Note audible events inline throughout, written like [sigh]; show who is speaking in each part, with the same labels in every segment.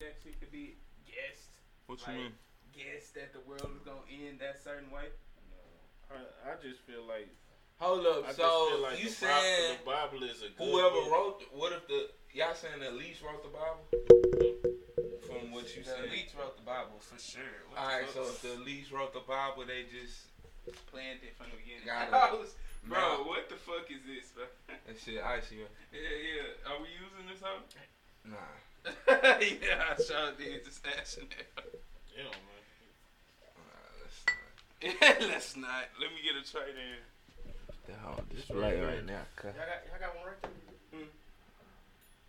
Speaker 1: that shit could be guessed.
Speaker 2: What you
Speaker 1: Like,
Speaker 2: mean?
Speaker 1: Guess that the world is gonna end that certain way.
Speaker 3: I, I just feel like
Speaker 1: Hold up.
Speaker 3: I just
Speaker 1: so
Speaker 3: feel like
Speaker 1: you
Speaker 3: the,
Speaker 1: saying
Speaker 3: Bible, the Bible is a good
Speaker 1: whoever
Speaker 3: book.
Speaker 1: wrote? The, what if the y'all saying the least wrote the Bible? From what you
Speaker 4: The
Speaker 1: said.
Speaker 4: elites wrote the Bible for sure. What
Speaker 1: All right.
Speaker 4: the
Speaker 1: So
Speaker 4: fuck?
Speaker 1: if the least wrote the Bible, they just
Speaker 4: planned it from the beginning. [laughs]
Speaker 1: Got it.
Speaker 4: Bro, what the fuck is this, bro?
Speaker 1: that shit icy. right?
Speaker 4: Yeah, yeah. Are we using this
Speaker 1: [laughs]
Speaker 4: huh?
Speaker 1: Nah.
Speaker 4: yeah, I sure did just asking
Speaker 3: Yeah, man.
Speaker 1: Nah, that's not. [laughs]
Speaker 4: that. Let's not. Let me get a trade in.
Speaker 1: The whole
Speaker 3: display right
Speaker 1: now. Cause
Speaker 5: Y'all got, y'all got one right there?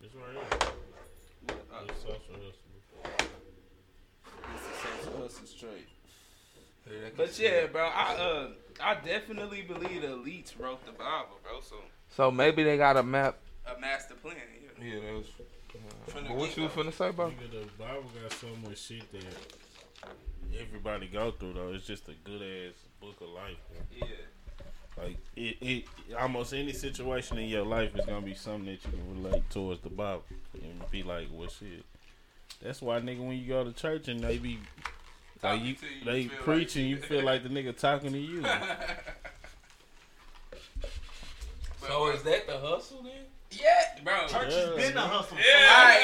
Speaker 3: This right here.
Speaker 4: Uh,
Speaker 3: This sauce from this.
Speaker 4: But yeah, bro, I uh, I definitely believe the elites wrote the Bible, bro. So
Speaker 1: So maybe they got a map.
Speaker 4: a master plan. Yeah.
Speaker 1: Yeah, that was.
Speaker 4: From the
Speaker 1: But what you was
Speaker 4: get-go.
Speaker 1: finna say, bro?
Speaker 3: Nigga, the Bible got so much shit that everybody go through though. It's just a good ass book of life. Bro.
Speaker 4: Yeah.
Speaker 3: Like it, it, almost any situation in your life is gonna be something that you can relate towards the Bible and be like, "Well, shit." That's why, nigga, when you go to church and they be like
Speaker 4: Talking
Speaker 3: you,
Speaker 4: to you,
Speaker 3: they
Speaker 4: you feel like-
Speaker 3: preaching, you
Speaker 4: [laughs]
Speaker 3: feel like the nigga talking to you.
Speaker 1: So is that the hustle then?
Speaker 4: Yeah, bro.
Speaker 5: Church
Speaker 3: Yeah,
Speaker 5: has been a
Speaker 3: man.
Speaker 5: hustle.
Speaker 1: All
Speaker 4: Yeah.
Speaker 1: right,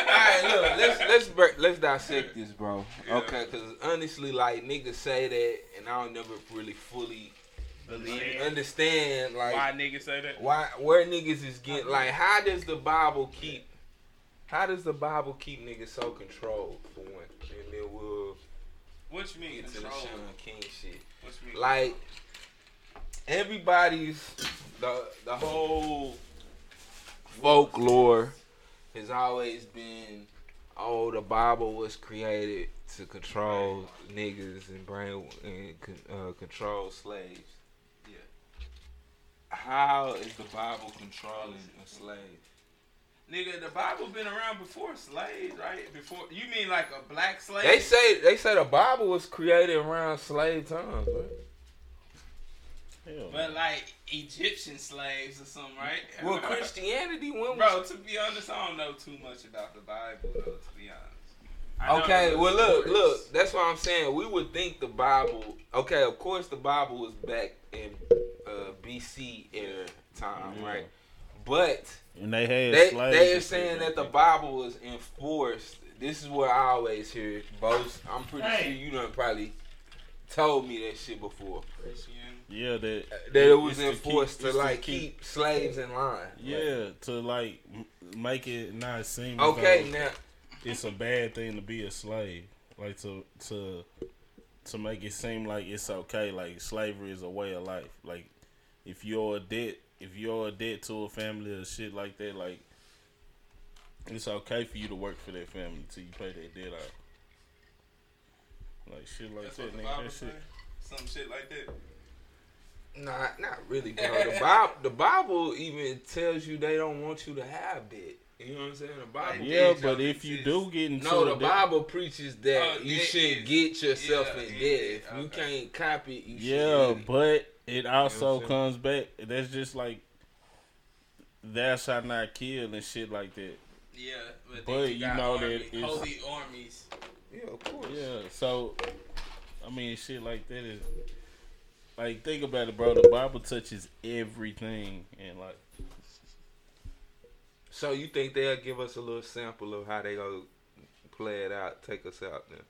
Speaker 1: all
Speaker 4: [laughs]
Speaker 1: right. Look, let's let's break, let's dissect this, bro. Okay, because honestly, like niggas say that, and I don't never really fully
Speaker 4: Believe
Speaker 1: understand, like
Speaker 4: Why
Speaker 1: why,
Speaker 4: niggas say that?
Speaker 1: where niggas is getting like how does the Bible keep how does the Bible keep niggas so controlled for one, and then we'll
Speaker 4: What you mean?
Speaker 1: get to the
Speaker 4: control?
Speaker 1: Sean King shit.
Speaker 4: What you mean?
Speaker 1: like everybody's the the
Speaker 4: Oh,
Speaker 1: whole folklore has always been oh the Bible was created to control niggas and brain and con- uh, control slaves.
Speaker 4: Yeah.
Speaker 1: How is the Bible controlling a slave?
Speaker 4: Nigga, the Bible been around before slaves, right? Before you mean like a black slave?
Speaker 1: They say they say the Bible was created around slave times, right?
Speaker 3: Hell,
Speaker 4: but like Egyptian slaves or something, right?
Speaker 1: Well, Christianity when was
Speaker 4: Bro, to be honest, I don't know too much about the Bible, though. To be honest. I know
Speaker 1: Okay,
Speaker 4: the
Speaker 1: well look,
Speaker 4: stories.
Speaker 1: look, that's what I'm saying. We would think the Bible okay, of course the Bible was back in uh BC era time,
Speaker 3: Yeah.
Speaker 1: right? But
Speaker 3: and they had
Speaker 1: they
Speaker 3: slaves.
Speaker 1: they are
Speaker 3: and shit
Speaker 1: saying
Speaker 3: back
Speaker 1: that the
Speaker 3: then.
Speaker 1: Bible was enforced. This is what I always hear. Both I'm pretty
Speaker 5: Hey.
Speaker 1: sure you done probably told me that shit before.
Speaker 4: Christian.
Speaker 3: yeah that
Speaker 1: That it was
Speaker 3: it's to
Speaker 1: enforced to,
Speaker 3: it's
Speaker 1: like keep, slaves in line.
Speaker 3: yeah to like m- make it not seem as
Speaker 1: Okay,
Speaker 3: though-
Speaker 1: now
Speaker 3: it's a bad thing to be a slave. Like to to to make it seem like it's okay. Like slavery is a way of life. Like if you're a debt, if you're a debt to a family or shit like that, like it's okay for you to work for that family till you pay that debt out. Like shit like
Speaker 4: That's what
Speaker 3: that,
Speaker 4: the
Speaker 3: nigga.
Speaker 4: Bible
Speaker 3: That
Speaker 4: say.
Speaker 3: shit.
Speaker 4: Some shit like that.
Speaker 1: Nah, not really, bro. The Bible, the Bible even tells you they don't want you to have that. You know what I'm saying? The Bible.
Speaker 3: Yeah,
Speaker 4: Debt
Speaker 3: but
Speaker 4: don't
Speaker 3: if you
Speaker 4: exist.
Speaker 3: do get into
Speaker 1: No,
Speaker 3: a
Speaker 1: the
Speaker 3: debt-
Speaker 1: Bible preaches that
Speaker 4: Oh,
Speaker 1: you
Speaker 4: debt
Speaker 1: shouldn't
Speaker 4: is-
Speaker 1: get yourself
Speaker 4: yeah,
Speaker 1: in debt.
Speaker 4: it is.
Speaker 1: If you
Speaker 4: Okay.
Speaker 1: can't copy, it, you
Speaker 3: Yeah,
Speaker 1: shouldn't.
Speaker 3: but it also
Speaker 1: saying?
Speaker 3: comes back. That's just like thou shalt not kill and shit like that.
Speaker 4: Yeah, but,
Speaker 3: But
Speaker 4: then you,
Speaker 3: you
Speaker 4: got
Speaker 3: know that
Speaker 4: army,
Speaker 3: it's-
Speaker 4: holy armies.
Speaker 1: yeah, of course.
Speaker 3: Yeah, so I mean, shit like that is like think about it, bro. The Bible touches everything, and like
Speaker 1: So you think they'll give us a little sample of how they gonna play it out, take us out then?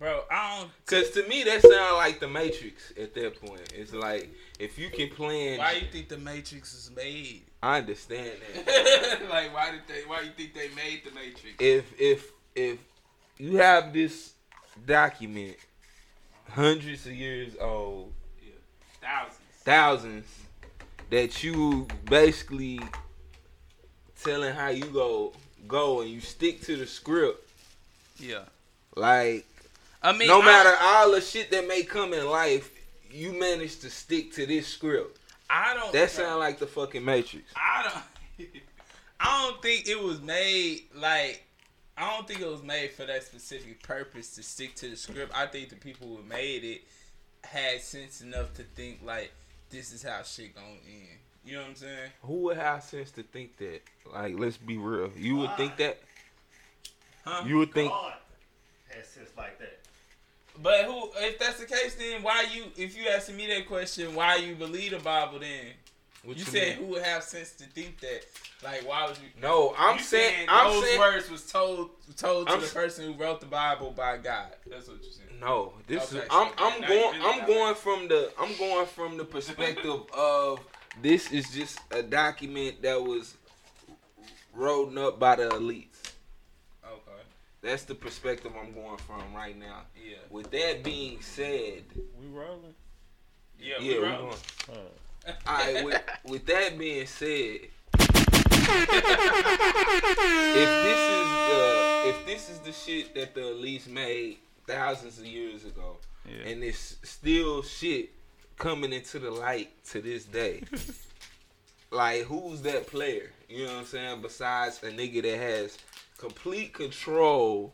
Speaker 4: Bro, I don't.
Speaker 1: Cause to me that sounds like the Matrix at that point. It's like if you can plan,
Speaker 4: Why you think the Matrix is made? [laughs]
Speaker 1: I understand that.
Speaker 4: like, why did they? Why you think they made the Matrix?
Speaker 1: if if if you have this document hundreds of years old
Speaker 4: Thousands.
Speaker 1: thousands that you basically telling how you go go and you stick to the script
Speaker 4: Yeah.
Speaker 1: like
Speaker 4: I mean,
Speaker 1: no
Speaker 4: I-
Speaker 1: matter all the shit that may come in life you manage to stick to this script
Speaker 4: I, don't.
Speaker 1: that sound like the fucking matrix
Speaker 4: I don't. [laughs] I don't think it was made like. I don't think it was made for that specific purpose to stick to the script. I think the people who made it had sense enough to think like, this is how shit gonna end. You know what I'm saying?
Speaker 1: who would have sense to think that like let's be real you would think that
Speaker 4: Huh?
Speaker 1: You would think
Speaker 2: God has sense like that.
Speaker 4: But who? If that's the case, then why you? If you asking me that question, why you believe the Bible? Then
Speaker 1: what
Speaker 4: you, said
Speaker 1: mean?
Speaker 4: who would have sense to think that? Like, why would you?
Speaker 1: No, I'm
Speaker 4: you
Speaker 1: saying, I'm
Speaker 4: those
Speaker 1: saying
Speaker 4: words was told told to
Speaker 1: I'm
Speaker 4: the
Speaker 1: s-
Speaker 4: person who wrote the Bible by God. That's what you said.
Speaker 1: No, this
Speaker 4: Okay,
Speaker 1: is I'm
Speaker 4: so
Speaker 1: I'm
Speaker 4: now you
Speaker 1: going
Speaker 4: feel
Speaker 1: I'm
Speaker 4: that
Speaker 1: going from the I'm going from
Speaker 4: [laughs]
Speaker 1: the perspective of this is just a document that was rolled up by the elites.
Speaker 4: Okay.
Speaker 1: That's the perspective I'm going from right now.
Speaker 4: Yeah.
Speaker 1: With that being said,
Speaker 3: We rolling.
Speaker 4: Yeah.
Speaker 1: yeah,
Speaker 4: we
Speaker 1: we
Speaker 4: wrong.
Speaker 1: going.
Speaker 3: All right.
Speaker 4: [laughs]
Speaker 1: All right, with, with that being said, if this is the if this is the shit that the elites made thousands of years ago,
Speaker 3: Yeah.
Speaker 1: and it's still shit coming into the light to this day.
Speaker 4: [laughs]
Speaker 1: like, who's that player? You know what I'm saying? Besides a nigga that has complete control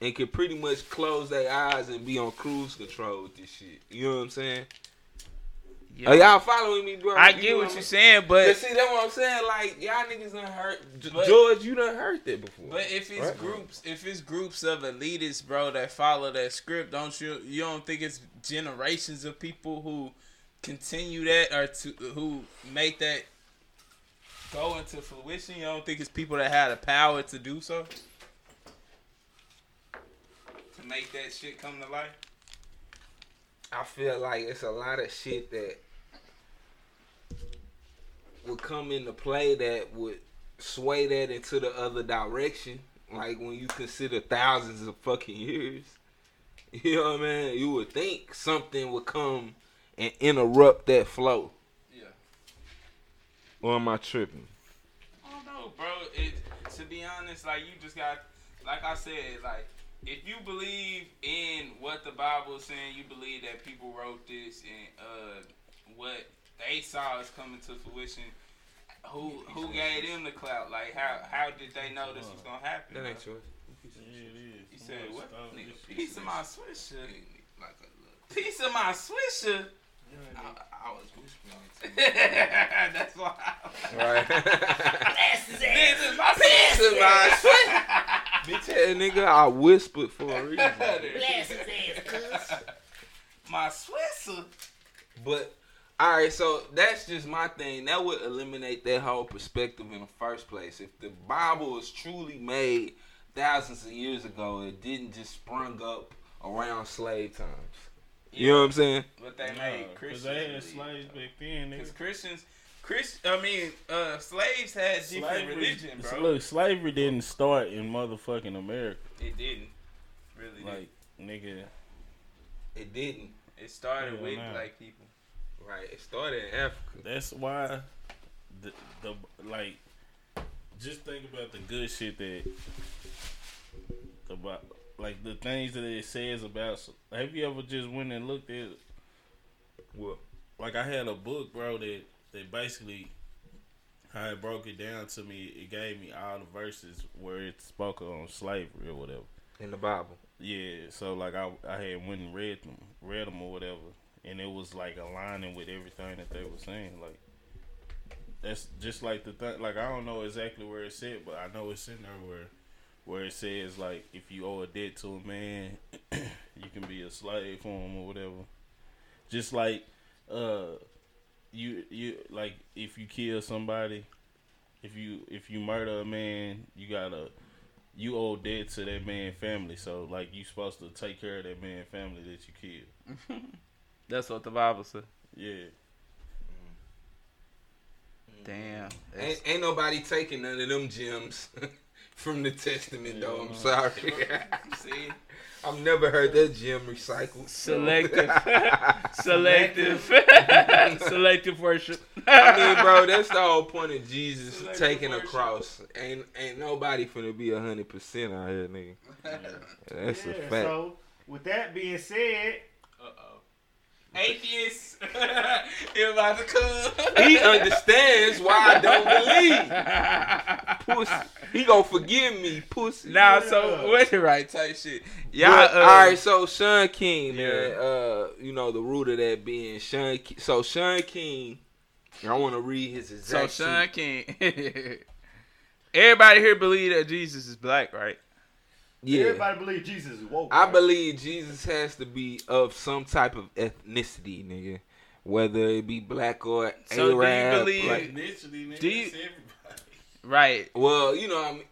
Speaker 1: and can pretty much close their eyes and be on cruise control with this shit. You know what I'm saying?
Speaker 4: Yeah.
Speaker 1: Are y'all following me, bro?
Speaker 4: I
Speaker 1: Oh, You
Speaker 4: get
Speaker 1: know
Speaker 4: what
Speaker 1: I'm-
Speaker 4: you're saying,
Speaker 1: Yeah,
Speaker 4: but
Speaker 1: see, that's what I'm saying. Like, y'all niggas done hurt. G-
Speaker 4: But-
Speaker 1: George, you done hurt that before.
Speaker 4: but if it's
Speaker 1: Right.
Speaker 4: groups, if it's groups of elitists, bro, that follow that script, don't you? You don't think it's generations of people who continue that or to who make that go into fruition? You don't think it's people that had the power to do so to make that shit come to life?
Speaker 1: I feel like it's a lot of shit that would come into play that would sway that into the other direction. Like when you consider thousands of fucking years, [laughs] you know what I mean? You would think something would come and interrupt that flow.
Speaker 4: Yeah.
Speaker 1: Or am I tripping?
Speaker 4: I don't know, bro. It, to be honest, like you just got, like I said, like if you believe in what the Bible is saying, you believe that people wrote this and uh, what they saw is coming to fruition. Who who gave them the clout? Like how how did they know this was gonna happen?
Speaker 1: That ain't
Speaker 4: bro?
Speaker 1: yours.
Speaker 3: Yeah, it
Speaker 4: He
Speaker 3: is.
Speaker 4: said
Speaker 3: I'm
Speaker 4: what?
Speaker 3: gonna stop
Speaker 4: Nigga,
Speaker 3: this
Speaker 4: piece
Speaker 3: shit.
Speaker 4: of my swisher. Piece of my swisher. I, I was whispering. [laughs] it to you. That's why. I-
Speaker 1: Right. [laughs]
Speaker 4: This is my
Speaker 1: This is my Bitch ass nigga, I whispered for a reason.
Speaker 4: [laughs] Blast his ass, My Switzer.
Speaker 1: But all right, so that's just my thing. That would eliminate that whole perspective in the first place. If the Bible was truly made thousands of years ago, it didn't just sprung up around slave times. You know what I'm saying?
Speaker 4: But they
Speaker 3: Nah,
Speaker 4: made
Speaker 3: 'cause
Speaker 4: Christians.
Speaker 3: They had slaves back then.
Speaker 4: Because
Speaker 3: nigga.
Speaker 4: Christians, Chris, I mean, uh, slaves had different
Speaker 3: Slavery-
Speaker 4: religion, bro.
Speaker 3: Look, slavery didn't start in motherfucking America.
Speaker 4: It didn't. Really didn't.
Speaker 3: Like, nigga,
Speaker 1: It didn't.
Speaker 4: It started
Speaker 3: Yeah,
Speaker 4: with
Speaker 3: nah.
Speaker 4: black people.
Speaker 1: Right. It started in Africa.
Speaker 3: that's why the the like. Just think about the good shit that about like the things that it says about. Have you ever just went and looked at
Speaker 1: Well,
Speaker 3: like I had a book, bro, that that basically how it broke it down to me. It gave me all the verses where it spoke on slavery or whatever.
Speaker 1: in the Bible.
Speaker 3: Yeah, so like I I had went and read them, read them or whatever, and it was like aligning with everything that they were saying. Like that's just like the thing. Like I don't know exactly where it said, but I know it's in there where where it says like if you owe a debt to a man, [clears throat] you can be a slave for him or whatever. Just like uh, you you like if you kill somebody, if you if you murder a man, you gotta you owe debt to that man family. So like you supposed to take care of that man family that you killed.
Speaker 4: That's what the Bible said.
Speaker 3: Yeah.
Speaker 4: Mm-hmm. Damn.
Speaker 1: Ain't, ain't nobody taking none of them gems [laughs] from the Testament, though. I'm sorry. [laughs]
Speaker 4: See?
Speaker 1: I've never heard that gem
Speaker 4: [laughs]
Speaker 1: recycled.
Speaker 4: Selective. Selective. [laughs] Selective worship.
Speaker 1: I
Speaker 4: [laughs]
Speaker 1: mean, bro, that's the whole point of Jesus
Speaker 4: Select
Speaker 1: taking a
Speaker 4: worship.
Speaker 1: cross. Ain't ain't nobody finna be a hundred percent out here, nigga. That's a
Speaker 2: Yeah,
Speaker 1: fact.
Speaker 2: So, with that being said,
Speaker 4: Uh-oh. Atheists. [laughs] you about to come.
Speaker 1: he understands why I don't believe. Pussy. He gonna forgive me, pussy.
Speaker 4: [laughs] Nah,
Speaker 2: Yeah.
Speaker 4: so what's the right type shit?
Speaker 1: Yeah.
Speaker 4: Y'all, uh,
Speaker 1: all right. So Sean King, man.
Speaker 4: Yeah.
Speaker 1: Uh, you know the root of that being Sean. Ki- So Sean King. I want to read his
Speaker 4: So
Speaker 1: exact.
Speaker 4: Sean King.
Speaker 5: [laughs] Everybody here believe that Jesus is black, right?
Speaker 1: Yeah.
Speaker 2: Everybody believe Jesus is woke.
Speaker 1: I
Speaker 2: right?
Speaker 1: believe Jesus has to be of some type of ethnicity, nigga. Whether it be black or
Speaker 5: So do you
Speaker 1: Arab.
Speaker 5: believe-
Speaker 1: like-
Speaker 3: Initially, nigga,
Speaker 5: Do you-
Speaker 3: it's everybody.
Speaker 5: Right.
Speaker 1: well, you know, I mean,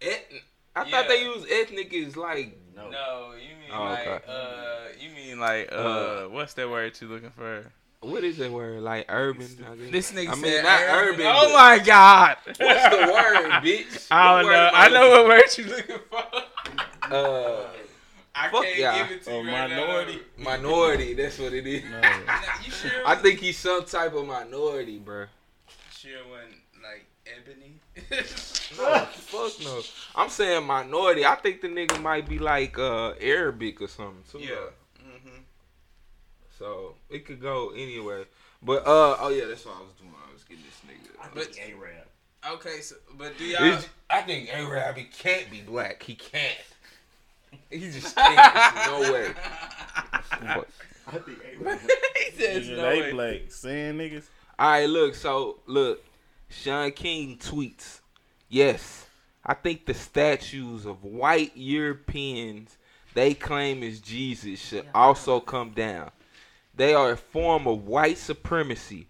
Speaker 1: eth- I
Speaker 4: Yeah.
Speaker 1: thought they use ethnic as like
Speaker 3: No.
Speaker 4: No, you mean
Speaker 1: Oh,
Speaker 4: like
Speaker 1: okay.
Speaker 4: uh, you mean
Speaker 5: Like, uh,
Speaker 1: Uh,
Speaker 5: what's that word you looking for?
Speaker 1: what is that word? Like urban. I guess.
Speaker 4: this nigga
Speaker 1: I mean,
Speaker 4: said
Speaker 1: not urban,
Speaker 4: urban.
Speaker 5: Oh
Speaker 1: Oh
Speaker 5: my God!
Speaker 1: What's the
Speaker 5: [laughs]
Speaker 1: word, bitch?
Speaker 5: I
Speaker 1: What
Speaker 5: don't
Speaker 1: word
Speaker 5: know.
Speaker 1: am
Speaker 5: I know what
Speaker 1: looking
Speaker 5: word
Speaker 4: What you looking for?
Speaker 1: for? Uh,
Speaker 4: I
Speaker 1: Fuck Oh,
Speaker 4: can't
Speaker 1: y'all.
Speaker 4: give it to
Speaker 3: A [laughs]
Speaker 4: you right
Speaker 3: minority.
Speaker 1: minority. That's what it is.
Speaker 3: No. [laughs]
Speaker 4: now. Nah, You sure?
Speaker 1: I think he's some type of minority, bro.
Speaker 4: sure when like ebony. [laughs]
Speaker 1: No, fuck no. I'm saying minority. I think the nigga might be like uh Arabic or something too.
Speaker 4: yeah.
Speaker 1: though.
Speaker 4: Mm-hmm.
Speaker 1: So it could go anywhere. But uh oh yeah, that's what I was doing. I was getting this nigga.
Speaker 2: I think Arab.
Speaker 4: Okay, so but do y'all?
Speaker 1: It's- I think Arab he can't be black. He can't. He just can't. There's no way.
Speaker 5: [laughs]
Speaker 1: Fuck.
Speaker 2: I think
Speaker 3: [laughs]
Speaker 2: Arab.
Speaker 4: he says
Speaker 3: Nigga,
Speaker 4: no
Speaker 3: they
Speaker 4: way.
Speaker 3: black. Saying niggas.
Speaker 1: All right, look. So look, Sean King tweets. Yes, I think the statues of white Europeans they claim is Jesus should also come down. They are a form of white supremacy,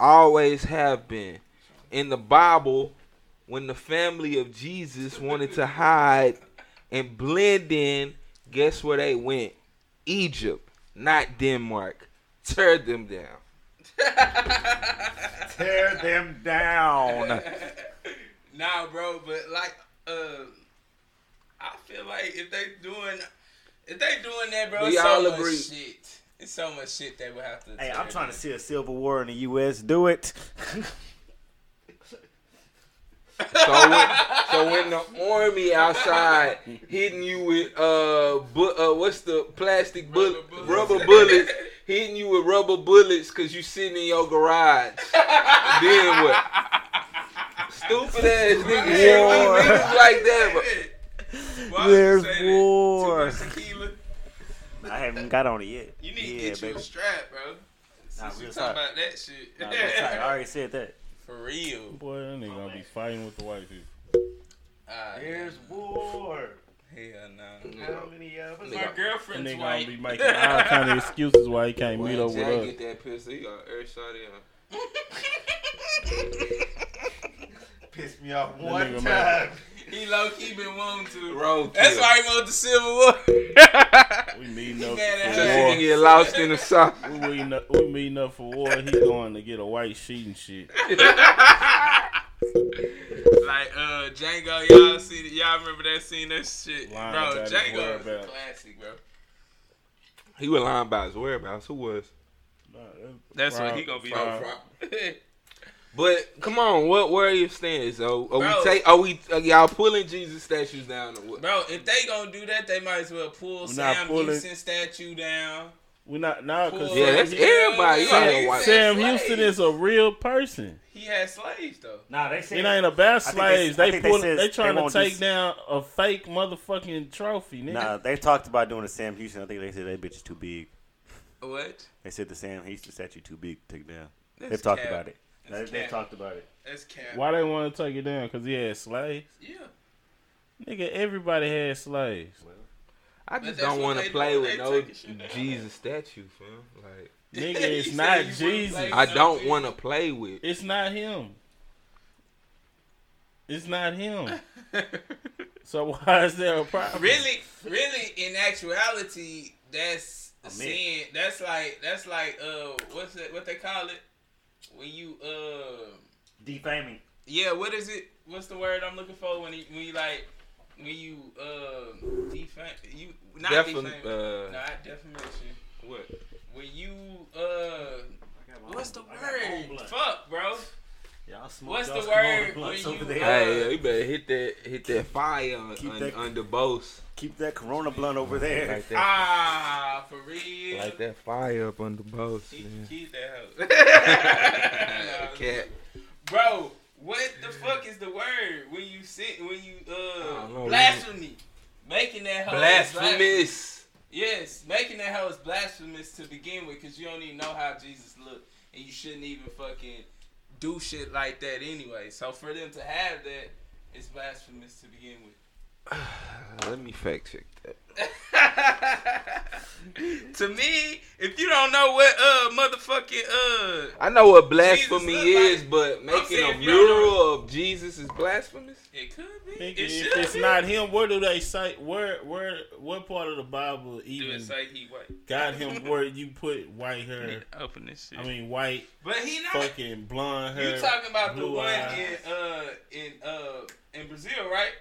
Speaker 1: always have been. In the Bible, when the family of Jesus wanted to hide and blend in, guess where they went? Egypt, not Denmark. Tear them down.
Speaker 2: Tear them
Speaker 4: [laughs]
Speaker 2: down.
Speaker 4: [laughs] Nah, bro, but like, uh, I feel like if they doing, if they doing that, bro,
Speaker 1: Do
Speaker 4: it's
Speaker 1: y'all
Speaker 4: so
Speaker 1: agree?
Speaker 4: much shit. It's so much shit they would have to.
Speaker 2: hey,
Speaker 4: tear
Speaker 2: I'm trying
Speaker 4: down.
Speaker 3: [laughs]
Speaker 2: to see a civil war in the U.S. Do it. [laughs]
Speaker 1: So when, so when the army outside hitting you with uh, bu- uh what's the plastic bullet
Speaker 4: Rubber bullets.
Speaker 1: rubber bullets hitting you with rubber bullets because you sitting in your garage then what stupid ass niggas shit we [laughs]
Speaker 2: War.
Speaker 1: niggas like that but
Speaker 4: Why would you
Speaker 2: There's
Speaker 4: say that?
Speaker 2: war.
Speaker 4: Too much tequila?
Speaker 2: I haven't got on it yet.
Speaker 4: You need
Speaker 2: yeah,
Speaker 4: to get you
Speaker 2: baby.
Speaker 4: a strap, bro.
Speaker 2: Nah,
Speaker 4: Since you
Speaker 2: real talk.
Speaker 4: talking about that shit.
Speaker 2: [laughs] Nah, that's right. I already said that.
Speaker 4: [laughs] For real.
Speaker 3: Boy, that nigga gonna be fighting with the white people.
Speaker 4: Ah,
Speaker 2: There's war.
Speaker 4: Hell no.
Speaker 2: How many of us?
Speaker 1: Nigga,
Speaker 4: My
Speaker 1: that
Speaker 3: That
Speaker 4: girlfriend's
Speaker 3: nigga
Speaker 4: white.
Speaker 3: gonna be making
Speaker 4: [laughs]
Speaker 3: all kind of excuses why he can't meet up
Speaker 1: Boy,
Speaker 3: with
Speaker 1: Jack
Speaker 3: us.
Speaker 1: get that pistol he got airshot in
Speaker 2: pissed me off
Speaker 3: one nigga mad.
Speaker 2: time.
Speaker 4: he low key been wanting to.
Speaker 1: road
Speaker 4: That's why he wanted the Civil War. [laughs]
Speaker 3: We meeting
Speaker 4: He
Speaker 3: up
Speaker 4: mad at
Speaker 3: for
Speaker 1: just
Speaker 4: us.
Speaker 1: he
Speaker 3: war.
Speaker 1: can get lost in the south
Speaker 3: We meeting up, we meeting up for war. He going to get a white sheet and shit.
Speaker 4: Like uh Django, y'all see that? Y'all remember that scene? That shit,
Speaker 3: Lines
Speaker 4: bro.
Speaker 3: out of
Speaker 4: Django is a
Speaker 3: whereabouts.
Speaker 4: classic, bro.
Speaker 1: he was lying about his whereabouts who was
Speaker 3: Nah,
Speaker 5: That's what he gonna be
Speaker 3: fried-
Speaker 5: doing.
Speaker 1: But come on, what where are you standing? So are
Speaker 4: Bro.
Speaker 1: we take are we are y'all pulling Jesus statues down or what?
Speaker 4: [laughs] Bro, if they gonna do that, they might as well pull
Speaker 3: We're not
Speaker 4: Sam
Speaker 3: pulling-
Speaker 4: Houston statue down.
Speaker 3: We not nah, cause
Speaker 4: Pull-
Speaker 1: Yeah, that's
Speaker 3: Sam,
Speaker 1: everybody.
Speaker 4: Yeah,
Speaker 1: You ain't
Speaker 4: he
Speaker 1: a white-
Speaker 4: said
Speaker 3: Sam Houston
Speaker 4: slaves.
Speaker 3: is a real person.
Speaker 4: He had slaves though.
Speaker 2: Nah, they said
Speaker 3: It ain't about
Speaker 2: I think
Speaker 3: slaves.
Speaker 2: they- I
Speaker 3: They
Speaker 2: think they
Speaker 3: pulling. They,
Speaker 2: said
Speaker 3: trying
Speaker 2: they
Speaker 3: to
Speaker 2: won't
Speaker 3: take
Speaker 2: just-
Speaker 3: down a fake motherfucking trophy, nigga.
Speaker 2: Nah, they talked about doing the Sam Houston. I think they said that bitch is too big.
Speaker 4: What?
Speaker 2: They said the Sam Houston statue too big to take down.
Speaker 4: That's
Speaker 2: They've talked
Speaker 4: cap.
Speaker 2: about it. They,
Speaker 4: That's
Speaker 2: they've
Speaker 4: cap.
Speaker 2: talked about it.
Speaker 4: That's cap.
Speaker 3: Why they want to take it down? Cause he had slaves.
Speaker 4: Yeah.
Speaker 3: Nigga, everybody had
Speaker 4: [laughs]
Speaker 3: slaves.
Speaker 1: I
Speaker 4: But
Speaker 1: just
Speaker 4: that's
Speaker 1: don't
Speaker 4: what
Speaker 1: want
Speaker 4: they
Speaker 1: to play
Speaker 4: do,
Speaker 1: with
Speaker 4: they
Speaker 1: no
Speaker 4: taking shit down.
Speaker 1: Jesus statue, fam. Like
Speaker 3: Nigga,
Speaker 4: He
Speaker 3: it's
Speaker 4: said he
Speaker 3: not
Speaker 4: wouldn't play
Speaker 3: Jesus.
Speaker 4: with
Speaker 1: I
Speaker 4: no
Speaker 1: don't
Speaker 4: Jesus.
Speaker 1: want to play with.
Speaker 3: It's not him. It's
Speaker 4: [laughs]
Speaker 3: not him. so why is there a problem?
Speaker 4: Really, really, in actuality, that's a
Speaker 2: myth.
Speaker 4: sin. That's like that's like uh, what's it? What they call it? When you uh,
Speaker 2: Defaming.
Speaker 4: yeah, what is it? What's the word I'm looking for? When you, when you like when you uh, defame you not
Speaker 1: Definitely.
Speaker 4: defame,
Speaker 1: Uh,
Speaker 4: not defamation.
Speaker 1: what?
Speaker 4: When you uh, what's the word? Fuck, bro.
Speaker 2: Y'all smoke
Speaker 4: What's
Speaker 2: y'all
Speaker 4: the
Speaker 2: Camaro
Speaker 4: word
Speaker 2: blunts
Speaker 4: when
Speaker 2: over
Speaker 4: you-
Speaker 2: there.
Speaker 1: Hey, yeah, you better hit that hit that fire un,
Speaker 2: Keep that-
Speaker 1: under both.
Speaker 2: Keep that Corona blunt over there.
Speaker 1: Like that,
Speaker 4: Ah, for real.
Speaker 1: like that fire up under both.
Speaker 4: Keep, [laughs]
Speaker 1: Man.
Speaker 4: keep that hoe.
Speaker 1: Cat,
Speaker 4: Bro, what the fuck is the word when you sit when you uh
Speaker 1: don't know.
Speaker 4: blasphemy? Making that hoe is blasphemy.
Speaker 1: blasphemous.
Speaker 4: Yes, making that hoe is blasphemous to begin with because you don't even know how Jesus looked and you shouldn't even fucking do shit like that anyway. So for them to have that It's blasphemous to begin with. [laughs]
Speaker 1: Uh, Let me fact check that.
Speaker 4: to me, if you don't know what uh motherfucking uh
Speaker 1: I know what blasphemy
Speaker 4: Jesus look
Speaker 1: is,
Speaker 4: like-
Speaker 1: but making
Speaker 4: saying
Speaker 1: a
Speaker 4: if y'all don't-
Speaker 1: mural of Jesus is blasphemous.
Speaker 4: it could be.
Speaker 3: Nigga,
Speaker 4: It
Speaker 3: if
Speaker 4: should
Speaker 3: it's
Speaker 4: be.
Speaker 3: not him, where do they say where where what part of the Bible
Speaker 4: Do
Speaker 3: even
Speaker 4: it say he white. [laughs]
Speaker 3: got him where you put white hair?
Speaker 5: Open this shit.
Speaker 3: I mean white
Speaker 4: But he not
Speaker 3: fucking blonde hair.
Speaker 4: You talking about the
Speaker 3: blue
Speaker 4: one
Speaker 3: eyes.
Speaker 4: in uh in uh in Brazil, right?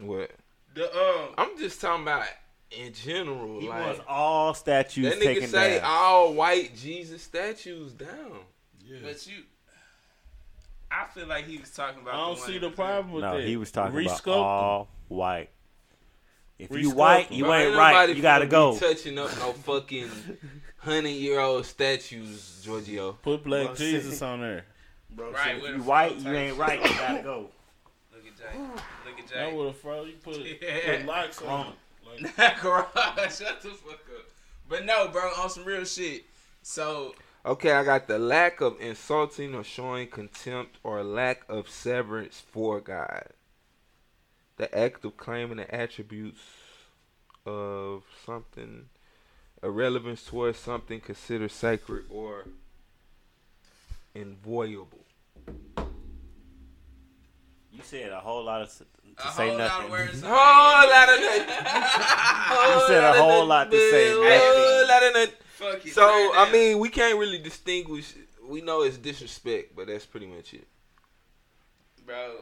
Speaker 1: What?
Speaker 4: The um
Speaker 1: I'm just talking about in general.
Speaker 2: He
Speaker 1: like
Speaker 2: wants all statues
Speaker 1: that nigga
Speaker 2: taken
Speaker 1: say
Speaker 2: down.
Speaker 1: all white Jesus statues down.
Speaker 3: Yeah.
Speaker 4: but you I feel like he was talking
Speaker 3: I
Speaker 4: about
Speaker 3: don't
Speaker 4: the one
Speaker 3: see
Speaker 4: in
Speaker 3: the
Speaker 4: Brazil.
Speaker 3: problem with
Speaker 2: no,
Speaker 3: that.
Speaker 2: he was talking about
Speaker 3: Resculpt
Speaker 2: all white. If you
Speaker 3: Resculpt
Speaker 2: white,
Speaker 3: them.
Speaker 2: you
Speaker 1: Bro,
Speaker 2: ain't
Speaker 1: ain't
Speaker 2: right.
Speaker 1: nobody
Speaker 2: You gotta
Speaker 1: finna
Speaker 2: go.
Speaker 1: Be touching up no
Speaker 2: [laughs]
Speaker 1: fucking hundred year old statues, Giorgio.
Speaker 3: Put black
Speaker 2: Well, see.
Speaker 3: Jesus on there.
Speaker 2: Bro,
Speaker 4: Right,
Speaker 2: if
Speaker 4: with
Speaker 2: you
Speaker 4: a
Speaker 2: white,
Speaker 4: full
Speaker 2: you
Speaker 4: type
Speaker 2: ain't right.
Speaker 4: [laughs]
Speaker 2: You gotta go.
Speaker 4: Look at Jay. Look at
Speaker 3: That
Speaker 4: Jay.
Speaker 3: would have fro. You
Speaker 4: [laughs]
Speaker 3: put,
Speaker 4: Yeah.
Speaker 3: put locks on.
Speaker 2: Wrong.
Speaker 3: it.
Speaker 4: [laughs]
Speaker 3: Like,
Speaker 4: Garage, [laughs] shut the fuck up. But no, bro, on some real shit. So
Speaker 1: Okay, I got the lack of insulting or showing contempt or lack of severance for God. The act of claiming the attributes of something, irrelevance towards something considered sacred or inviolable.
Speaker 2: You said a whole lot of s- to
Speaker 4: a
Speaker 2: say
Speaker 4: whole lot
Speaker 2: nothing.
Speaker 4: of words.
Speaker 1: Whole
Speaker 4: [laughs]
Speaker 1: lot of
Speaker 2: You said a
Speaker 1: Oh,
Speaker 2: whole lot to say
Speaker 1: Whole lot of nothing.
Speaker 4: Fuck it.
Speaker 1: So
Speaker 4: turn it
Speaker 1: I
Speaker 4: down.
Speaker 1: mean, we can't really distinguish. We know it's disrespect, but that's pretty much it.
Speaker 4: bro.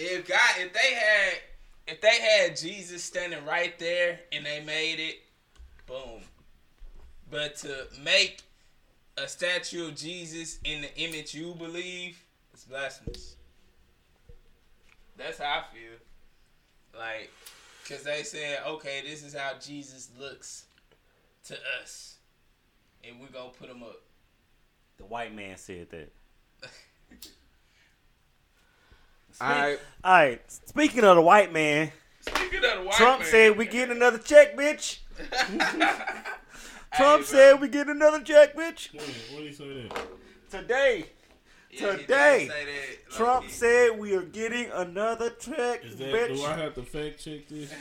Speaker 4: If God, if they had, if they had Jesus standing right there and they made it, boom. But to make a statue of Jesus in the image you believe, it's blasphemous. That's how I feel. Like, cause they said, okay, this is how Jesus looks to us, and we're gonna put him up.
Speaker 2: The white man said that.
Speaker 1: All right,
Speaker 2: All right. Speaking of the white man,
Speaker 4: Speaking of the white
Speaker 2: Trump
Speaker 4: man-
Speaker 2: said we getting another
Speaker 4: [laughs]
Speaker 2: check, bitch. Trump said we getting another check, bitch.
Speaker 3: what do you say that?
Speaker 2: Today,
Speaker 4: Yeah, he did say
Speaker 2: today,
Speaker 4: that, like,
Speaker 2: Trump
Speaker 4: he-
Speaker 2: said we are getting another check,
Speaker 3: Is that do I
Speaker 2: bitch.
Speaker 3: have to fact check
Speaker 4: [laughs]
Speaker 3: this?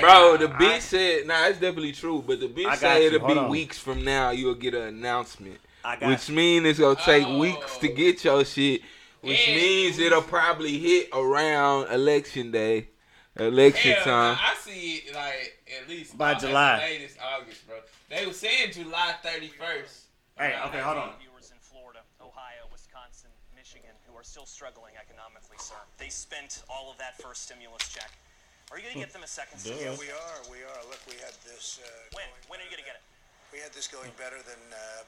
Speaker 1: bro. The bitch said, "Nah, it's definitely true." But the
Speaker 2: I
Speaker 1: bitch
Speaker 2: got
Speaker 1: said
Speaker 2: you.
Speaker 1: it'll
Speaker 2: Hold
Speaker 1: be
Speaker 2: on.
Speaker 1: weeks from now. You'll get an announcement,
Speaker 2: I got
Speaker 1: which
Speaker 2: you.
Speaker 1: means it's gonna take
Speaker 4: Oh.
Speaker 1: weeks to get your shit. Which
Speaker 4: And-
Speaker 1: means it'll probably hit around election day, election
Speaker 4: Hell,
Speaker 1: time.
Speaker 4: I see it like at least
Speaker 2: By
Speaker 4: August,
Speaker 2: July.
Speaker 4: latest August, bro. They were saying July thirty first.
Speaker 2: Hey, okay, hold on.
Speaker 6: Viewers in Florida, Ohio, Wisconsin, Michigan, who are still struggling economically, sir. They spent all of that first stimulus check. Are you going to get them a second stimulus?
Speaker 7: We are, we are. Look, we had this. Uh,
Speaker 6: When? When are you going to get it?
Speaker 7: we had this going better than uh,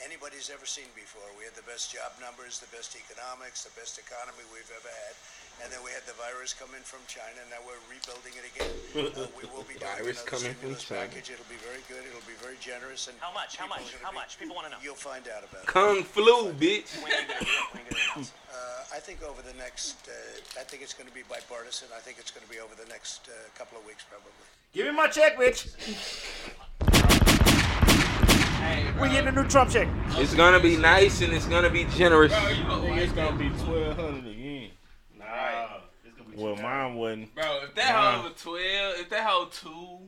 Speaker 7: anybody's ever seen before. We had the best job numbers, the best economics, the best economy we've ever had, and then we had the virus come in from China. and Now we're rebuilding it
Speaker 1: [laughs]
Speaker 7: again. Uh, we will be doing
Speaker 1: Virus
Speaker 7: another
Speaker 1: coming from
Speaker 7: stimulus
Speaker 1: China.
Speaker 7: package. It'll be very good. It'll be very generous. And
Speaker 6: How much? How
Speaker 7: people are
Speaker 6: much?
Speaker 7: gonna
Speaker 6: How
Speaker 7: be-
Speaker 6: much? People want to know.
Speaker 7: You'll find out about. it.
Speaker 1: Kung flu, bitch.
Speaker 6: When are you going to do it? When are you going to announce it?
Speaker 7: Uh, I think over the next, uh, I think it's going to be bipartisan. I think it's going to be over the next uh, couple of weeks, probably.
Speaker 2: Give me my check, bitch.
Speaker 4: Hey, bro.
Speaker 2: We getting a new Trump check.
Speaker 1: It's gonna be nice and it's gonna be generous.
Speaker 4: Bro, you a
Speaker 3: I think
Speaker 4: white
Speaker 3: it's gonna be twelve hundred again.
Speaker 2: Nah, it's gonna be
Speaker 3: Well, mine wasn't.
Speaker 4: bro. If that
Speaker 3: Nah.
Speaker 4: hold was twelve, if that hold two,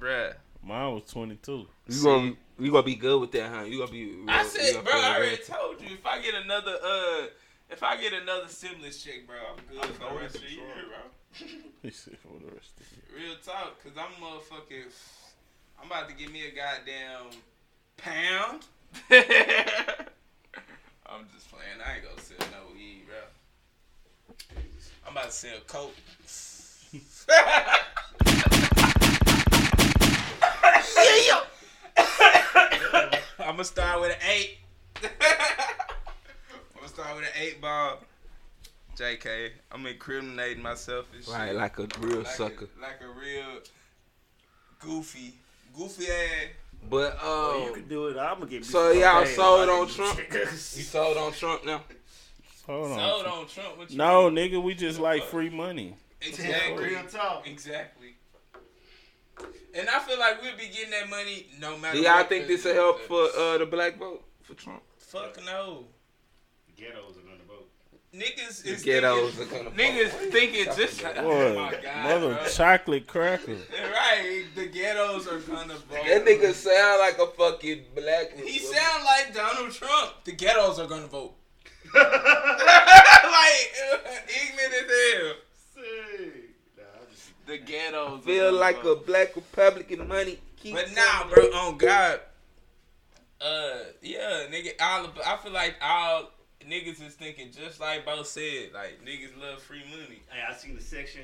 Speaker 5: bruh.
Speaker 3: Mine was twenty two.
Speaker 1: You gonna you gonna be good with that, huh? You gonna be. Real,
Speaker 4: I
Speaker 1: you
Speaker 4: said,
Speaker 1: gonna
Speaker 4: bro,
Speaker 1: feel
Speaker 4: I already
Speaker 1: good.
Speaker 4: told you. If I get another, uh, if I get another stimulus check, bro, I'm good for the rest of the year, bro.
Speaker 3: [laughs] He said for the rest of it.
Speaker 4: Real talk, cause I'm motherfucking. I'm about to give me a goddamn pound. [laughs] I'm just playing. I ain't gonna sell no weed, bro. I'm about to sell coke. [laughs] I'm gonna start with an eight. [laughs] I'm gonna start with an eight ball. JK, I'm incriminating myself and shit.
Speaker 1: Right, like a real sucker.
Speaker 4: A, like a real goofy, goofy ass.
Speaker 1: But
Speaker 4: Oh,
Speaker 1: um,
Speaker 2: You can do it. I'm gonna get. me
Speaker 1: so
Speaker 2: some
Speaker 1: y'all
Speaker 2: damn
Speaker 1: sold
Speaker 2: money.
Speaker 1: on Trump. [laughs] you sold on Trump now.
Speaker 3: Hold on.
Speaker 4: Sold on Trump. What you
Speaker 3: No, nigga, we just like free money.
Speaker 4: exactly,
Speaker 2: Real talk.
Speaker 4: exactly. And I feel like we'll be getting that money no matter.
Speaker 1: Do y'all
Speaker 4: what
Speaker 1: think this will
Speaker 4: president
Speaker 1: help for
Speaker 4: does.
Speaker 1: uh the black vote for Trump?
Speaker 4: Fuck no.
Speaker 2: Ghettos another vote.
Speaker 4: niggas is
Speaker 1: Ghettos
Speaker 4: thinking,
Speaker 1: are gonna
Speaker 4: niggas
Speaker 1: fuck with
Speaker 4: thinking just like, [laughs] oh my
Speaker 3: What?
Speaker 4: god,
Speaker 3: Mother
Speaker 4: bro.
Speaker 3: chocolate cracker.
Speaker 4: right? The ghettos are gonna vote.
Speaker 1: That nigga sound like a fucking black.
Speaker 4: He sound like Donald Trump. The ghettos are gonna vote. [laughs] like ignorant as hell. The ghettos
Speaker 1: feel like a black Republican money. Keep
Speaker 4: But nah, bro, um, on God. Uh, yeah, nigga, all of, I feel like all niggas is thinking just like Bo said, like niggas love free money. [laughs]
Speaker 2: Hey, I seen the section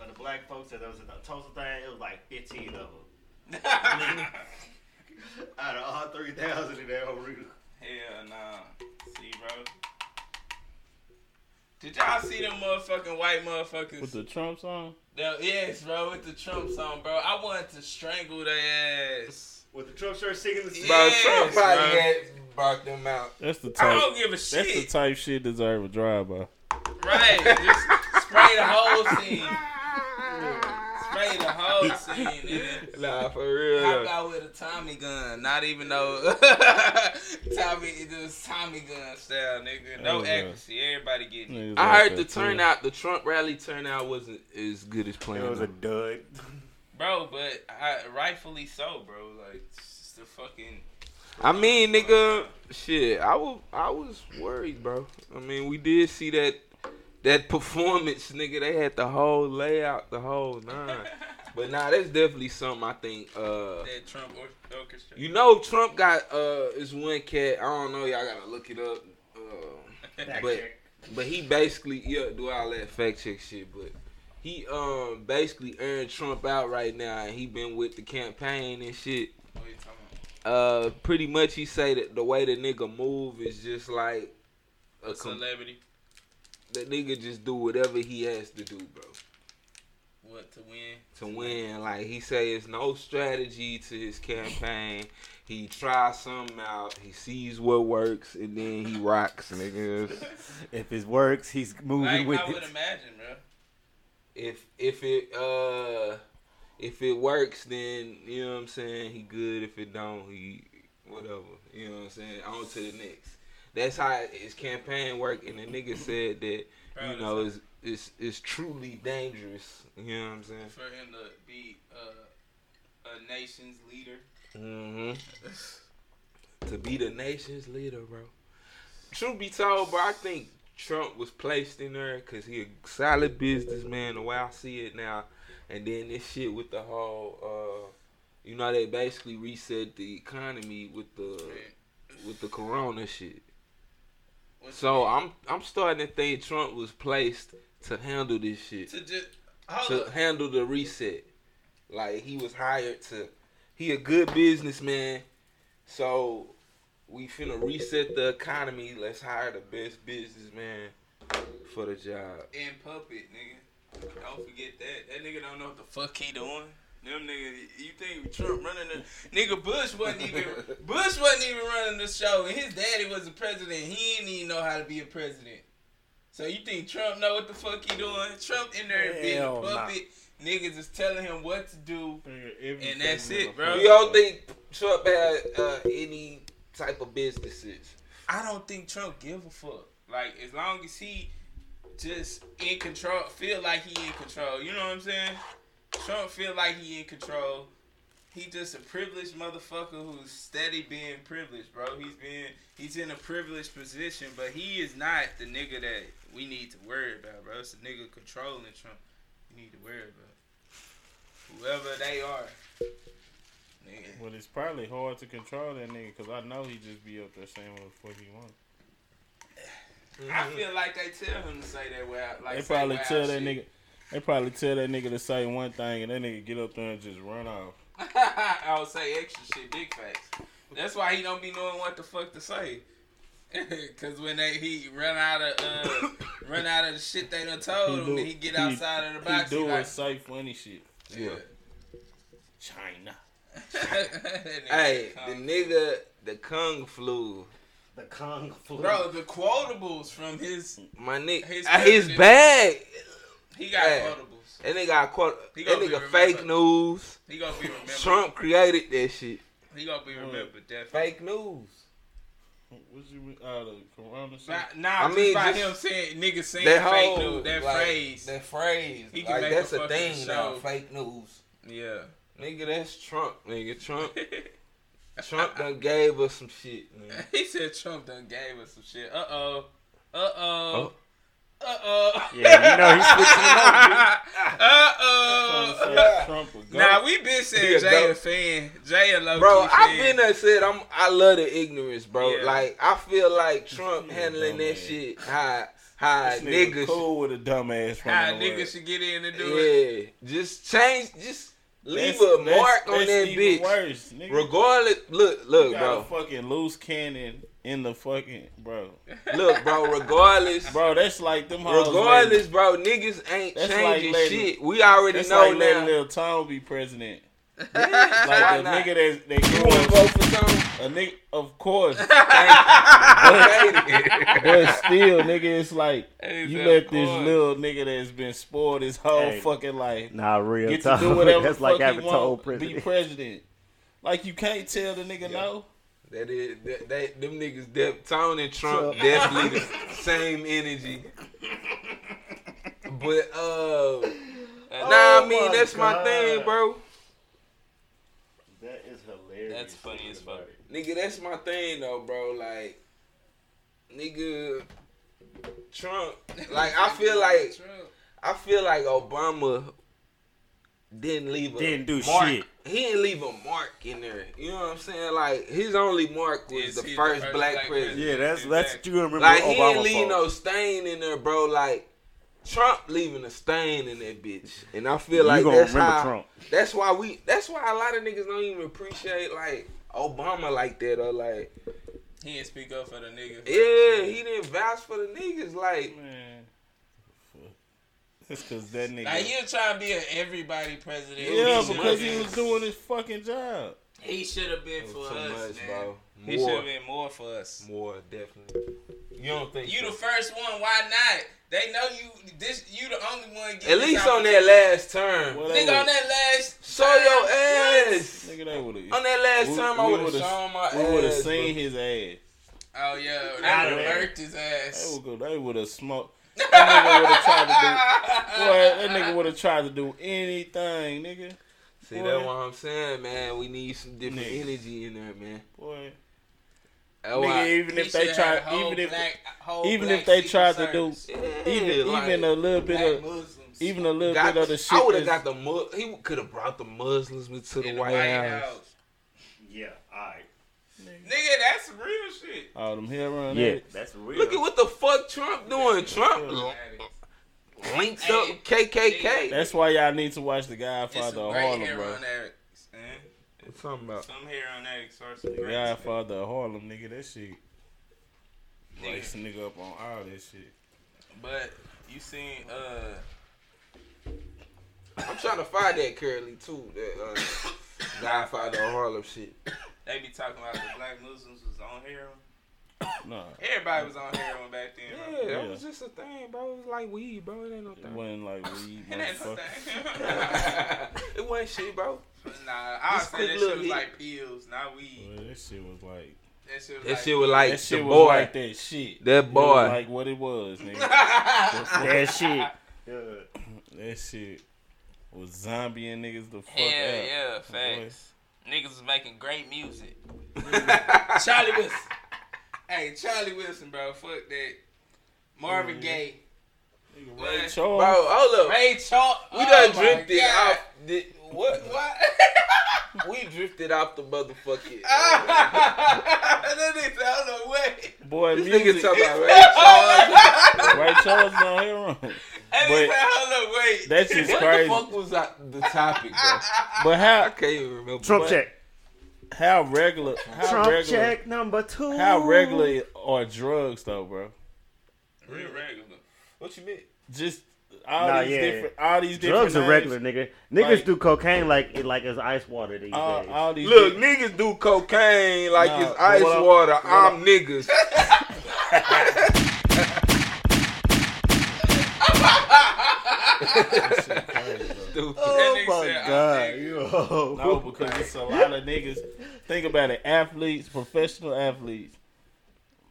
Speaker 2: of the black folks that there was a Tulsa thing. It was like 15 of them. Out of all 3,000 in that whole room.
Speaker 4: Hell nah. See, bro. Did y'all see them motherfucking white motherfuckers?
Speaker 3: With the Trump song?
Speaker 4: Them- yes, bro, with the Trump song, bro. I wanted to strangle their ass.
Speaker 2: With the Trump shirt singing the
Speaker 1: Bro,
Speaker 4: Yes,
Speaker 1: Trump probably
Speaker 4: bro.
Speaker 1: had brought them out.
Speaker 3: That's the
Speaker 4: I
Speaker 3: type.
Speaker 4: don't give a
Speaker 3: That's the
Speaker 4: Oh, shit.
Speaker 3: type shit deserve a drive by.
Speaker 4: Right. Just spray the
Speaker 1: [laughs]
Speaker 4: whole scene. Spray the whole scene. nigga.
Speaker 1: Nah, for real.
Speaker 4: How about with a Tommy gun? Not even though [laughs] Tommy it was Tommy gun style, nigga. No
Speaker 3: Oh, yeah.
Speaker 4: accuracy. Everybody getting it.
Speaker 3: Niggas
Speaker 1: I
Speaker 3: like
Speaker 1: heard the
Speaker 3: that, too.
Speaker 1: turnout, the Trump rally turnout wasn't as good as planned.
Speaker 2: dud.
Speaker 4: Bro, but I, rightfully so, bro. Like it's just a fucking
Speaker 1: I mean, nigga, shit, I was I was worried, bro. I mean, we did see that that performance, nigga. They had the whole layout, the whole nine. but nah, that's definitely something I think. uh
Speaker 4: that Trump or- orchestra.
Speaker 1: You know, Trump got uh is one cat. I don't know. Y'all gotta look it up. Uh,
Speaker 4: [laughs]
Speaker 1: but but he basically yeah do all that fact check shit. But he um basically earned Trump out right now, and he been with the campaign and shit.
Speaker 4: What you talking about?
Speaker 1: Uh, pretty much he say that the way the nigga move is just like a com-
Speaker 4: Celebrity.
Speaker 1: the nigga just do whatever he has to do, bro.
Speaker 4: What to win?
Speaker 1: to win. Like he say, it's no strategy to his campaign. He tries something out. He sees what works, and then he rocks, niggas.
Speaker 2: If it works, he's moving
Speaker 4: Like I would imagine, bro.
Speaker 1: If if it uh if it works, then you know what I'm saying. He good. If it don't, he whatever. You know what I'm saying. On to the next. That's how his campaign work. And the nigga said that
Speaker 4: Bro,
Speaker 1: you know it's it's it's truly dangerous. You know what I'm saying.
Speaker 4: for him to be uh, a nation's
Speaker 1: [laughs]
Speaker 4: leader.
Speaker 1: hmm to be the nation's leader, bro. Truth be told, bro, I think Trump was placed in there because he a solid businessman. The way I see it now, and then this shit with the whole, uh, you know, they basically reset the economy with the with the Corona shit.
Speaker 4: What's
Speaker 1: So I'm I'm starting to think Trump was placed to handle this shit,
Speaker 4: to just hold
Speaker 1: to
Speaker 4: up.
Speaker 1: handle the reset. Like he was hired to. He a good businessman, so we finna reset the economy. Let's hire the best businessman for the job.
Speaker 4: and puppet, nigga. Don't forget that. That nigga don't know what the fuck he doing. Them nigga, you think Trump running the nigga Bush wasn't
Speaker 2: [laughs]
Speaker 4: even Bush wasn't even running the show, and his daddy was the president. He didn't even know how to be a president. So you think Trump know what the fuck he doing? Trump in there being a
Speaker 2: Hell nah.
Speaker 4: puppet. Niggas is telling him what to do,
Speaker 3: Everything
Speaker 4: and that's
Speaker 3: is a
Speaker 4: it, bro.
Speaker 1: We all think Trump had uh, any type of businesses.
Speaker 4: I don't think Trump give a fuck. Like as long as he just in control, feel like he in control. You know what I'm saying? Trump feel like he in control. He just a privileged motherfucker who's steady being privileged, bro. He's been he's in a privileged position, but he is not the nigga that we need to worry about, bro. It's the nigga controlling Trump. We need to worry about whoever they are. Nigga.
Speaker 3: Well, it's probably hard to control that nigga because I know he just be up there saying what the fuck he wants.
Speaker 4: I feel like they tell him to say that way. out- Like
Speaker 3: Mm-hmm. They
Speaker 4: say
Speaker 3: probably
Speaker 4: wild
Speaker 3: tell
Speaker 4: shit.
Speaker 3: that nigga. They probably tell that nigga to say one thing and that nigga get up there and just run off.
Speaker 4: [laughs] I would say extra shit, big facts. That's why he don't be knowing what the fuck to say. [laughs] Cause when they he run out of uh, run out of the shit they done told him, and he get outside of the box.
Speaker 3: He
Speaker 4: He
Speaker 3: do
Speaker 4: like,
Speaker 3: it say funny shit.
Speaker 4: yeah. [laughs]
Speaker 3: China.
Speaker 4: That nigga
Speaker 1: Hey, the
Speaker 4: come.
Speaker 1: nigga, the Kung flu.
Speaker 2: The Kung Flu.
Speaker 4: bro, the quotables from his
Speaker 1: My nigga,
Speaker 4: His
Speaker 1: his, his
Speaker 4: president.
Speaker 1: bag.
Speaker 4: he got
Speaker 1: Hey.
Speaker 4: quotables.
Speaker 1: That nigga, I quote.
Speaker 4: He
Speaker 1: That
Speaker 4: gonna be
Speaker 1: nigga fake
Speaker 4: remembered.
Speaker 1: news.
Speaker 4: He gonna be remembered.
Speaker 1: Trump created that shit.
Speaker 4: He gonna be remembered. Definitely.
Speaker 1: Fake news.
Speaker 3: What you mean? Out of Corona shit?
Speaker 4: Nah, nah
Speaker 1: I
Speaker 4: just
Speaker 1: mean,
Speaker 4: by
Speaker 1: just-
Speaker 4: him saying niggas saying
Speaker 1: That
Speaker 4: fake
Speaker 1: whole
Speaker 4: news, that
Speaker 1: like,
Speaker 4: phrase.
Speaker 1: that phrase,
Speaker 4: He can
Speaker 1: like
Speaker 4: make
Speaker 1: that's
Speaker 4: a
Speaker 1: a
Speaker 4: fucking
Speaker 1: thing now.
Speaker 4: show.
Speaker 1: Fake news,
Speaker 4: yeah.
Speaker 1: nigga. That's Trump, nigga. [laughs] Trump, Trump done gave us some shit, man.
Speaker 4: [laughs] he said Trump done gave us some shit. Uh oh. Uh oh. Uh oh. [laughs]
Speaker 1: [laughs]
Speaker 8: Yeah, you know he's
Speaker 4: Uh
Speaker 3: Trying to
Speaker 4: oh.
Speaker 3: say Trump a
Speaker 4: Nah,
Speaker 3: goat.
Speaker 4: we been
Speaker 1: He a
Speaker 4: saying Jay
Speaker 1: goat.
Speaker 4: a fan. Jay a low
Speaker 1: [laughs] Bro,
Speaker 4: key
Speaker 1: I've
Speaker 4: fan.
Speaker 1: been there said I'm. I love the ignorance, bro.
Speaker 4: Yeah.
Speaker 1: Like I feel like Trump
Speaker 3: [laughs] Yeah,
Speaker 1: handling
Speaker 3: dumb
Speaker 1: that
Speaker 3: ass. [laughs]
Speaker 1: shit. How how
Speaker 3: This nigga
Speaker 1: niggas
Speaker 3: cool with a dumbass from
Speaker 4: How
Speaker 3: the
Speaker 4: niggas
Speaker 3: West.
Speaker 4: should get in and do it.
Speaker 1: Yeah, just change, just leave
Speaker 3: That's-
Speaker 1: a
Speaker 3: that's-
Speaker 1: mark on
Speaker 3: that's
Speaker 1: that
Speaker 3: even
Speaker 1: bitch.
Speaker 3: Worse, nigga.
Speaker 1: Regardless, look, look,
Speaker 3: You got
Speaker 1: bro,
Speaker 3: a fucking loose cannon in the fucking bro,
Speaker 1: look,
Speaker 3: [laughs]
Speaker 1: bro. Regardless,
Speaker 3: bro. That's like them. hoes
Speaker 1: regardless,
Speaker 3: letting-
Speaker 1: bro, niggas ain't
Speaker 3: That's
Speaker 1: changing
Speaker 3: like letting-
Speaker 1: shit. We already
Speaker 3: that's
Speaker 1: know
Speaker 3: like letting
Speaker 1: now.
Speaker 3: Lil Tom be president.
Speaker 1: Why
Speaker 3: Like the
Speaker 1: not?
Speaker 3: nigga that they
Speaker 1: You want to
Speaker 3: grew
Speaker 1: vote
Speaker 3: up,
Speaker 1: for something?
Speaker 3: a nigga, of
Speaker 1: [laughs]
Speaker 3: course, [laughs]
Speaker 1: Hey,
Speaker 3: but still, nigga, it's like
Speaker 4: Hey,
Speaker 3: you
Speaker 4: of
Speaker 3: let this
Speaker 4: course.
Speaker 3: little nigga that's been spoiled his whole
Speaker 8: Hey.
Speaker 3: fucking life
Speaker 8: nah, real
Speaker 3: get to
Speaker 8: talk. [laughs]
Speaker 3: do whatever
Speaker 8: That's
Speaker 3: the
Speaker 8: like
Speaker 3: fuck
Speaker 8: having
Speaker 3: he
Speaker 8: to old
Speaker 3: want, be
Speaker 8: president.
Speaker 3: president. Like you can't tell the nigga no.
Speaker 1: That is that, that them niggas. Def, Tone and Trump definitely the same energy. But
Speaker 3: [laughs]
Speaker 1: uh, nah, I mean
Speaker 3: Oh my
Speaker 1: that's my
Speaker 3: God.
Speaker 1: thing, bro.
Speaker 2: That is hilarious.
Speaker 4: That's funny as fuck.
Speaker 1: Nigga, that's my thing though, bro. Like, nigga, Trump. Like, I feel like I feel like Obama didn't leave a
Speaker 8: Didn't do
Speaker 1: mark.
Speaker 8: shit.
Speaker 1: He didn't leave a mark in there. You know what I'm saying? Like, his only mark was
Speaker 4: Is
Speaker 1: the
Speaker 4: he the
Speaker 1: first,
Speaker 4: first
Speaker 1: black,
Speaker 4: black
Speaker 1: president.
Speaker 8: Yeah, that's that's what you gonna remember.
Speaker 1: Like, he
Speaker 8: Obama
Speaker 1: didn't leave
Speaker 8: for.
Speaker 1: no stain in there, bro. Like. Trump leaving a stain in that bitch, and I feel like
Speaker 8: you gonna
Speaker 1: that's
Speaker 8: remember
Speaker 1: how.
Speaker 8: Trump.
Speaker 1: That's why we. That's why a lot of niggas don't even appreciate like Obama like that or like.
Speaker 4: He didn't speak up for the nigga.
Speaker 1: Yeah, he didn't vouch for the niggas. Like,
Speaker 3: Man, Fuck. that's because that nigga.
Speaker 4: Like he was trying to be an everybody president.
Speaker 3: yeah,
Speaker 4: He should
Speaker 3: because
Speaker 4: have
Speaker 3: he was
Speaker 4: been-
Speaker 3: doing his fucking job.
Speaker 4: He should have been for
Speaker 1: Oh, too
Speaker 4: us,
Speaker 1: much,
Speaker 4: man.
Speaker 1: bro.
Speaker 4: He should
Speaker 1: More,
Speaker 4: have been more for us.
Speaker 1: more definitely. You don't think
Speaker 4: You
Speaker 1: so?
Speaker 4: the first one. Why not? They know you. This you the only one. getting
Speaker 1: At
Speaker 4: this
Speaker 1: least on that
Speaker 4: opportunity.
Speaker 1: last term,
Speaker 3: Well, they
Speaker 4: Nigga, on
Speaker 3: would've-
Speaker 4: that last.
Speaker 1: show your ass.
Speaker 3: Nigga, they would've-
Speaker 1: On that last
Speaker 3: We-
Speaker 1: term, I
Speaker 3: we
Speaker 1: would have
Speaker 3: would've-
Speaker 1: shown my
Speaker 3: We would have
Speaker 1: ass.
Speaker 3: seen his ass.
Speaker 4: Oh yeah, they
Speaker 8: Outta
Speaker 4: would
Speaker 8: there.
Speaker 4: have lurked his
Speaker 3: They
Speaker 4: ass.
Speaker 3: would go. They would
Speaker 4: [laughs]
Speaker 3: have smoked. That nigga would have tried to do. Boy, that nigga would have tried to do anything, nigga.
Speaker 1: but- See, that's what I'm saying, man. We need some different
Speaker 3: Nigga.
Speaker 1: energy in there, man.
Speaker 3: Boy,
Speaker 1: That's why-
Speaker 3: nigga. Even
Speaker 4: Oh, He
Speaker 3: if they
Speaker 4: should
Speaker 3: tried,
Speaker 4: have a whole
Speaker 3: even if
Speaker 4: black- whole
Speaker 3: even
Speaker 4: black
Speaker 3: if they
Speaker 4: secret
Speaker 3: tried to do-
Speaker 4: service.
Speaker 1: Yeah,
Speaker 3: even
Speaker 1: like,
Speaker 3: even a little bit
Speaker 4: black
Speaker 3: of
Speaker 4: Muslims
Speaker 3: even a little
Speaker 1: got-
Speaker 3: bit of the shit.
Speaker 1: I would have
Speaker 3: that's-
Speaker 1: got the Mus- He could have brought the Muslims into the,
Speaker 4: in
Speaker 1: White, House.
Speaker 2: Yeah, alright.
Speaker 4: Nigga, that's some real shit.
Speaker 3: all them hair on
Speaker 8: Yeah,
Speaker 3: it.
Speaker 8: that's real.
Speaker 1: Look at what the fuck Trump doing. Trump l- links up
Speaker 4: Hey,
Speaker 1: KKK.
Speaker 3: That's why y'all need to watch The
Speaker 4: It's
Speaker 3: Godfather
Speaker 4: some
Speaker 3: of
Speaker 4: great
Speaker 3: Harlem,
Speaker 4: hair
Speaker 3: bro.
Speaker 4: on Eric. man.
Speaker 1: What's talking about?
Speaker 4: Some hair on Eric starts
Speaker 3: The Godfather of Harlem, nigga. That shit. Like some nigga up on all that shit.
Speaker 4: But you seen uh
Speaker 1: I'm trying to find that currently too. That uh, Godfather of Harlem shit.
Speaker 4: they be talking about the black Muslims was on heroin.
Speaker 3: Nah,
Speaker 4: Everybody was on heroin back then,
Speaker 1: Yeah,
Speaker 4: bro.
Speaker 1: that
Speaker 3: Yeah.
Speaker 1: was just a thing, bro. It was like weed, bro. It ain't no
Speaker 3: it
Speaker 1: thing.
Speaker 3: wasn't like weed,
Speaker 4: It ain't no
Speaker 3: motherfucker.
Speaker 4: thing.
Speaker 1: [laughs] it wasn't shit, bro.
Speaker 4: [laughs] nah, I
Speaker 1: Just
Speaker 4: say
Speaker 1: quick
Speaker 4: that
Speaker 1: little
Speaker 4: shit was
Speaker 1: hit.
Speaker 4: like pills, not weed.
Speaker 3: Well, that shit was like
Speaker 4: That shit was
Speaker 1: That
Speaker 4: like
Speaker 1: shit was like
Speaker 3: that shit
Speaker 1: the
Speaker 3: was
Speaker 1: boy.
Speaker 3: like that shit.
Speaker 1: that
Speaker 3: It was
Speaker 1: boy.
Speaker 3: like what it was, nigga.
Speaker 8: that
Speaker 1: [laughs]
Speaker 8: shit.
Speaker 2: Good.
Speaker 3: That shit was zombie and niggas the fuck
Speaker 4: Hell
Speaker 3: up.
Speaker 4: yeah, facts. Niggas was making great [laughs] music. Charlie Wilson. Hey, Charlie Wilson, bro. Fuck that. Marvin Gaye.
Speaker 3: Nigga,
Speaker 4: Boy.
Speaker 3: Ray Charles.
Speaker 1: bro, hold up.
Speaker 4: Ray Charles.
Speaker 1: we done
Speaker 4: oh my
Speaker 1: drifted
Speaker 4: God.
Speaker 1: off. The, what?
Speaker 4: What? [laughs]
Speaker 1: We drifted off the motherfucking. uh,
Speaker 4: that nigga's out of the way.
Speaker 3: Boy,
Speaker 1: this nigga
Speaker 3: music.
Speaker 1: talking [laughs] about Ray Charles.
Speaker 3: Ray Charles is on here wrong.
Speaker 4: That nigga's out of the way.
Speaker 3: That's just
Speaker 1: what the
Speaker 3: crazy.
Speaker 1: fuck was that, the topic, bro?
Speaker 3: But
Speaker 1: I
Speaker 3: how
Speaker 1: can't even remember.
Speaker 8: Trump
Speaker 1: But-
Speaker 8: check.
Speaker 3: how regular how
Speaker 8: Trump
Speaker 3: regular
Speaker 8: check number two.
Speaker 3: how regular are drugs though, bro?
Speaker 4: Real regular.
Speaker 1: What you mean?
Speaker 3: Just all
Speaker 8: Nah,
Speaker 3: these
Speaker 8: yeah.
Speaker 3: different all these
Speaker 8: Drugs are
Speaker 3: different
Speaker 8: regular,
Speaker 3: names,
Speaker 8: nigga. Niggas
Speaker 3: Like-
Speaker 8: do cocaine like it like it's ice water these
Speaker 1: Uh,
Speaker 3: All,
Speaker 8: days.
Speaker 3: all these
Speaker 1: Look,
Speaker 3: different-
Speaker 1: niggas do cocaine like
Speaker 3: Nah,
Speaker 1: it's
Speaker 3: but
Speaker 1: ice
Speaker 3: what I-
Speaker 1: water. I'm niggas.
Speaker 3: [laughs] That shit crazy, bro.
Speaker 1: Stupid.
Speaker 4: nigga
Speaker 8: oh
Speaker 4: said,
Speaker 8: my
Speaker 4: "I'm
Speaker 8: god,
Speaker 4: nigga."
Speaker 8: yo.
Speaker 3: No, because it's a lot of niggas. Think about it, athletes, professional athletes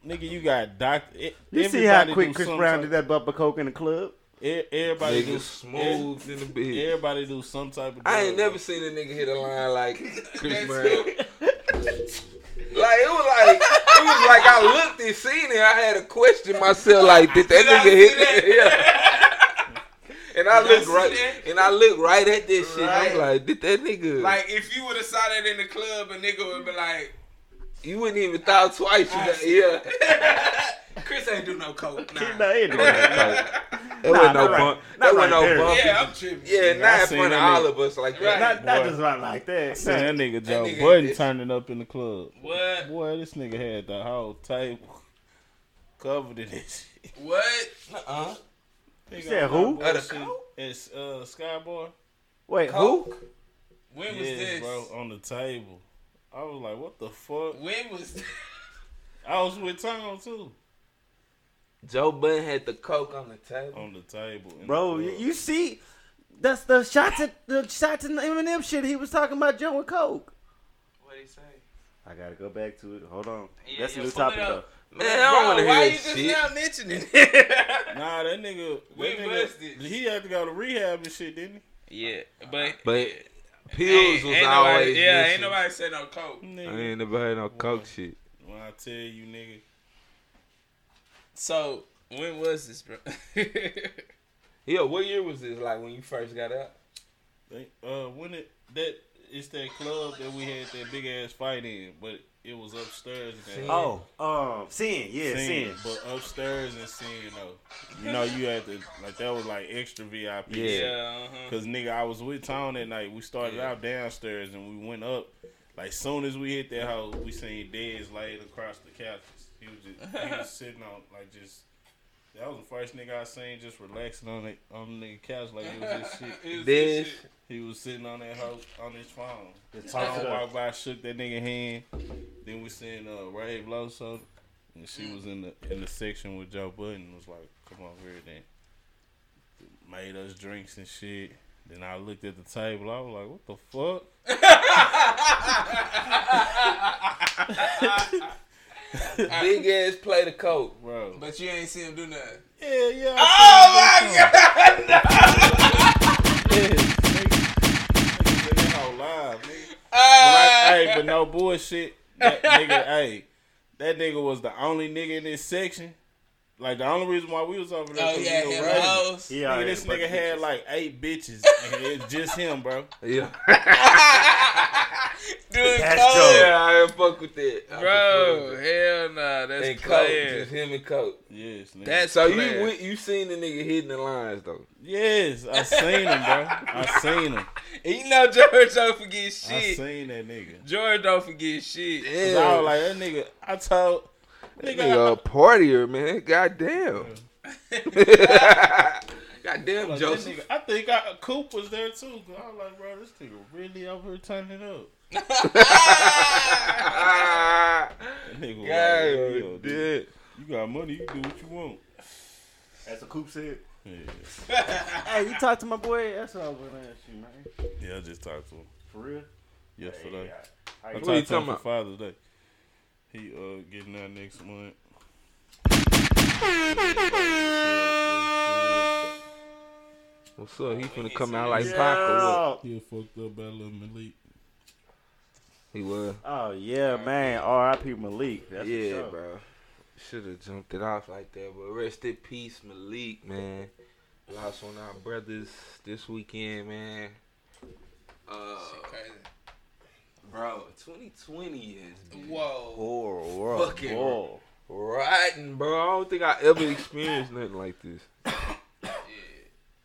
Speaker 3: nigga, you got e, doctor. You
Speaker 8: You see how quick Chris Brown did that bumper coke in the club?
Speaker 3: e, Everybody do
Speaker 1: Nigga smooth in the
Speaker 3: e-
Speaker 1: bitch.
Speaker 3: Everybody do some type of.
Speaker 1: I ain't
Speaker 3: drug.
Speaker 1: never seen a nigga hit a line like Chris Brown. like it was like it was like I looked and seen it. I had to question myself like, did that nigga hit [laughs] it? yeah. And I looked
Speaker 4: see
Speaker 1: right
Speaker 4: that?
Speaker 1: and I looked right at this shit.
Speaker 4: Right.
Speaker 1: I'm like, did that nigga
Speaker 4: Like if you would have saw that in the club, a nigga would be like,
Speaker 1: you wouldn't even thought twice. You got, yeah.
Speaker 4: [laughs] "Chris ain't do no coke." Nah.
Speaker 8: Nah, it ain't.
Speaker 1: There wasn't no
Speaker 8: not right-
Speaker 1: bump.
Speaker 8: not
Speaker 1: There wasn't
Speaker 8: right
Speaker 1: no
Speaker 8: there.
Speaker 1: bump.
Speaker 4: Yeah, I'm tripping.
Speaker 1: Yeah, not in
Speaker 3: seen
Speaker 1: front of
Speaker 3: that nigga.
Speaker 1: all of us like that.
Speaker 4: Right.
Speaker 8: not, not
Speaker 3: Boy.
Speaker 8: just not like that.
Speaker 3: Seen that nigga Joe
Speaker 4: nigga hit
Speaker 3: Budden
Speaker 4: this.
Speaker 3: turning up in the club.
Speaker 4: What?
Speaker 3: Boy, this nigga had the whole table covered in this. shit.
Speaker 4: What?
Speaker 1: Uh-uh.
Speaker 3: Nigga,
Speaker 8: said
Speaker 3: I'm
Speaker 8: who?
Speaker 3: not
Speaker 1: Other
Speaker 3: bullshit.
Speaker 1: coke?
Speaker 3: It's uh, Skyboy.
Speaker 8: Wait, who?
Speaker 1: Coke?
Speaker 4: When was
Speaker 3: Yes,
Speaker 4: this?
Speaker 3: bro, on the table. I was like, what the fuck?
Speaker 4: When
Speaker 5: [laughs]
Speaker 4: was?
Speaker 3: I was with Tom too.
Speaker 1: Joe Budden had the coke on the table.
Speaker 3: On the table, in
Speaker 8: Bro,
Speaker 3: the
Speaker 8: you,
Speaker 3: club.
Speaker 8: you see, that's the shots at the shots and Eminem shit he was talking about Joe and Coke.
Speaker 5: What he say?
Speaker 8: I gotta go back to it. Hold on.
Speaker 5: Yeah,
Speaker 8: that's a
Speaker 5: yeah,
Speaker 8: new
Speaker 5: pull it
Speaker 8: topic though.
Speaker 5: up.
Speaker 1: Man, I don't want to
Speaker 4: Bro, why
Speaker 1: hear
Speaker 4: you
Speaker 1: that
Speaker 4: just
Speaker 1: shit.
Speaker 4: now mentioning it?
Speaker 3: Nah, that nigga, that
Speaker 4: We
Speaker 3: nigga-
Speaker 4: busted.
Speaker 3: he had to go to rehab and shit, didn't
Speaker 5: Yeah, but
Speaker 1: But pills
Speaker 5: ain't,
Speaker 1: was
Speaker 5: ain't
Speaker 1: always
Speaker 5: nobody, yeah, ain't
Speaker 1: missing.
Speaker 5: nobody said no coke.
Speaker 3: he?
Speaker 1: I
Speaker 3: Nigga.
Speaker 1: ain't nobody no coke shit.
Speaker 3: When I tell you, nigga,
Speaker 4: so when was
Speaker 5: [laughs]
Speaker 4: this, bro?
Speaker 1: Yeah, what year was this? Like when you first got out?
Speaker 3: they, uh, when it that it's that club that we had that big ass fight in, but it was upstairs. And that,
Speaker 8: Oh, um, sin, yeah,
Speaker 3: Scene,
Speaker 8: sin.
Speaker 3: but upstairs and seeing though, you know, you had to like that was like extra VIP.
Speaker 1: Yeah.
Speaker 4: yeah. Uh-huh.
Speaker 3: Cause nigga, I was with Tone that night. We started
Speaker 4: Yeah.
Speaker 3: out downstairs and we went up. Like soon as we hit that house, we seen Dez laid across the couches. He was just he
Speaker 4: [laughs]
Speaker 3: was sitting on like just. That was the first nigga I seen just relaxing on it on the nigga couch like it was
Speaker 4: [laughs]
Speaker 3: this shit.
Speaker 4: It was
Speaker 1: This
Speaker 3: He was sitting on that hoe on his phone.
Speaker 8: Just talk
Speaker 3: Tone
Speaker 8: it up.
Speaker 3: walked by, shook that nigga hand. Then we seen uh, Rave Loso, and she was in the in the section with Joe Budden. and Was like, come over here, then made us drinks and shit. Then I looked at the table. I was like, what the fuck?
Speaker 1: big ass plate of coke.
Speaker 3: Bro.
Speaker 4: But you ain't see him do nothing.
Speaker 3: yeah, yeah.
Speaker 4: Oh my god!
Speaker 3: [laughs] Yeah, nigga. Nigga, they all live, nigga.
Speaker 4: Ah!
Speaker 3: But I- hey, but no bullshit.
Speaker 4: [laughs]
Speaker 3: That nigga, hey, that nigga was the only nigga in this section. Like the only reason why we was over there,
Speaker 4: Oh
Speaker 3: 'cause we
Speaker 4: yeah,
Speaker 3: were
Speaker 4: him
Speaker 3: raiding.
Speaker 4: hoes.
Speaker 8: Yeah,
Speaker 3: Nigga,
Speaker 8: yeah,
Speaker 3: this
Speaker 8: but-
Speaker 3: nigga had like
Speaker 4: [laughs]
Speaker 3: eight bitches, and it's just him, bro.
Speaker 1: Yeah.
Speaker 4: Doing
Speaker 8: That's
Speaker 4: coke.
Speaker 8: dope.
Speaker 1: yeah, I ain't fuck with that. I
Speaker 5: Bro,
Speaker 1: can fuck with
Speaker 5: hell nah,
Speaker 1: that.
Speaker 5: that's
Speaker 1: And coke,
Speaker 5: player.
Speaker 1: just him and coke.
Speaker 3: Yes, nigga.
Speaker 5: That's
Speaker 1: So
Speaker 5: player.
Speaker 1: you went- you seen the nigga hitting the lines though.
Speaker 3: yes, I seen him, bro. I seen him.
Speaker 5: You know George don't forget
Speaker 3: I
Speaker 5: shit.
Speaker 3: seen that nigga.
Speaker 5: George don't forget shit.
Speaker 3: Cause I was like, that nigga. I told
Speaker 1: That
Speaker 3: nigga,
Speaker 1: nigga a partier, man. Goddamn. [laughs]
Speaker 3: I,
Speaker 1: Goddamn,
Speaker 3: like, that
Speaker 1: Joseph.
Speaker 3: nigga. I think I, Coop was there too. 'cause I was like, bro, this nigga really over here turning up.
Speaker 1: [laughs] Ah,
Speaker 3: That nigga was like, yo, yo,
Speaker 1: God,
Speaker 3: dude,
Speaker 1: yeah.
Speaker 3: you got money, you do what you want.
Speaker 2: That's what Coop said.
Speaker 3: Yeah,
Speaker 8: Hey, you talk to my boy. That's all I'm gonna ask you, man.
Speaker 3: yeah. I just talked to him
Speaker 8: For real.
Speaker 3: yesterday. I
Speaker 1: What you
Speaker 3: talked to him for
Speaker 1: talking about?
Speaker 3: Father's Day. He uh getting out next month.
Speaker 1: What's up? He finna come out like Pac or what?
Speaker 8: Yeah.
Speaker 3: He was fucked up by Lil Malik.
Speaker 1: He was.
Speaker 8: Oh yeah, man. R.I.P. Malik. That's
Speaker 1: yeah,
Speaker 8: for sure.
Speaker 1: bro. Should have jumped it off like that, but rest in peace, Malik, man. Lost one of our brothers this weekend, man. Uh,
Speaker 4: Crazy.
Speaker 1: bro, 2020 is
Speaker 4: Whoa.
Speaker 8: Horror world.
Speaker 1: Fucking-
Speaker 8: war.
Speaker 1: rotten, bro. I don't think I ever experienced nothing like this.
Speaker 4: Yeah.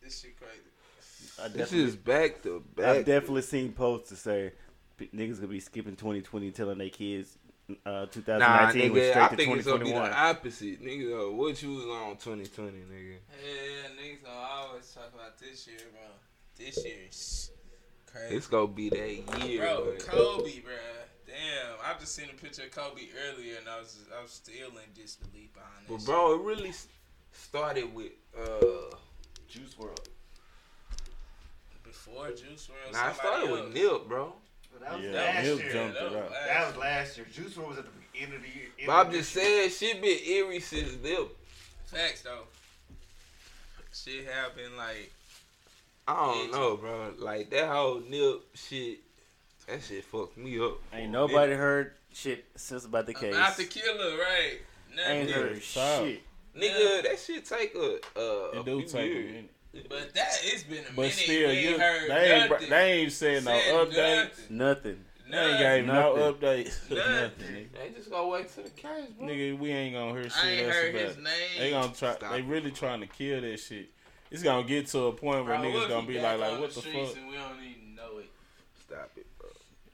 Speaker 4: This shit crazy.
Speaker 8: I
Speaker 1: This
Speaker 8: definitely,
Speaker 1: is back to
Speaker 8: I've
Speaker 1: back.
Speaker 8: definitely seen posts to say p- niggas gonna be skipping 2020, telling their kids uh, 2019
Speaker 1: Nah,
Speaker 8: went
Speaker 1: nigga,
Speaker 8: straight
Speaker 1: I
Speaker 8: to
Speaker 1: think it's gonna be
Speaker 8: 2021.
Speaker 1: the opposite, nigga. What you was on 2020, nigga?
Speaker 4: Yeah, niggas don't always talk about this year, bro. This year's crazy.
Speaker 1: It's gonna be that year,
Speaker 4: Bro,
Speaker 1: but-
Speaker 4: Kobe, bro. Damn, I just seen a picture of Kobe earlier, and I was I was still in disbelief behind
Speaker 1: But
Speaker 4: this.
Speaker 1: bro, it really s- started with uh
Speaker 2: Juice World.
Speaker 4: shit. before Juice World,
Speaker 1: nah, I started with Nip, bro.
Speaker 2: But that was
Speaker 3: Yeah,
Speaker 2: last
Speaker 3: Mills
Speaker 2: year.
Speaker 3: jumped it up.
Speaker 2: That was last year. Juice WRLD was at the end of the year. end
Speaker 1: But I'm
Speaker 2: of this
Speaker 1: just
Speaker 2: year.
Speaker 1: saying, shit been eerie since them.
Speaker 4: Facts though. Shit happened like
Speaker 1: I don't know, bro. Like that whole nip shit, that shit fucked me up.
Speaker 8: Ain't nobody heard shit since about the case.
Speaker 4: about the killer, right?
Speaker 8: Ain't
Speaker 4: Nothing.
Speaker 8: heard
Speaker 3: Stop.
Speaker 8: shit.
Speaker 1: Nigga, that shit take a uh
Speaker 3: It do take a minute.
Speaker 4: But that it's been a
Speaker 3: But
Speaker 4: minute.
Speaker 3: still,
Speaker 4: we ain't
Speaker 3: you,
Speaker 4: heard
Speaker 3: they ain't, br-
Speaker 4: nothing.
Speaker 3: they ain't said no
Speaker 4: Said
Speaker 3: updates.
Speaker 8: Nothing.
Speaker 3: They ain't
Speaker 4: Nothing.
Speaker 3: gave no
Speaker 8: Nothing.
Speaker 3: updates.
Speaker 4: Nothing.
Speaker 3: [laughs] Nothing.
Speaker 1: They just gonna wait till the case,
Speaker 3: nigga.
Speaker 1: bro.
Speaker 3: Nigga, we ain't gonna hear shit
Speaker 4: I ain't
Speaker 3: else
Speaker 4: heard
Speaker 3: about
Speaker 4: his
Speaker 3: it.
Speaker 4: name.
Speaker 3: They gonna try.
Speaker 1: Stop.
Speaker 3: They really trying to kill that shit. It's gonna get to a point where
Speaker 4: Bro, what
Speaker 3: niggas
Speaker 4: if
Speaker 3: gonna
Speaker 4: he
Speaker 3: be
Speaker 4: back
Speaker 3: like, like,
Speaker 4: on
Speaker 3: what the
Speaker 4: streets
Speaker 3: fuck?
Speaker 4: And we don't even know it.
Speaker 1: Stop it, bro.